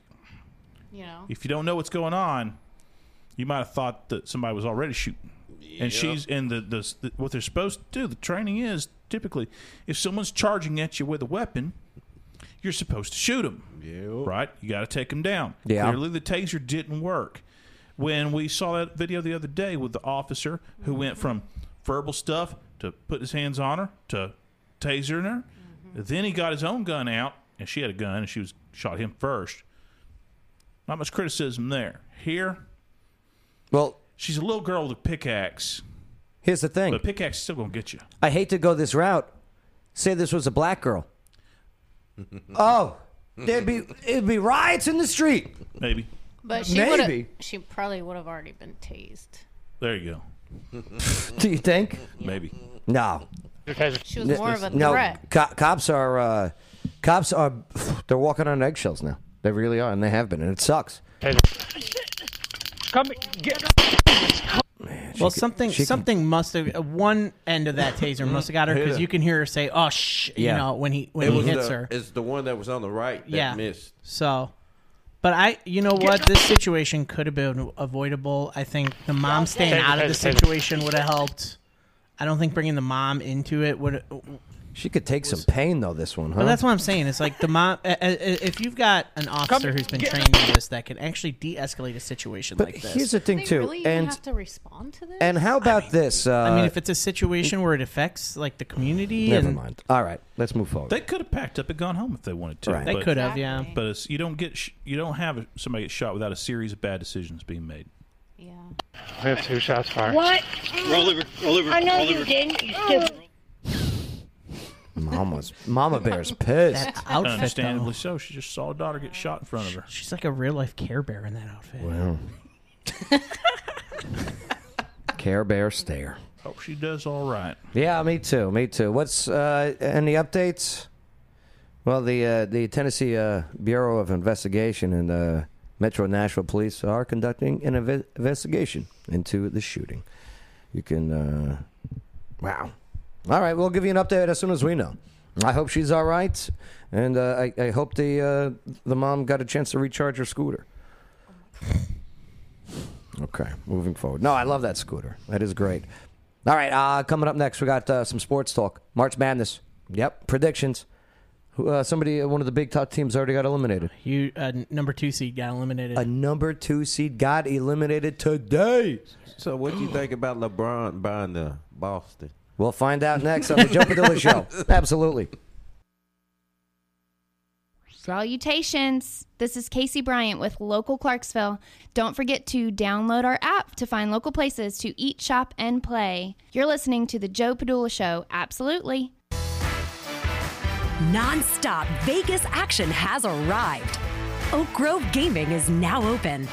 Speaker 5: you know.
Speaker 6: if you don't know what's going on, you might have thought that somebody was already shooting. And she's and the, the, the what they're supposed to do. The training is typically if someone's charging at you with a weapon, you're supposed to shoot them. Right? You got to take them down.
Speaker 1: Yeah.
Speaker 6: Clearly, the taser didn't work. When we saw that video the other day with the officer who went from verbal stuff to put his hands on her, to taser her. Then he got his own gun out, and she had a gun, and she was shot him first. Not much criticism there. Here,
Speaker 1: well,
Speaker 6: she's a little girl with a pickaxe.
Speaker 1: Here's the thing.
Speaker 6: But pickaxe is still gonna get you.
Speaker 1: I hate to go this route. Say this was a black
Speaker 6: [laughs]
Speaker 1: girl. oh, there'd be it'd be riots in the street.
Speaker 6: Maybe.
Speaker 5: But she
Speaker 1: Maybe.
Speaker 5: would she probably would have already been tased.
Speaker 6: There you go.
Speaker 1: [laughs] Do you think?
Speaker 6: Maybe.
Speaker 1: No.
Speaker 5: She was more of a
Speaker 1: no,
Speaker 5: threat.
Speaker 1: co- cops are uh, cops are they're walking on eggshells now. They really are, and they have been, and it sucks.
Speaker 14: Come get.
Speaker 7: well, something
Speaker 1: she can-
Speaker 7: something must have uh, one end
Speaker 1: [laughs]
Speaker 7: of that taser must have got her
Speaker 2: Hit
Speaker 7: because
Speaker 2: her.
Speaker 7: you can hear her say, "Oh shh," you
Speaker 2: Yeah.
Speaker 7: know when he when
Speaker 2: It
Speaker 7: he
Speaker 2: was
Speaker 7: hits
Speaker 2: the-
Speaker 7: her.
Speaker 2: It's the one that was on the right that
Speaker 7: yeah.
Speaker 2: missed.
Speaker 7: So, but I, you know what, this situation could have been avoidable. I think the mom staying
Speaker 14: Taser,
Speaker 7: out of the
Speaker 14: taser, taser.
Speaker 7: situation would have helped. I don't think bringing the mom into it would.
Speaker 1: She could take some pain though. This one, huh?
Speaker 7: But that's what I'm saying. It's like the mom. uh, uh, uh, If you've got an officer who's been
Speaker 1: get-
Speaker 7: trained in this, that can actually de-escalate a situation
Speaker 1: But
Speaker 7: like this.
Speaker 1: here's the thing
Speaker 5: They
Speaker 1: too,
Speaker 5: really
Speaker 1: and
Speaker 5: have to respond to this.
Speaker 1: and how about this? Uh,
Speaker 7: I mean, if it's a situation where it affects like the community,
Speaker 1: never
Speaker 7: and
Speaker 1: mind. All right, let's move forward.
Speaker 6: They could have packed up and gone home if they wanted to.
Speaker 7: [laughs]
Speaker 1: Right.
Speaker 7: They could have, yeah.
Speaker 6: But it's, you don't get sh- you don't have somebody get shot without a series of bad decisions being made. Yeah.
Speaker 14: We have two shots fired.
Speaker 17: What?
Speaker 14: Roll over, roll over,
Speaker 17: I know
Speaker 14: roll
Speaker 17: you
Speaker 14: over.
Speaker 17: didn't. You stupid.
Speaker 1: Mama's Mama Bear's pissed.
Speaker 7: That outfit,
Speaker 6: Understandably so. She just saw a daughter get shot in front of her.
Speaker 7: She's like a real life Care Bear in that outfit.
Speaker 1: Wow. Care Bear stare.
Speaker 6: Hope she does all right.
Speaker 1: Yeah, me too. Me too. What's uh, any updates? Well, the uh, the Tennessee uh, Bureau of Investigation and the Metro Nashville Police are conducting an inve- investigation into the shooting. You can. Uh, wow. All right, we'll give you an update as soon as we know. I hope she's all right, and uh, I, I hope the uh, the mom got a chance to recharge her scooter. Okay, moving forward. No, I love that scooter. That is great. All right, uh, coming up next, we got uh, some sports talk. March Madness. Yep, predictions. Who- Uh, somebody, uh, one of the Big Top teams already got eliminated.
Speaker 7: You uh, n- number two seed got eliminated.
Speaker 1: A number two seed got eliminated today.
Speaker 2: So what do you think about LeBron buying the uh, Boston?
Speaker 1: We'll find out next on the Joe
Speaker 2: [laughs]
Speaker 1: Padilla Show. [laughs] Absolutely.
Speaker 18: Salutations! This is Casey Bryant with Local Clarksville. Don't forget to download our app to find local places to eat, shop, and play. You're listening to The Joe Padula Show, absolutely.
Speaker 19: Non-stop Vegas action has arrived. Oak Grove Gaming is now open.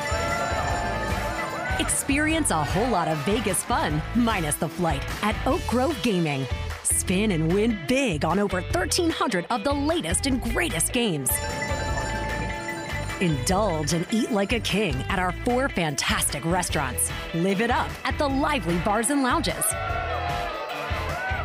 Speaker 19: Experience a whole lot of Vegas fun, minus the flight, at Oak Grove Gaming. Spin and win big on over 1,300 of the latest and greatest games. Indulge and eat like a king at our four fantastic restaurants. Live it up at the lively bars and lounges.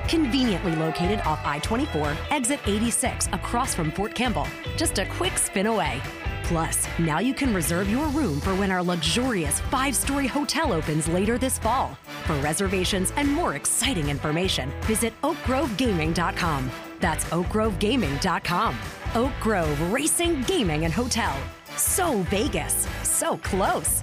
Speaker 19: Conveniently located off I 24, exit 86, across from Fort Campbell. Just a quick spin away. Plus, now you can reserve your room for when our luxurious five story hotel opens later this fall. For reservations and more exciting information, visit oakgrovegaming.com. That's oakgrovegaming.com. Oak Grove Racing, Gaming, and Hotel. So Vegas, so close.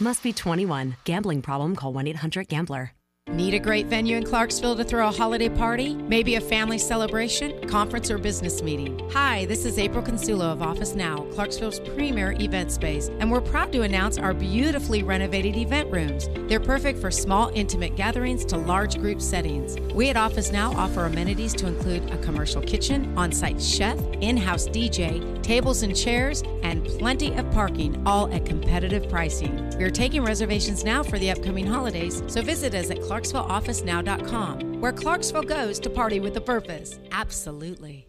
Speaker 19: Must be 21. Gambling problem? Call 1 800 Gambler.
Speaker 20: Need a great venue in Clarksville to throw a holiday party? Maybe a family celebration, conference, or business meeting? Hi, this is April Consulo of Office Now, Clarksville's premier event space, and we're proud to announce our beautifully renovated event rooms. They're perfect for small, intimate gatherings to large group settings. We at Office Now offer amenities to include a commercial kitchen, on site chef, in house DJ, tables and chairs, and plenty of parking, all at competitive pricing. We are taking reservations now for the upcoming holidays, so visit us at ClarksvilleOfficeNow.com, where Clarksville goes to party with a purpose. Absolutely.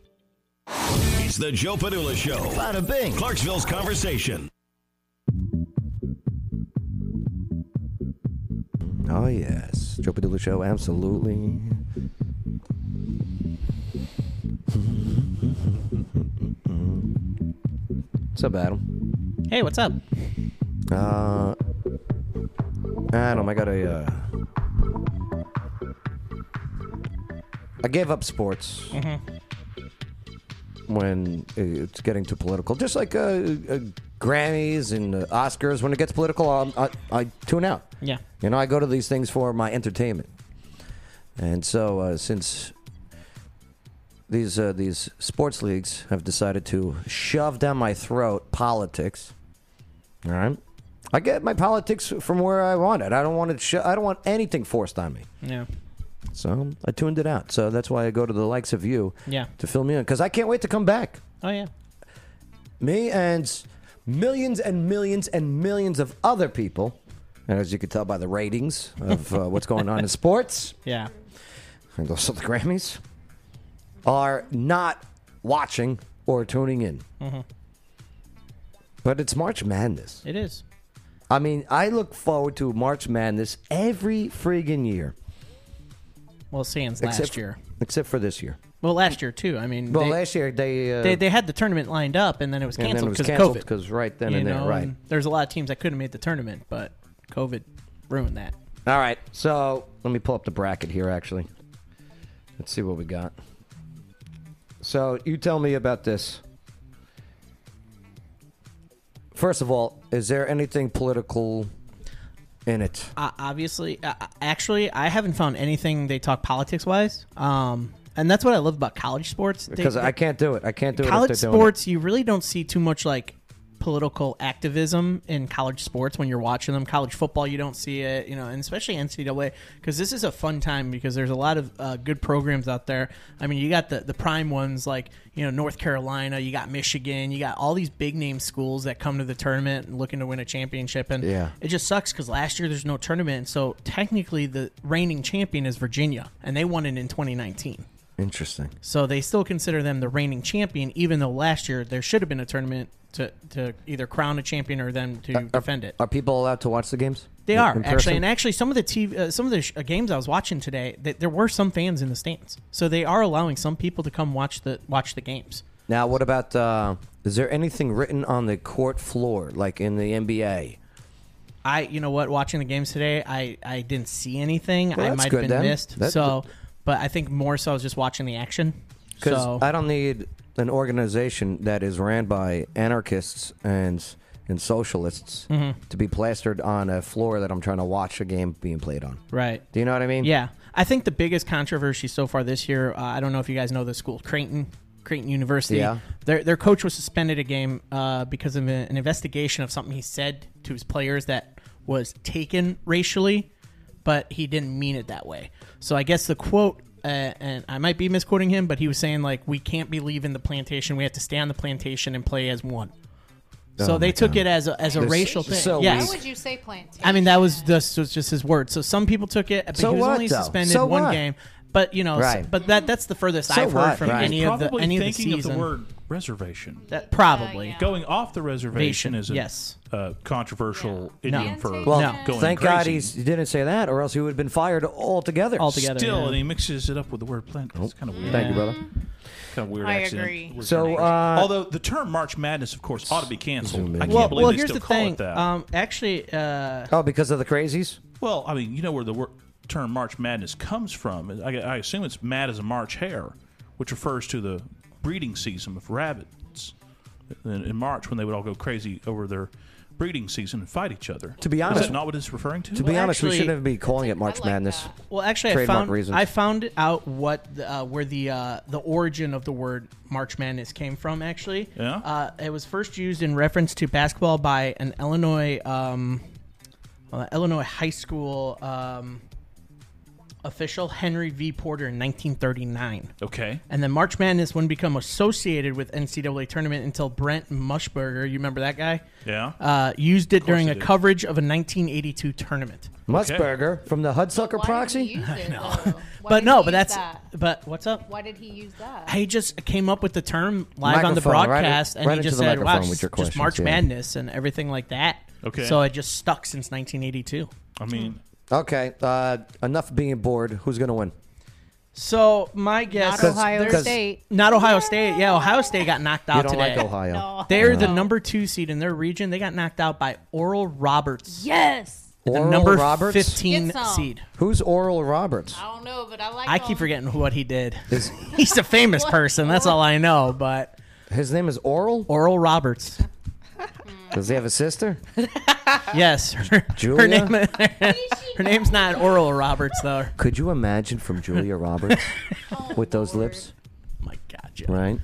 Speaker 3: It's the Joe Padula Show. Bada bing. Clarksville's conversation.
Speaker 1: Oh, yes. Joe Padula Show, absolutely. What's up, Adam?
Speaker 7: Hey, what's up?
Speaker 1: Uh, Adam, I got a. Uh, I gave up sports
Speaker 7: Mhm.
Speaker 1: when it's getting too political. Just like uh, uh, Grammys and uh, Oscars, when it gets political, i I, I tune out.
Speaker 7: Yeah.
Speaker 1: You know, I go to these things for my entertainment. And so, uh, since these uh, these sports leagues have decided to shove down my throat politics, all right, I get my politics from where I want it. I don't want it. Sho- I don't want anything forced on me.
Speaker 7: Yeah.
Speaker 1: So I tuned it out. So that's why I go to the likes of you,
Speaker 7: Yeah.
Speaker 1: to fill me in because I can't wait to come back.
Speaker 7: Oh yeah.
Speaker 1: Me and millions and millions and millions of other people, and as you can tell by the ratings of uh, what's going
Speaker 7: [laughs]
Speaker 1: on in sports,
Speaker 7: Yeah.
Speaker 1: and also the Grammys, are not watching or tuning in.
Speaker 7: Mhm.
Speaker 1: But it's March Madness.
Speaker 7: It is.
Speaker 1: I mean, I look forward to March Madness every friggin' year.
Speaker 7: Well, sans last
Speaker 1: Except-
Speaker 7: year.
Speaker 1: Except for this year.
Speaker 7: Well, last year too. I mean,
Speaker 1: Well,
Speaker 7: they-
Speaker 1: last year they, uh,
Speaker 7: they they had the tournament lined up, and then it was
Speaker 1: And then it
Speaker 7: canceled
Speaker 1: was
Speaker 7: because
Speaker 1: canceled
Speaker 7: COVID.
Speaker 1: 'cause right then and there, right.
Speaker 7: There's a lot of teams that could have made the tournament, but COVID ruined that.
Speaker 1: All right, so let me pull up the bracket here, actually. Let's see what we got. So you tell me about this. First of all, is there anything political in it?
Speaker 7: Uh, obviously, uh, actually, I haven't found anything they talk politics wise. Um, and that's what I love about college sports They-
Speaker 1: Because
Speaker 7: they-
Speaker 1: I can't do it. I can't do it. if
Speaker 7: college
Speaker 1: they're doing
Speaker 7: sports you really don't see too much like political activism in college sports when you're watching them college football you don't see it you know and especially ncaa because this is a fun time because there's a lot of uh, good programs out there i mean you got the, the prime ones like you know north carolina you got michigan you got all these big name schools that come to the tournament and looking to win a championship and
Speaker 1: Yeah.
Speaker 7: it just sucks because last year there's no tournament so technically the reigning champion is virginia and they won it in 2019
Speaker 1: Interesting.
Speaker 7: so they still consider them the reigning champion, even though last year there should have been a tournament to, to either crown a champion or them to defend it.
Speaker 1: Uh, Are people allowed to watch the games?
Speaker 7: They
Speaker 1: In-
Speaker 7: are
Speaker 1: in person?
Speaker 7: actually, and actually, some of the TV, uh, some of the sh- uh, games I was watching today, th- there were some fans in the stands, so they are allowing some people to come watch the watch the games.
Speaker 1: Now, what about? Uh, is there anything written on the court floor, like in the NBA?
Speaker 7: I, you know what, watching the games today, I, I didn't see anything.
Speaker 1: Well,
Speaker 7: I
Speaker 1: that's
Speaker 7: might have
Speaker 1: good
Speaker 7: been
Speaker 1: then.
Speaker 7: missed.
Speaker 1: That's
Speaker 7: so, but I think more so I was just watching the action.
Speaker 1: Because
Speaker 7: So
Speaker 1: I don't need an organization that is ran by anarchists and and socialists
Speaker 7: Mhm.
Speaker 1: to be plastered on a floor that I'm trying to watch a game being played on.
Speaker 7: right.
Speaker 1: Do you know what I mean?
Speaker 7: Yeah, I think the biggest controversy so far this year. Uh, I don't know if you guys know the school, Creighton, Creighton University.
Speaker 1: Yeah.
Speaker 7: Their their coach was suspended a game uh, because of a- an investigation of something he said to his players that was taken racially, but he didn't mean it that way. So I guess the quote. Uh, and I might be misquoting him, but he was saying like we can't be leaving the plantation. We have to stay on the plantation and play as one.
Speaker 1: Oh
Speaker 7: so they
Speaker 1: my
Speaker 7: took
Speaker 1: God.
Speaker 7: it as a, as a
Speaker 1: They're
Speaker 7: racial
Speaker 1: so
Speaker 7: thing.
Speaker 1: weak.
Speaker 7: yes.
Speaker 5: Why would you say plantation?
Speaker 7: I mean, that was just, was just his word. So some people took it, but
Speaker 1: So
Speaker 7: he was
Speaker 1: what,
Speaker 7: only
Speaker 1: though?
Speaker 7: suspended
Speaker 1: So
Speaker 7: one
Speaker 1: what?
Speaker 7: game. But you know,
Speaker 1: Right.
Speaker 7: so- but that that's the furthest
Speaker 1: So
Speaker 7: I've
Speaker 1: what?
Speaker 7: heard from
Speaker 1: Right.
Speaker 7: any
Speaker 6: He's
Speaker 7: of the
Speaker 6: probably
Speaker 7: any of the
Speaker 6: thinking
Speaker 7: season.
Speaker 6: the word reservation.
Speaker 7: That-
Speaker 14: Oh,
Speaker 7: probably.
Speaker 6: Going off the reservation
Speaker 7: Vation,
Speaker 6: is a
Speaker 7: yes.
Speaker 6: uh, controversial
Speaker 7: No.
Speaker 6: idiom for
Speaker 1: Well,
Speaker 6: going
Speaker 1: thank
Speaker 6: crazy.
Speaker 1: God he's, he didn't say that, or else he would have been fired altogether.
Speaker 6: Still, and he mixes it up with the word plant. It's kind of weird.
Speaker 1: Thank you, brother.
Speaker 6: Kind of weird
Speaker 5: I
Speaker 6: accident.
Speaker 5: agree.
Speaker 6: Weird
Speaker 1: So,
Speaker 6: controversy.
Speaker 1: uh,
Speaker 6: although the term March Madness, of course, ought to be canceled. I can't
Speaker 7: well,
Speaker 6: believe
Speaker 7: well,
Speaker 6: they
Speaker 7: here's
Speaker 6: still
Speaker 7: the
Speaker 6: call
Speaker 7: thing.
Speaker 6: it that.
Speaker 7: Um, actually, uh,
Speaker 1: Oh, because of the crazies?
Speaker 6: well, I mean, you know where the wor- term March Madness comes from. I, I assume it's mad as a March hare, which refers to the breeding season of rabbits in, in March when they would all go crazy over their breeding season and fight each other.
Speaker 1: To be
Speaker 6: is
Speaker 1: honest-
Speaker 6: that not what it's referring to?
Speaker 1: To be honest, we shouldn't have been calling it March Madness.
Speaker 7: well, actually, I
Speaker 1: Trademark
Speaker 7: found
Speaker 1: reasons.
Speaker 7: I found out what the, uh, where the uh, the origin of the word March Madness came from. Actually,
Speaker 6: Yeah?
Speaker 7: uh, it was first used in reference to basketball by an Illinois um, uh, Illinois high school um, official Henry V. Porter in 1939.
Speaker 6: Okay.
Speaker 7: And then March Madness wouldn't become associated with NCAA tournament until Brent Mushberger, you remember that guy?
Speaker 6: Yeah.
Speaker 7: Uh, used it
Speaker 1: course
Speaker 7: during
Speaker 1: I
Speaker 7: a
Speaker 1: do.
Speaker 7: coverage of a 1982 tournament.
Speaker 1: Musburger from the Hudsucker Proxy?
Speaker 7: [laughs] but no, but that's but what's up?
Speaker 5: Why did he use that?
Speaker 7: He just came up with the term live on the
Speaker 1: Microphone, right
Speaker 7: broadcast,
Speaker 1: in-
Speaker 7: and
Speaker 1: right
Speaker 7: he
Speaker 1: into
Speaker 7: just
Speaker 1: the
Speaker 7: said, "Wow,
Speaker 1: microphone with
Speaker 7: just-
Speaker 1: your
Speaker 7: just
Speaker 1: questions,
Speaker 7: March
Speaker 1: yeah.
Speaker 7: Madness and everything like that."
Speaker 1: Okay.
Speaker 7: So it just stuck since 1982.
Speaker 6: I mean,
Speaker 1: Okay, uh, enough being bored. Who's going to win?
Speaker 7: So my guess,
Speaker 1: Not Ohio 'Cause- 'cause-
Speaker 5: State.
Speaker 7: not Ohio State. Yeah, Ohio State got knocked
Speaker 1: You
Speaker 7: out
Speaker 1: don't
Speaker 7: today.
Speaker 1: like Ohio. No.
Speaker 7: They're the
Speaker 1: No.
Speaker 7: number two seed in their region. They got knocked out by Oral Roberts.
Speaker 5: Yes.
Speaker 7: the
Speaker 1: Oral
Speaker 7: number
Speaker 1: Roberts?
Speaker 7: fifteen
Speaker 5: Get some.
Speaker 7: seed.
Speaker 1: Who's Oral Roberts?
Speaker 5: I don't know, but I like.
Speaker 7: I keep forgetting what he did. [laughs] He's
Speaker 5: [laughs]
Speaker 7: a famous person. That's all I know. But
Speaker 1: his name is Oral.
Speaker 5: [laughs]
Speaker 6: Mm.
Speaker 7: Oral Roberts.
Speaker 1: Does he have a sister?
Speaker 7: yes. [laughs] Her,
Speaker 1: Julia?
Speaker 7: name, [laughs] her name's not Oral Roberts, though.
Speaker 1: Could you imagine from Julia
Speaker 6: [laughs]
Speaker 1: Roberts with those lips? My God, Right?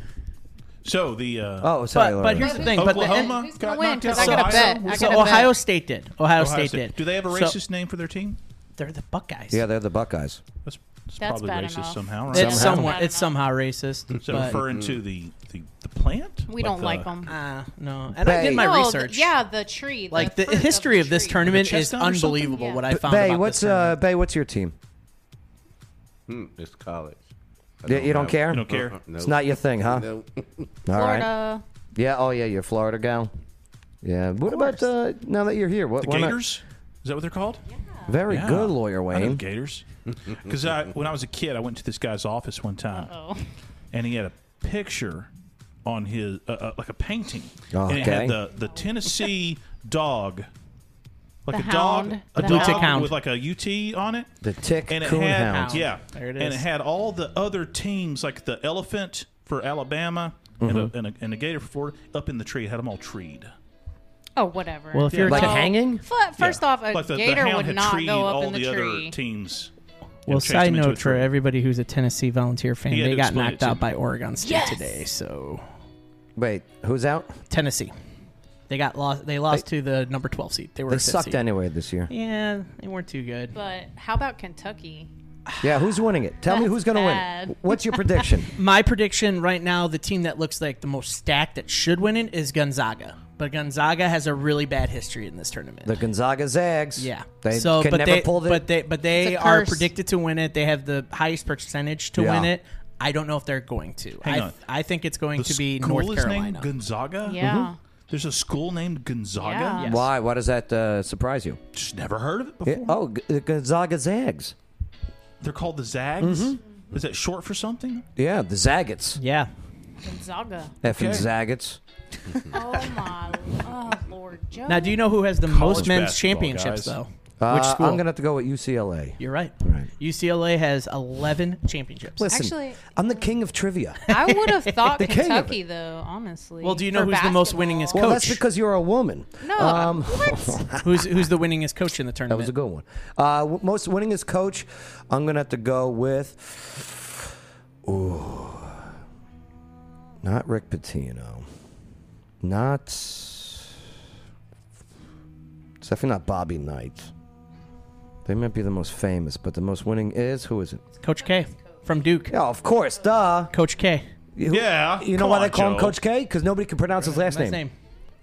Speaker 6: So the uh,
Speaker 1: Oh, sorry,
Speaker 7: But,
Speaker 1: Laura.
Speaker 7: but here's the thing. But the,
Speaker 6: Oklahoma
Speaker 7: and-
Speaker 6: Who's gonna got win? knocked out 'Cause I got a
Speaker 7: so,
Speaker 6: bet. I
Speaker 7: so
Speaker 6: got a
Speaker 7: Ohio
Speaker 6: bet.
Speaker 7: State did. Ohio,
Speaker 6: Ohio
Speaker 7: State,
Speaker 6: State.
Speaker 7: did.
Speaker 6: Do they have a
Speaker 7: So-
Speaker 6: racist name for their team?
Speaker 7: They're the Buckeyes.
Speaker 1: Yeah, they're the Buckeyes.
Speaker 6: That's, that's,
Speaker 7: That's
Speaker 6: probably
Speaker 7: bad
Speaker 6: racist
Speaker 7: enough.
Speaker 6: somehow, right?
Speaker 7: It's somewhat. It's somehow racist.
Speaker 6: So
Speaker 7: but-
Speaker 6: referring to the, the, the plant?
Speaker 5: We don't like
Speaker 6: the-
Speaker 5: 'em.
Speaker 7: Uh, no, and I did my
Speaker 5: No, the-
Speaker 7: research.
Speaker 5: yeah, the tree. the
Speaker 7: Like the,
Speaker 5: fruit of
Speaker 7: history of this tournament
Speaker 5: The
Speaker 7: is
Speaker 5: chestnut or something?
Speaker 7: unbelievable.
Speaker 5: Yeah.
Speaker 7: What I found.
Speaker 1: Bay,
Speaker 7: about
Speaker 1: what's
Speaker 7: this
Speaker 1: uh, Bay? What's your team?
Speaker 2: Hmm, it's college. I
Speaker 1: You- you don't
Speaker 2: have-
Speaker 1: care?
Speaker 2: I don't care.
Speaker 1: It's not your thing, huh?
Speaker 2: No.
Speaker 1: All right.
Speaker 5: Florida.
Speaker 1: Yeah. Oh, yeah. You're a Florida gal. Yeah. What about uh, now that you're here? What,
Speaker 6: The
Speaker 1: why not-
Speaker 6: Gators? Is that what they're called?
Speaker 1: Very
Speaker 6: Yeah.
Speaker 1: good, lawyer
Speaker 6: I know
Speaker 1: Wayne.
Speaker 6: Gators. [laughs] Because I, when I was a kid, I went to this guy's office one time, and he had a picture on his uh, uh, like a painting, and
Speaker 1: Okay.
Speaker 6: it had the the Tennessee dog, like
Speaker 5: The
Speaker 6: a dog,
Speaker 5: hound.
Speaker 6: a
Speaker 5: The
Speaker 6: dog
Speaker 5: tick hound.
Speaker 6: with like a UT on it.
Speaker 1: The tick
Speaker 6: and it
Speaker 1: coon
Speaker 6: had
Speaker 1: hound.
Speaker 6: yeah,
Speaker 7: There it
Speaker 6: and
Speaker 7: is.
Speaker 6: it had all the other teams like the elephant for Alabama
Speaker 1: Mhm.
Speaker 6: and, a, and, a, and a gator for Florida up in the tree. It had them all treed.
Speaker 5: Oh, whatever.
Speaker 6: Well, if you're Like a- hanging?
Speaker 5: Fu- First off, a
Speaker 6: Like the- the
Speaker 5: gator
Speaker 6: hound
Speaker 5: would
Speaker 6: had
Speaker 5: not
Speaker 6: treed
Speaker 5: go up
Speaker 6: all
Speaker 5: in the,
Speaker 6: the
Speaker 5: tree.
Speaker 6: other teams.
Speaker 7: Well,
Speaker 6: and changed
Speaker 7: side
Speaker 6: them into a
Speaker 7: note for everybody who's a Tennessee volunteer fan,
Speaker 6: Yeah,
Speaker 7: they
Speaker 6: to
Speaker 7: got
Speaker 6: explain it
Speaker 7: knocked
Speaker 6: to
Speaker 7: out by
Speaker 6: me.
Speaker 7: Oregon State
Speaker 6: Yes!
Speaker 7: today. So,
Speaker 1: wait, who's out?
Speaker 7: Tennessee. They got lost. They lost to the number twelve seed. They were
Speaker 1: They
Speaker 7: a fifth
Speaker 1: sucked
Speaker 7: seed.
Speaker 1: anyway this year.
Speaker 7: Yeah, they weren't too good.
Speaker 5: But how about Kentucky?
Speaker 1: Yeah. Who's winning it? Tell me
Speaker 5: That's
Speaker 6: [laughs]
Speaker 1: who's going to win.
Speaker 5: bad.
Speaker 1: What's your prediction?
Speaker 7: [laughs] My prediction right now, the team that looks like the most stacked that should win it is Gonzaga. But Gonzaga has a really bad history in this tournament.
Speaker 1: The Gonzaga Zags.
Speaker 7: Yeah.
Speaker 1: They
Speaker 7: so,
Speaker 1: can
Speaker 7: but
Speaker 1: never
Speaker 7: they,
Speaker 1: pull the.
Speaker 7: but they, but they
Speaker 1: It's a
Speaker 7: are
Speaker 1: curse.
Speaker 7: predicted to win it. They have the highest percentage to
Speaker 1: Yeah.
Speaker 7: win it. I don't know if they're going to.
Speaker 6: Hang
Speaker 7: I,
Speaker 6: on.
Speaker 7: I think it's going
Speaker 6: The
Speaker 7: to be
Speaker 6: school
Speaker 7: North
Speaker 6: is named
Speaker 7: Carolina.
Speaker 6: Gonzaga.
Speaker 7: Yeah. Mhm.
Speaker 6: There's a school named Gonzaga.
Speaker 7: Yeah. Yes.
Speaker 1: Why? Why does that uh, surprise you?
Speaker 6: Just never heard of it
Speaker 1: Yeah.
Speaker 6: before.
Speaker 1: Oh, G- the Gonzaga Zags.
Speaker 6: They're called the Zags.
Speaker 7: Mm-hmm.
Speaker 6: Is that short for something?
Speaker 1: Yeah, the Zaggets.
Speaker 7: Yeah.
Speaker 5: Gonzaga.
Speaker 1: Effing
Speaker 6: Okay.
Speaker 1: Zaggets.
Speaker 5: Oh my, oh Lord, Joe.
Speaker 7: Now, do you know who has the
Speaker 6: College
Speaker 7: most men's
Speaker 6: basketball,
Speaker 7: championships,
Speaker 6: guys.
Speaker 7: though?
Speaker 1: Uh,
Speaker 7: Which school?
Speaker 1: I'm gonna have to go with UCLA.
Speaker 7: You're right. UCLA has 11 championships.
Speaker 1: Listen,
Speaker 5: Actually-
Speaker 1: I'm the king of trivia.
Speaker 5: I
Speaker 1: [laughs]
Speaker 5: would have thought
Speaker 1: The king of
Speaker 5: Kentucky, though. Honestly.
Speaker 7: Well, do you know
Speaker 5: For
Speaker 7: who's the most
Speaker 5: basketball.
Speaker 7: winningest
Speaker 1: Well, that's
Speaker 7: coach?
Speaker 1: because you're a woman. Uh,
Speaker 5: No,
Speaker 1: Um, [laughs]
Speaker 5: uh,
Speaker 1: what?
Speaker 7: who's who's the winningest coach in the
Speaker 1: that
Speaker 7: tournament?
Speaker 1: was a good one. Uh, w- most winningest coach, I'm gonna have to go with. Ooh, not Rick Pitino. Not. It's definitely not Bobby Knight. They might be the most famous, but the most winning is who is it?
Speaker 7: Coach K from Duke.
Speaker 1: Yeah, of course, duh.
Speaker 7: Coach K.
Speaker 1: You-
Speaker 6: Yeah,
Speaker 1: You know
Speaker 6: come
Speaker 1: why
Speaker 6: on,
Speaker 1: they call him
Speaker 6: Joe.
Speaker 1: Coach K? Because nobody can pronounce his last
Speaker 7: Last
Speaker 1: name.
Speaker 7: name.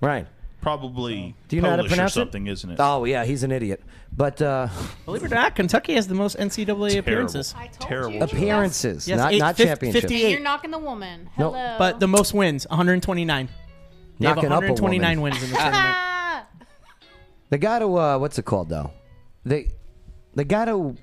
Speaker 1: Right.
Speaker 6: Probably.
Speaker 1: Do you know how to
Speaker 6: Polish
Speaker 1: pronounce
Speaker 6: or something,
Speaker 1: it?
Speaker 6: isn't it?
Speaker 1: Oh yeah, he's an idiot. But uh,
Speaker 7: Believe it or not, Kentucky has the most NCAA appearances.
Speaker 6: Terrible.
Speaker 1: appearances,
Speaker 7: Yes,
Speaker 1: not
Speaker 7: eight-
Speaker 1: not
Speaker 7: fif-
Speaker 1: championships.
Speaker 7: 58.
Speaker 5: And you're knocking the woman.
Speaker 1: No,
Speaker 5: Hello.
Speaker 7: But the most wins, 129. They
Speaker 1: Knocking
Speaker 7: have
Speaker 1: up a woman.
Speaker 7: 129 wins in the tournament.
Speaker 1: [laughs] They got to uh, what's it called though? They they got to.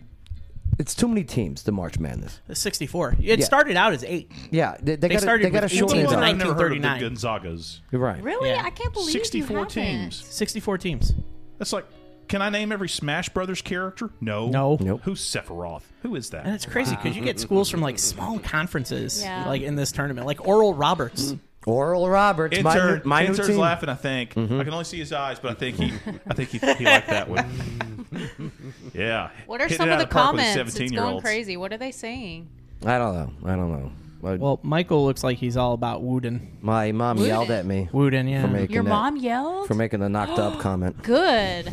Speaker 1: It's too many teams to March Madness.
Speaker 7: 64. It
Speaker 1: Yeah.
Speaker 7: started out as eight.
Speaker 1: Yeah, they, they,
Speaker 7: They
Speaker 1: gotta,
Speaker 7: started
Speaker 1: they gotta
Speaker 7: with
Speaker 1: shorten it
Speaker 7: 18
Speaker 1: up.
Speaker 7: to
Speaker 6: I've never heard of the
Speaker 7: 1939.
Speaker 6: Gonzagas.
Speaker 1: You're right.
Speaker 5: really,
Speaker 7: Yeah.
Speaker 5: I can't believe you
Speaker 6: Sixty-four
Speaker 5: haven't.
Speaker 6: teams.
Speaker 7: 64 teams.
Speaker 6: That's like. Can I name every Smash Brothers character? No.
Speaker 7: No.
Speaker 6: Who's Sephiroth? Who is that?
Speaker 7: And it's crazy because you
Speaker 1: [laughs]
Speaker 7: get schools from like small conferences,
Speaker 5: Yeah.
Speaker 7: like in this tournament, like Oral Roberts.
Speaker 1: Mm-hmm. Oral Roberts, my
Speaker 6: Intern,
Speaker 1: new, my new
Speaker 6: intern's
Speaker 1: team. Mm-hmm.
Speaker 6: laughing. I think I can only see his eyes, but I think he, I think he, he liked that one. yeah.
Speaker 5: What are
Speaker 6: Hit it
Speaker 5: some
Speaker 6: out
Speaker 5: of the,
Speaker 6: the park with these
Speaker 5: comments? It's going
Speaker 6: 17-year-olds.
Speaker 5: crazy. What are they saying?
Speaker 1: I don't know. I don't know. My,
Speaker 7: Well, Michael looks like he's all about Wooden.
Speaker 1: my mom
Speaker 5: Wooden.
Speaker 1: yelled at me.
Speaker 7: Wooden, yeah.
Speaker 1: For making
Speaker 5: Your
Speaker 1: that-
Speaker 5: mom yelled?
Speaker 1: for making the knocked
Speaker 5: [gasps]
Speaker 1: up comment.
Speaker 7: [laughs]
Speaker 5: Good.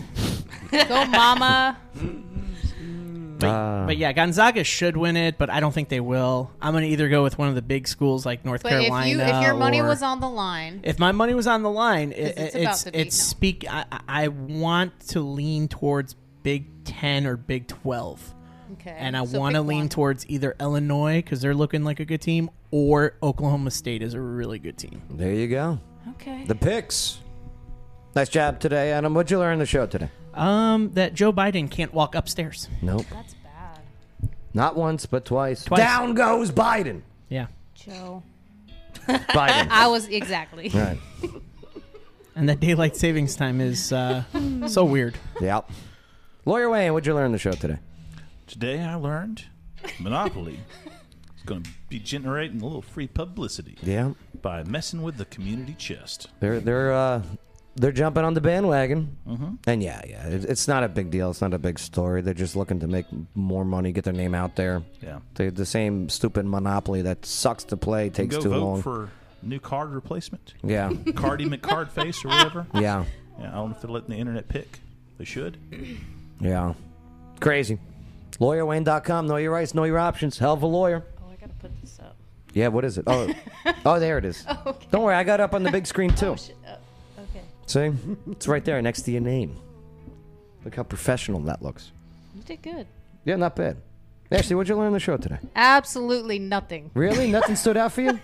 Speaker 5: Go, mama.
Speaker 1: Ah.
Speaker 7: But yeah, Gonzaga should win it, but I don't think they will. I'm going to either go with one of the big schools like North
Speaker 5: But if
Speaker 7: Carolina.
Speaker 5: you, if your money
Speaker 7: or-
Speaker 5: was on the line,
Speaker 7: If my money was on the line, it,
Speaker 5: 'Cause it's
Speaker 7: it's
Speaker 5: about
Speaker 7: it's,
Speaker 5: to be, no.
Speaker 7: speak. I, I- I want to lean towards Big Ten or Big Twelve,
Speaker 5: okay.
Speaker 7: and I
Speaker 5: so
Speaker 7: want to
Speaker 5: pick
Speaker 7: lean
Speaker 5: one.
Speaker 7: towards either Illinois because they're looking like a good team, or Oklahoma State is a really good team.
Speaker 1: There you go.
Speaker 5: Okay.
Speaker 1: The picks. Nice job today, Adam. What'd you learn in the show today?
Speaker 7: Um, that Joe Biden can't
Speaker 1: [laughs]
Speaker 7: walk upstairs.
Speaker 1: Nope.
Speaker 5: That's bad,
Speaker 1: Not once, but twice.
Speaker 7: Twice.
Speaker 1: Down goes Biden.
Speaker 7: Yeah,
Speaker 5: Joe.
Speaker 1: Biden.
Speaker 5: I was exactly. Oh,
Speaker 1: All
Speaker 5: [laughs]
Speaker 1: right.
Speaker 7: and that daylight savings time is uh, so weird.
Speaker 1: Yep. Lawyer Wayne, what'd you learn in the show today?
Speaker 6: Today I learned Monopoly is going to be generating a little free publicity
Speaker 1: Yeah.
Speaker 6: by messing with the community chest.
Speaker 1: They're they're uh they're jumping on the bandwagon.
Speaker 6: Mm-hmm.
Speaker 1: And yeah, yeah, it, it's not a big deal. It's not a big story. They're just looking to make more money, get their name out there.
Speaker 6: Yeah.
Speaker 1: They, the same stupid monopoly that sucks to play, takes
Speaker 6: Go
Speaker 1: too
Speaker 6: vote
Speaker 1: long.
Speaker 6: for new card replacement.
Speaker 1: Yeah.
Speaker 6: Cardi McCardface or whatever.
Speaker 1: [laughs] Yeah.
Speaker 6: Yeah, I don't know if they're letting the internet pick. They should.
Speaker 1: yeah. Crazy. LawyerWayne.com. Know your rights, know your options. Hell of a lawyer. Yeah, what is it?
Speaker 5: [laughs]
Speaker 1: Oh, oh, there it is. Don't worry, I got up on the big screen
Speaker 5: Oh,
Speaker 1: too.
Speaker 5: uh, Okay.
Speaker 1: See, it's right there next to your name. Look how professional that looks.
Speaker 5: You did good.
Speaker 1: Yeah, not bad. Ashley, what'd you learn on the show today?
Speaker 5: Absolutely nothing. [laughs]
Speaker 1: Really, nothing stood out for you?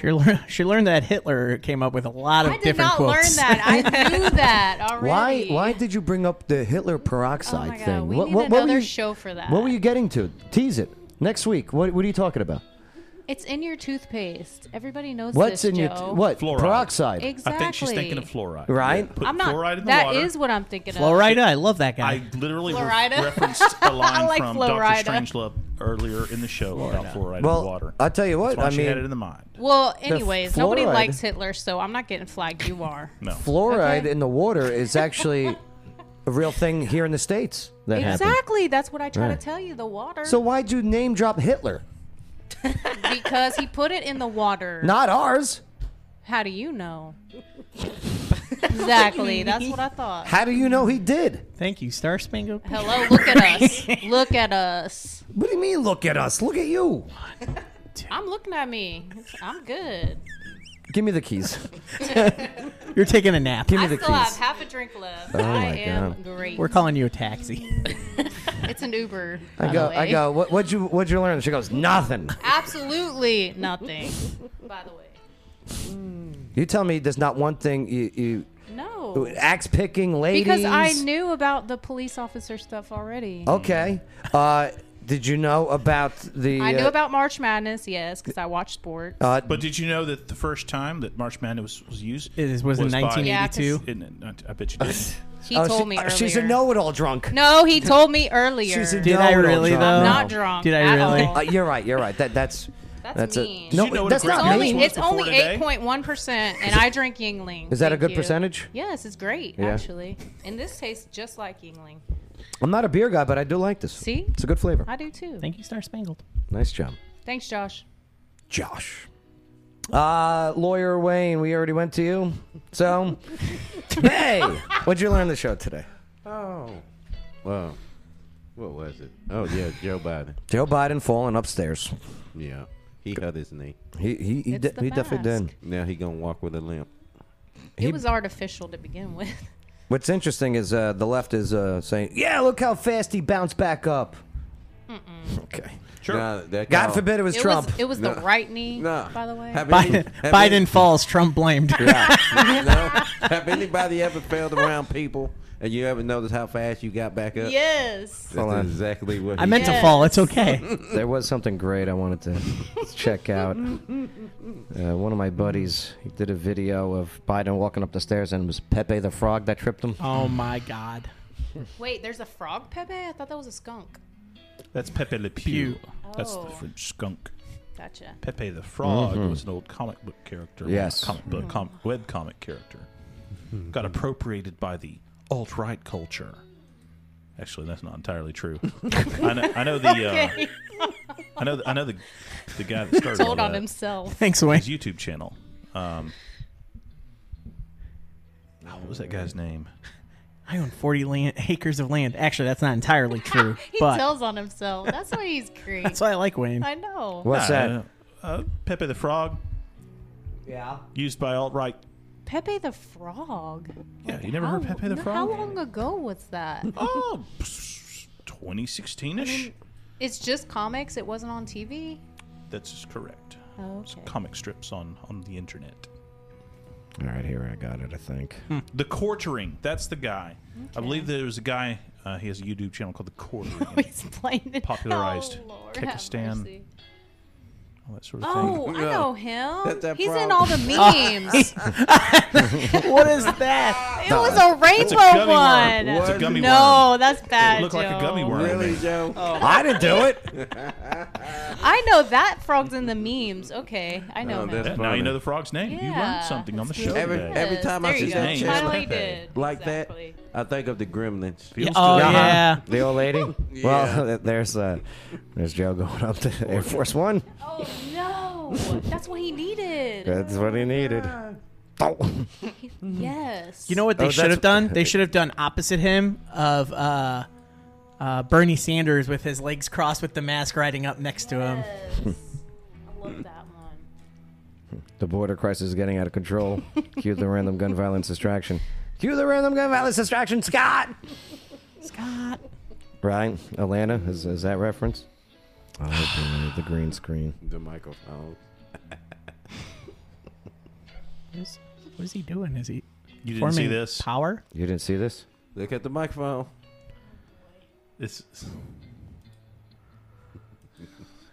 Speaker 7: She learned, [laughs] she learned that Hitler came up with a lot of
Speaker 5: I did
Speaker 7: different
Speaker 5: not learn
Speaker 7: quotes.
Speaker 5: that.
Speaker 7: [laughs]
Speaker 5: I
Speaker 1: [laughs]
Speaker 5: knew that
Speaker 1: Why?
Speaker 5: already.
Speaker 1: Why did you bring up the Hitler peroxide
Speaker 5: Oh God,
Speaker 1: thing?
Speaker 5: we
Speaker 1: what,
Speaker 5: need
Speaker 1: what, what were
Speaker 5: another
Speaker 1: you,
Speaker 5: show for that.
Speaker 1: What were you getting to? Tease it next week. What, what are you talking about?
Speaker 5: It's in your toothpaste. Everybody knows
Speaker 1: What's
Speaker 5: this,
Speaker 1: in your
Speaker 5: Joe.
Speaker 1: t- what? Peroxide.
Speaker 5: Exactly. I think she's thinking of
Speaker 6: fluoride.
Speaker 1: Right?
Speaker 5: I'm not.
Speaker 6: fluoride in the
Speaker 5: that
Speaker 6: water.
Speaker 5: is what I'm thinking
Speaker 7: Florida, I love that guy.
Speaker 6: I literally re-
Speaker 5: Florida?
Speaker 6: referenced
Speaker 5: [laughs]
Speaker 6: a
Speaker 5: I
Speaker 6: line
Speaker 5: like
Speaker 6: from
Speaker 5: Florida.
Speaker 6: Doctor Strangelove earlier in the show about fluoride in
Speaker 1: Well,
Speaker 6: the water.
Speaker 1: I tell you what,
Speaker 6: That's why
Speaker 1: I
Speaker 6: she
Speaker 1: mean-
Speaker 6: had it in the mind.
Speaker 5: of. Well,
Speaker 1: The
Speaker 5: anyways, nobody
Speaker 1: fluoride-
Speaker 5: likes Hitler, so I'm not getting flagged. You are.
Speaker 6: No.
Speaker 1: Fluoride in the water is actually a real thing here in the states. That happened.
Speaker 5: exactly. That's what I try
Speaker 1: Yeah.
Speaker 5: to tell you. The water.
Speaker 1: So why'd you name drop Hitler?
Speaker 5: [laughs] because he put it in the water.
Speaker 1: Not ours.
Speaker 5: How do you know? exactly. That's what I thought.
Speaker 1: How do you know he did?
Speaker 7: Thank you, Star Spangled.
Speaker 5: Hello, look at us. Look at us.
Speaker 1: What do you mean? Look at us. Look at you.
Speaker 5: I'm looking at me. I'm
Speaker 1: [laughs]
Speaker 5: good.
Speaker 1: Give me the
Speaker 5: [laughs]
Speaker 1: keys.
Speaker 7: You're taking a nap.
Speaker 1: Give
Speaker 5: I still have half a drink left.
Speaker 1: Oh
Speaker 5: I
Speaker 1: my
Speaker 5: am
Speaker 1: God.
Speaker 5: great.
Speaker 7: We're calling you a taxi.
Speaker 5: [laughs] it's an Uber. by
Speaker 1: I
Speaker 5: the
Speaker 1: go. I
Speaker 5: way.
Speaker 1: go. What, what'd you What'd you learn? She goes. Nothing.
Speaker 5: Absolutely nothing. By the way.
Speaker 1: You tell me there's not one thing you. you
Speaker 5: No.
Speaker 1: Axe picking [laughs] ladies.
Speaker 5: Because I knew about the police officer stuff already.
Speaker 1: Okay. Uh, did you know about the?
Speaker 5: I knew
Speaker 1: uh,
Speaker 5: about March Madness, yes, because I watched sport.
Speaker 1: Uh,
Speaker 6: but did you know that the first time that March Madness was, was used it
Speaker 7: was in
Speaker 5: 1982?
Speaker 6: I
Speaker 1: [laughs]
Speaker 6: bet you did.
Speaker 1: Oh,
Speaker 5: He told me earlier.
Speaker 1: uh, She's a know-it-all drunk.
Speaker 5: no, he told me earlier.
Speaker 1: She's a
Speaker 7: Did I
Speaker 1: know-it-all
Speaker 7: really,
Speaker 1: drunk.
Speaker 7: though?
Speaker 5: I'm not drunk Did I at really? all.
Speaker 1: Uh, you're right. You're right. That that's
Speaker 5: That's mean.
Speaker 1: a no. that's
Speaker 5: it's
Speaker 1: not
Speaker 5: only,
Speaker 1: mean.
Speaker 5: It's only eight point one percent, and I drink Yingling.
Speaker 1: is that a
Speaker 5: Thank
Speaker 1: good
Speaker 5: you.
Speaker 1: percentage?
Speaker 5: Yes, it's great
Speaker 1: Yeah.
Speaker 5: actually, and this tastes just like Yingling.
Speaker 1: I'm not a beer guy, but I do like this.
Speaker 5: See?
Speaker 1: it's a good flavor.
Speaker 5: I do too.
Speaker 7: Thank you, Star Spangled.
Speaker 1: Nice job,
Speaker 5: Thanks, Josh.
Speaker 1: Josh. Uh, lawyer Wayne, we already went to you.
Speaker 5: [laughs]
Speaker 1: So, hey, what'd you learn on the show today?
Speaker 2: Oh. Well, what was it? Oh yeah, Joe Biden.
Speaker 1: Joe Biden falling upstairs.
Speaker 2: Yeah, he hurt his knee.
Speaker 1: He he he,
Speaker 5: It's
Speaker 1: de-
Speaker 5: the
Speaker 1: he definitely
Speaker 5: mask.
Speaker 1: did.
Speaker 2: Now he gonna walk with a limp.
Speaker 1: He-
Speaker 5: it was artificial to begin with.
Speaker 1: What's interesting is uh, the left is uh, saying, "Yeah, look how fast he bounced back up." Okay.
Speaker 2: Sure.
Speaker 1: God forbid it was
Speaker 5: it
Speaker 1: Trump.
Speaker 5: Was, it was the right knee, by the way.
Speaker 2: Have any-
Speaker 7: Biden,
Speaker 2: have any-
Speaker 7: Biden falls, Trump blamed.
Speaker 1: [laughs]
Speaker 2: no. Have anybody ever failed around people and you ever noticed how fast you got back up?
Speaker 5: Yes.
Speaker 2: That's exactly what
Speaker 7: I
Speaker 2: he
Speaker 7: meant
Speaker 2: did.
Speaker 7: to fall. It's
Speaker 1: [laughs]
Speaker 2: [laughs]
Speaker 7: okay.
Speaker 1: there was something great I wanted to [laughs] check out. Uh, one of my buddies he did a video of Biden walking up the stairs, and it was Pepe the Frog that tripped him.
Speaker 7: [laughs] Oh my God.
Speaker 5: Wait, there's a frog, Pepe. I thought that was a skunk.
Speaker 6: That's Pepe Le Pew. That's the
Speaker 5: Oh.
Speaker 6: French skunk.
Speaker 5: Gotcha.
Speaker 6: Pepe the Frog
Speaker 7: Mm-hmm.
Speaker 1: Mhm.
Speaker 6: was an old comic book character.
Speaker 1: Yes.
Speaker 6: Comic book,
Speaker 5: Mm-hmm.
Speaker 6: com- web comic character. Got
Speaker 7: Mm-hmm.
Speaker 6: appropriated by the alt right culture. Actually, that's not entirely
Speaker 5: [laughs]
Speaker 6: true. I know. I know the. Uh,
Speaker 5: Okay.
Speaker 15: [laughs]
Speaker 6: I know. The, I know the. The guy that started
Speaker 5: Told
Speaker 6: all
Speaker 5: on
Speaker 6: that.
Speaker 5: himself.
Speaker 7: Thanks, Wayne.
Speaker 6: His YouTube channel. Um, oh, what was that guy's name?
Speaker 7: I own 40 land, acres of land. Actually, that's not entirely true.
Speaker 5: [laughs] He
Speaker 7: but
Speaker 5: tells on himself. That's why he's great.
Speaker 7: that's why I like Wayne.
Speaker 5: I know.
Speaker 7: What's that?
Speaker 6: Uh, Pepe the Frog,
Speaker 5: Yeah.
Speaker 6: used by alt right.
Speaker 5: Pepe the Frog.
Speaker 6: Yeah, you never heard
Speaker 5: How-
Speaker 6: Pepe the
Speaker 5: no,
Speaker 6: Frog?
Speaker 5: How long ago was that?
Speaker 6: [laughs] Oh, 2016 ish.
Speaker 5: It's just comics. It wasn't on TV.
Speaker 6: That's just correct.
Speaker 5: Oh,
Speaker 6: It's
Speaker 5: okay.
Speaker 6: comic strips on on the internet. Hmm.
Speaker 1: All right, here I got it. I think.
Speaker 6: The Quartering. That's the guy. I believe there was a guy. Uh, he has a YouTube
Speaker 5: [laughs]
Speaker 6: channel called The Quartering.
Speaker 5: He's Oh, playing it.
Speaker 6: popularized
Speaker 5: Oh, Lord, have
Speaker 6: Kyrgyzstan.
Speaker 5: mercy.
Speaker 6: all that sort of thing.
Speaker 5: Oh, I know him.
Speaker 6: That's that
Speaker 5: He's in
Speaker 6: problem.
Speaker 2: [laughs]
Speaker 5: all the memes.
Speaker 7: what is that?
Speaker 5: It was a
Speaker 6: That's a
Speaker 5: rainbow
Speaker 6: gummy worm.
Speaker 5: one.
Speaker 6: It's a gummy
Speaker 5: no,
Speaker 6: worm.
Speaker 5: that's bad.
Speaker 6: It looked like a
Speaker 5: Joe. Oh,
Speaker 6: gummy worm.
Speaker 2: Really, Joe?
Speaker 1: [laughs] I didn't do it.
Speaker 5: I know that frog's in the memes. Okay, I
Speaker 1: Oh,
Speaker 5: know. him.
Speaker 6: Yeah, now you know the frog's name. you learned something on the show.
Speaker 2: Oh, Every,
Speaker 6: today.
Speaker 2: every time I
Speaker 5: There you
Speaker 2: see
Speaker 5: go.
Speaker 2: that chick
Speaker 5: Finally
Speaker 2: like that, like that, I think of the Gremlins.
Speaker 1: Yeah.
Speaker 7: Oh,
Speaker 2: Uh-huh.
Speaker 1: Uh-huh. the old [laughs] lady.
Speaker 2: [laughs] Yeah.
Speaker 1: Well, there's uh, there's Joe going up to Air Force
Speaker 5: [laughs]
Speaker 1: One.
Speaker 5: Oh no, that's what he needed.
Speaker 1: That's what he needed.
Speaker 5: Yes.
Speaker 7: You know what they
Speaker 1: Oh,
Speaker 7: should
Speaker 1: that's-
Speaker 7: have done? They should have done opposite him of uh, uh, Bernie Sanders with his legs crossed with the mask riding up next to him.
Speaker 1: The border crisis is getting out of
Speaker 6: [laughs]
Speaker 1: control. Cue the random gun violence distraction. Cue the random gun violence distraction, Scott.
Speaker 7: Scott.
Speaker 1: Right, Atlanta is is that reference? Oh, the green screen.
Speaker 2: The microphone.
Speaker 7: What is, what is he doing? Is he
Speaker 6: [laughs] You didn't see
Speaker 7: forming
Speaker 6: this?
Speaker 7: power?
Speaker 1: You didn't see this?
Speaker 2: Look at the microphone.
Speaker 6: It's.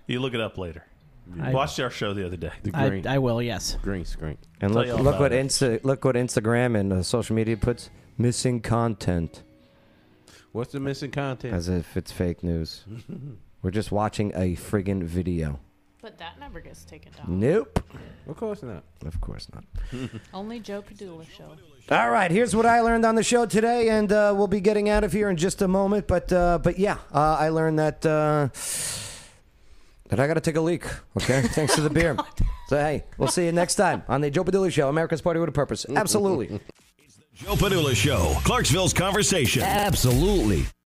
Speaker 6: You look it up later.
Speaker 7: I-
Speaker 6: Watched our show the other day.
Speaker 7: I, I will, yes.
Speaker 2: Green screen.
Speaker 1: And
Speaker 6: Tell
Speaker 1: look,
Speaker 6: you all
Speaker 1: look
Speaker 6: about
Speaker 1: what
Speaker 6: it.
Speaker 1: Insta, look what Instagram and uh, social media puts missing content
Speaker 2: What's the missing content?
Speaker 1: as if it's fake
Speaker 6: [laughs]
Speaker 1: news. We're just watching a friggin' video.
Speaker 5: But that never gets taken down.
Speaker 1: Nope.
Speaker 2: Of course not.
Speaker 1: Of course not.
Speaker 2: [laughs]
Speaker 5: Only Joe Padula show.
Speaker 1: All right, here's what I learned on the show today, and uh, we'll be getting out of here in just a moment. But uh, but yeah, uh, I learned that uh, that I got to take a leak. Okay, thanks to the beer. So hey, we'll see you next time on the Joe Padula Show, America's Party with a Purpose. Absolutely.
Speaker 3: Joe Padula Show, Clarksville's conversation.
Speaker 1: Absolutely.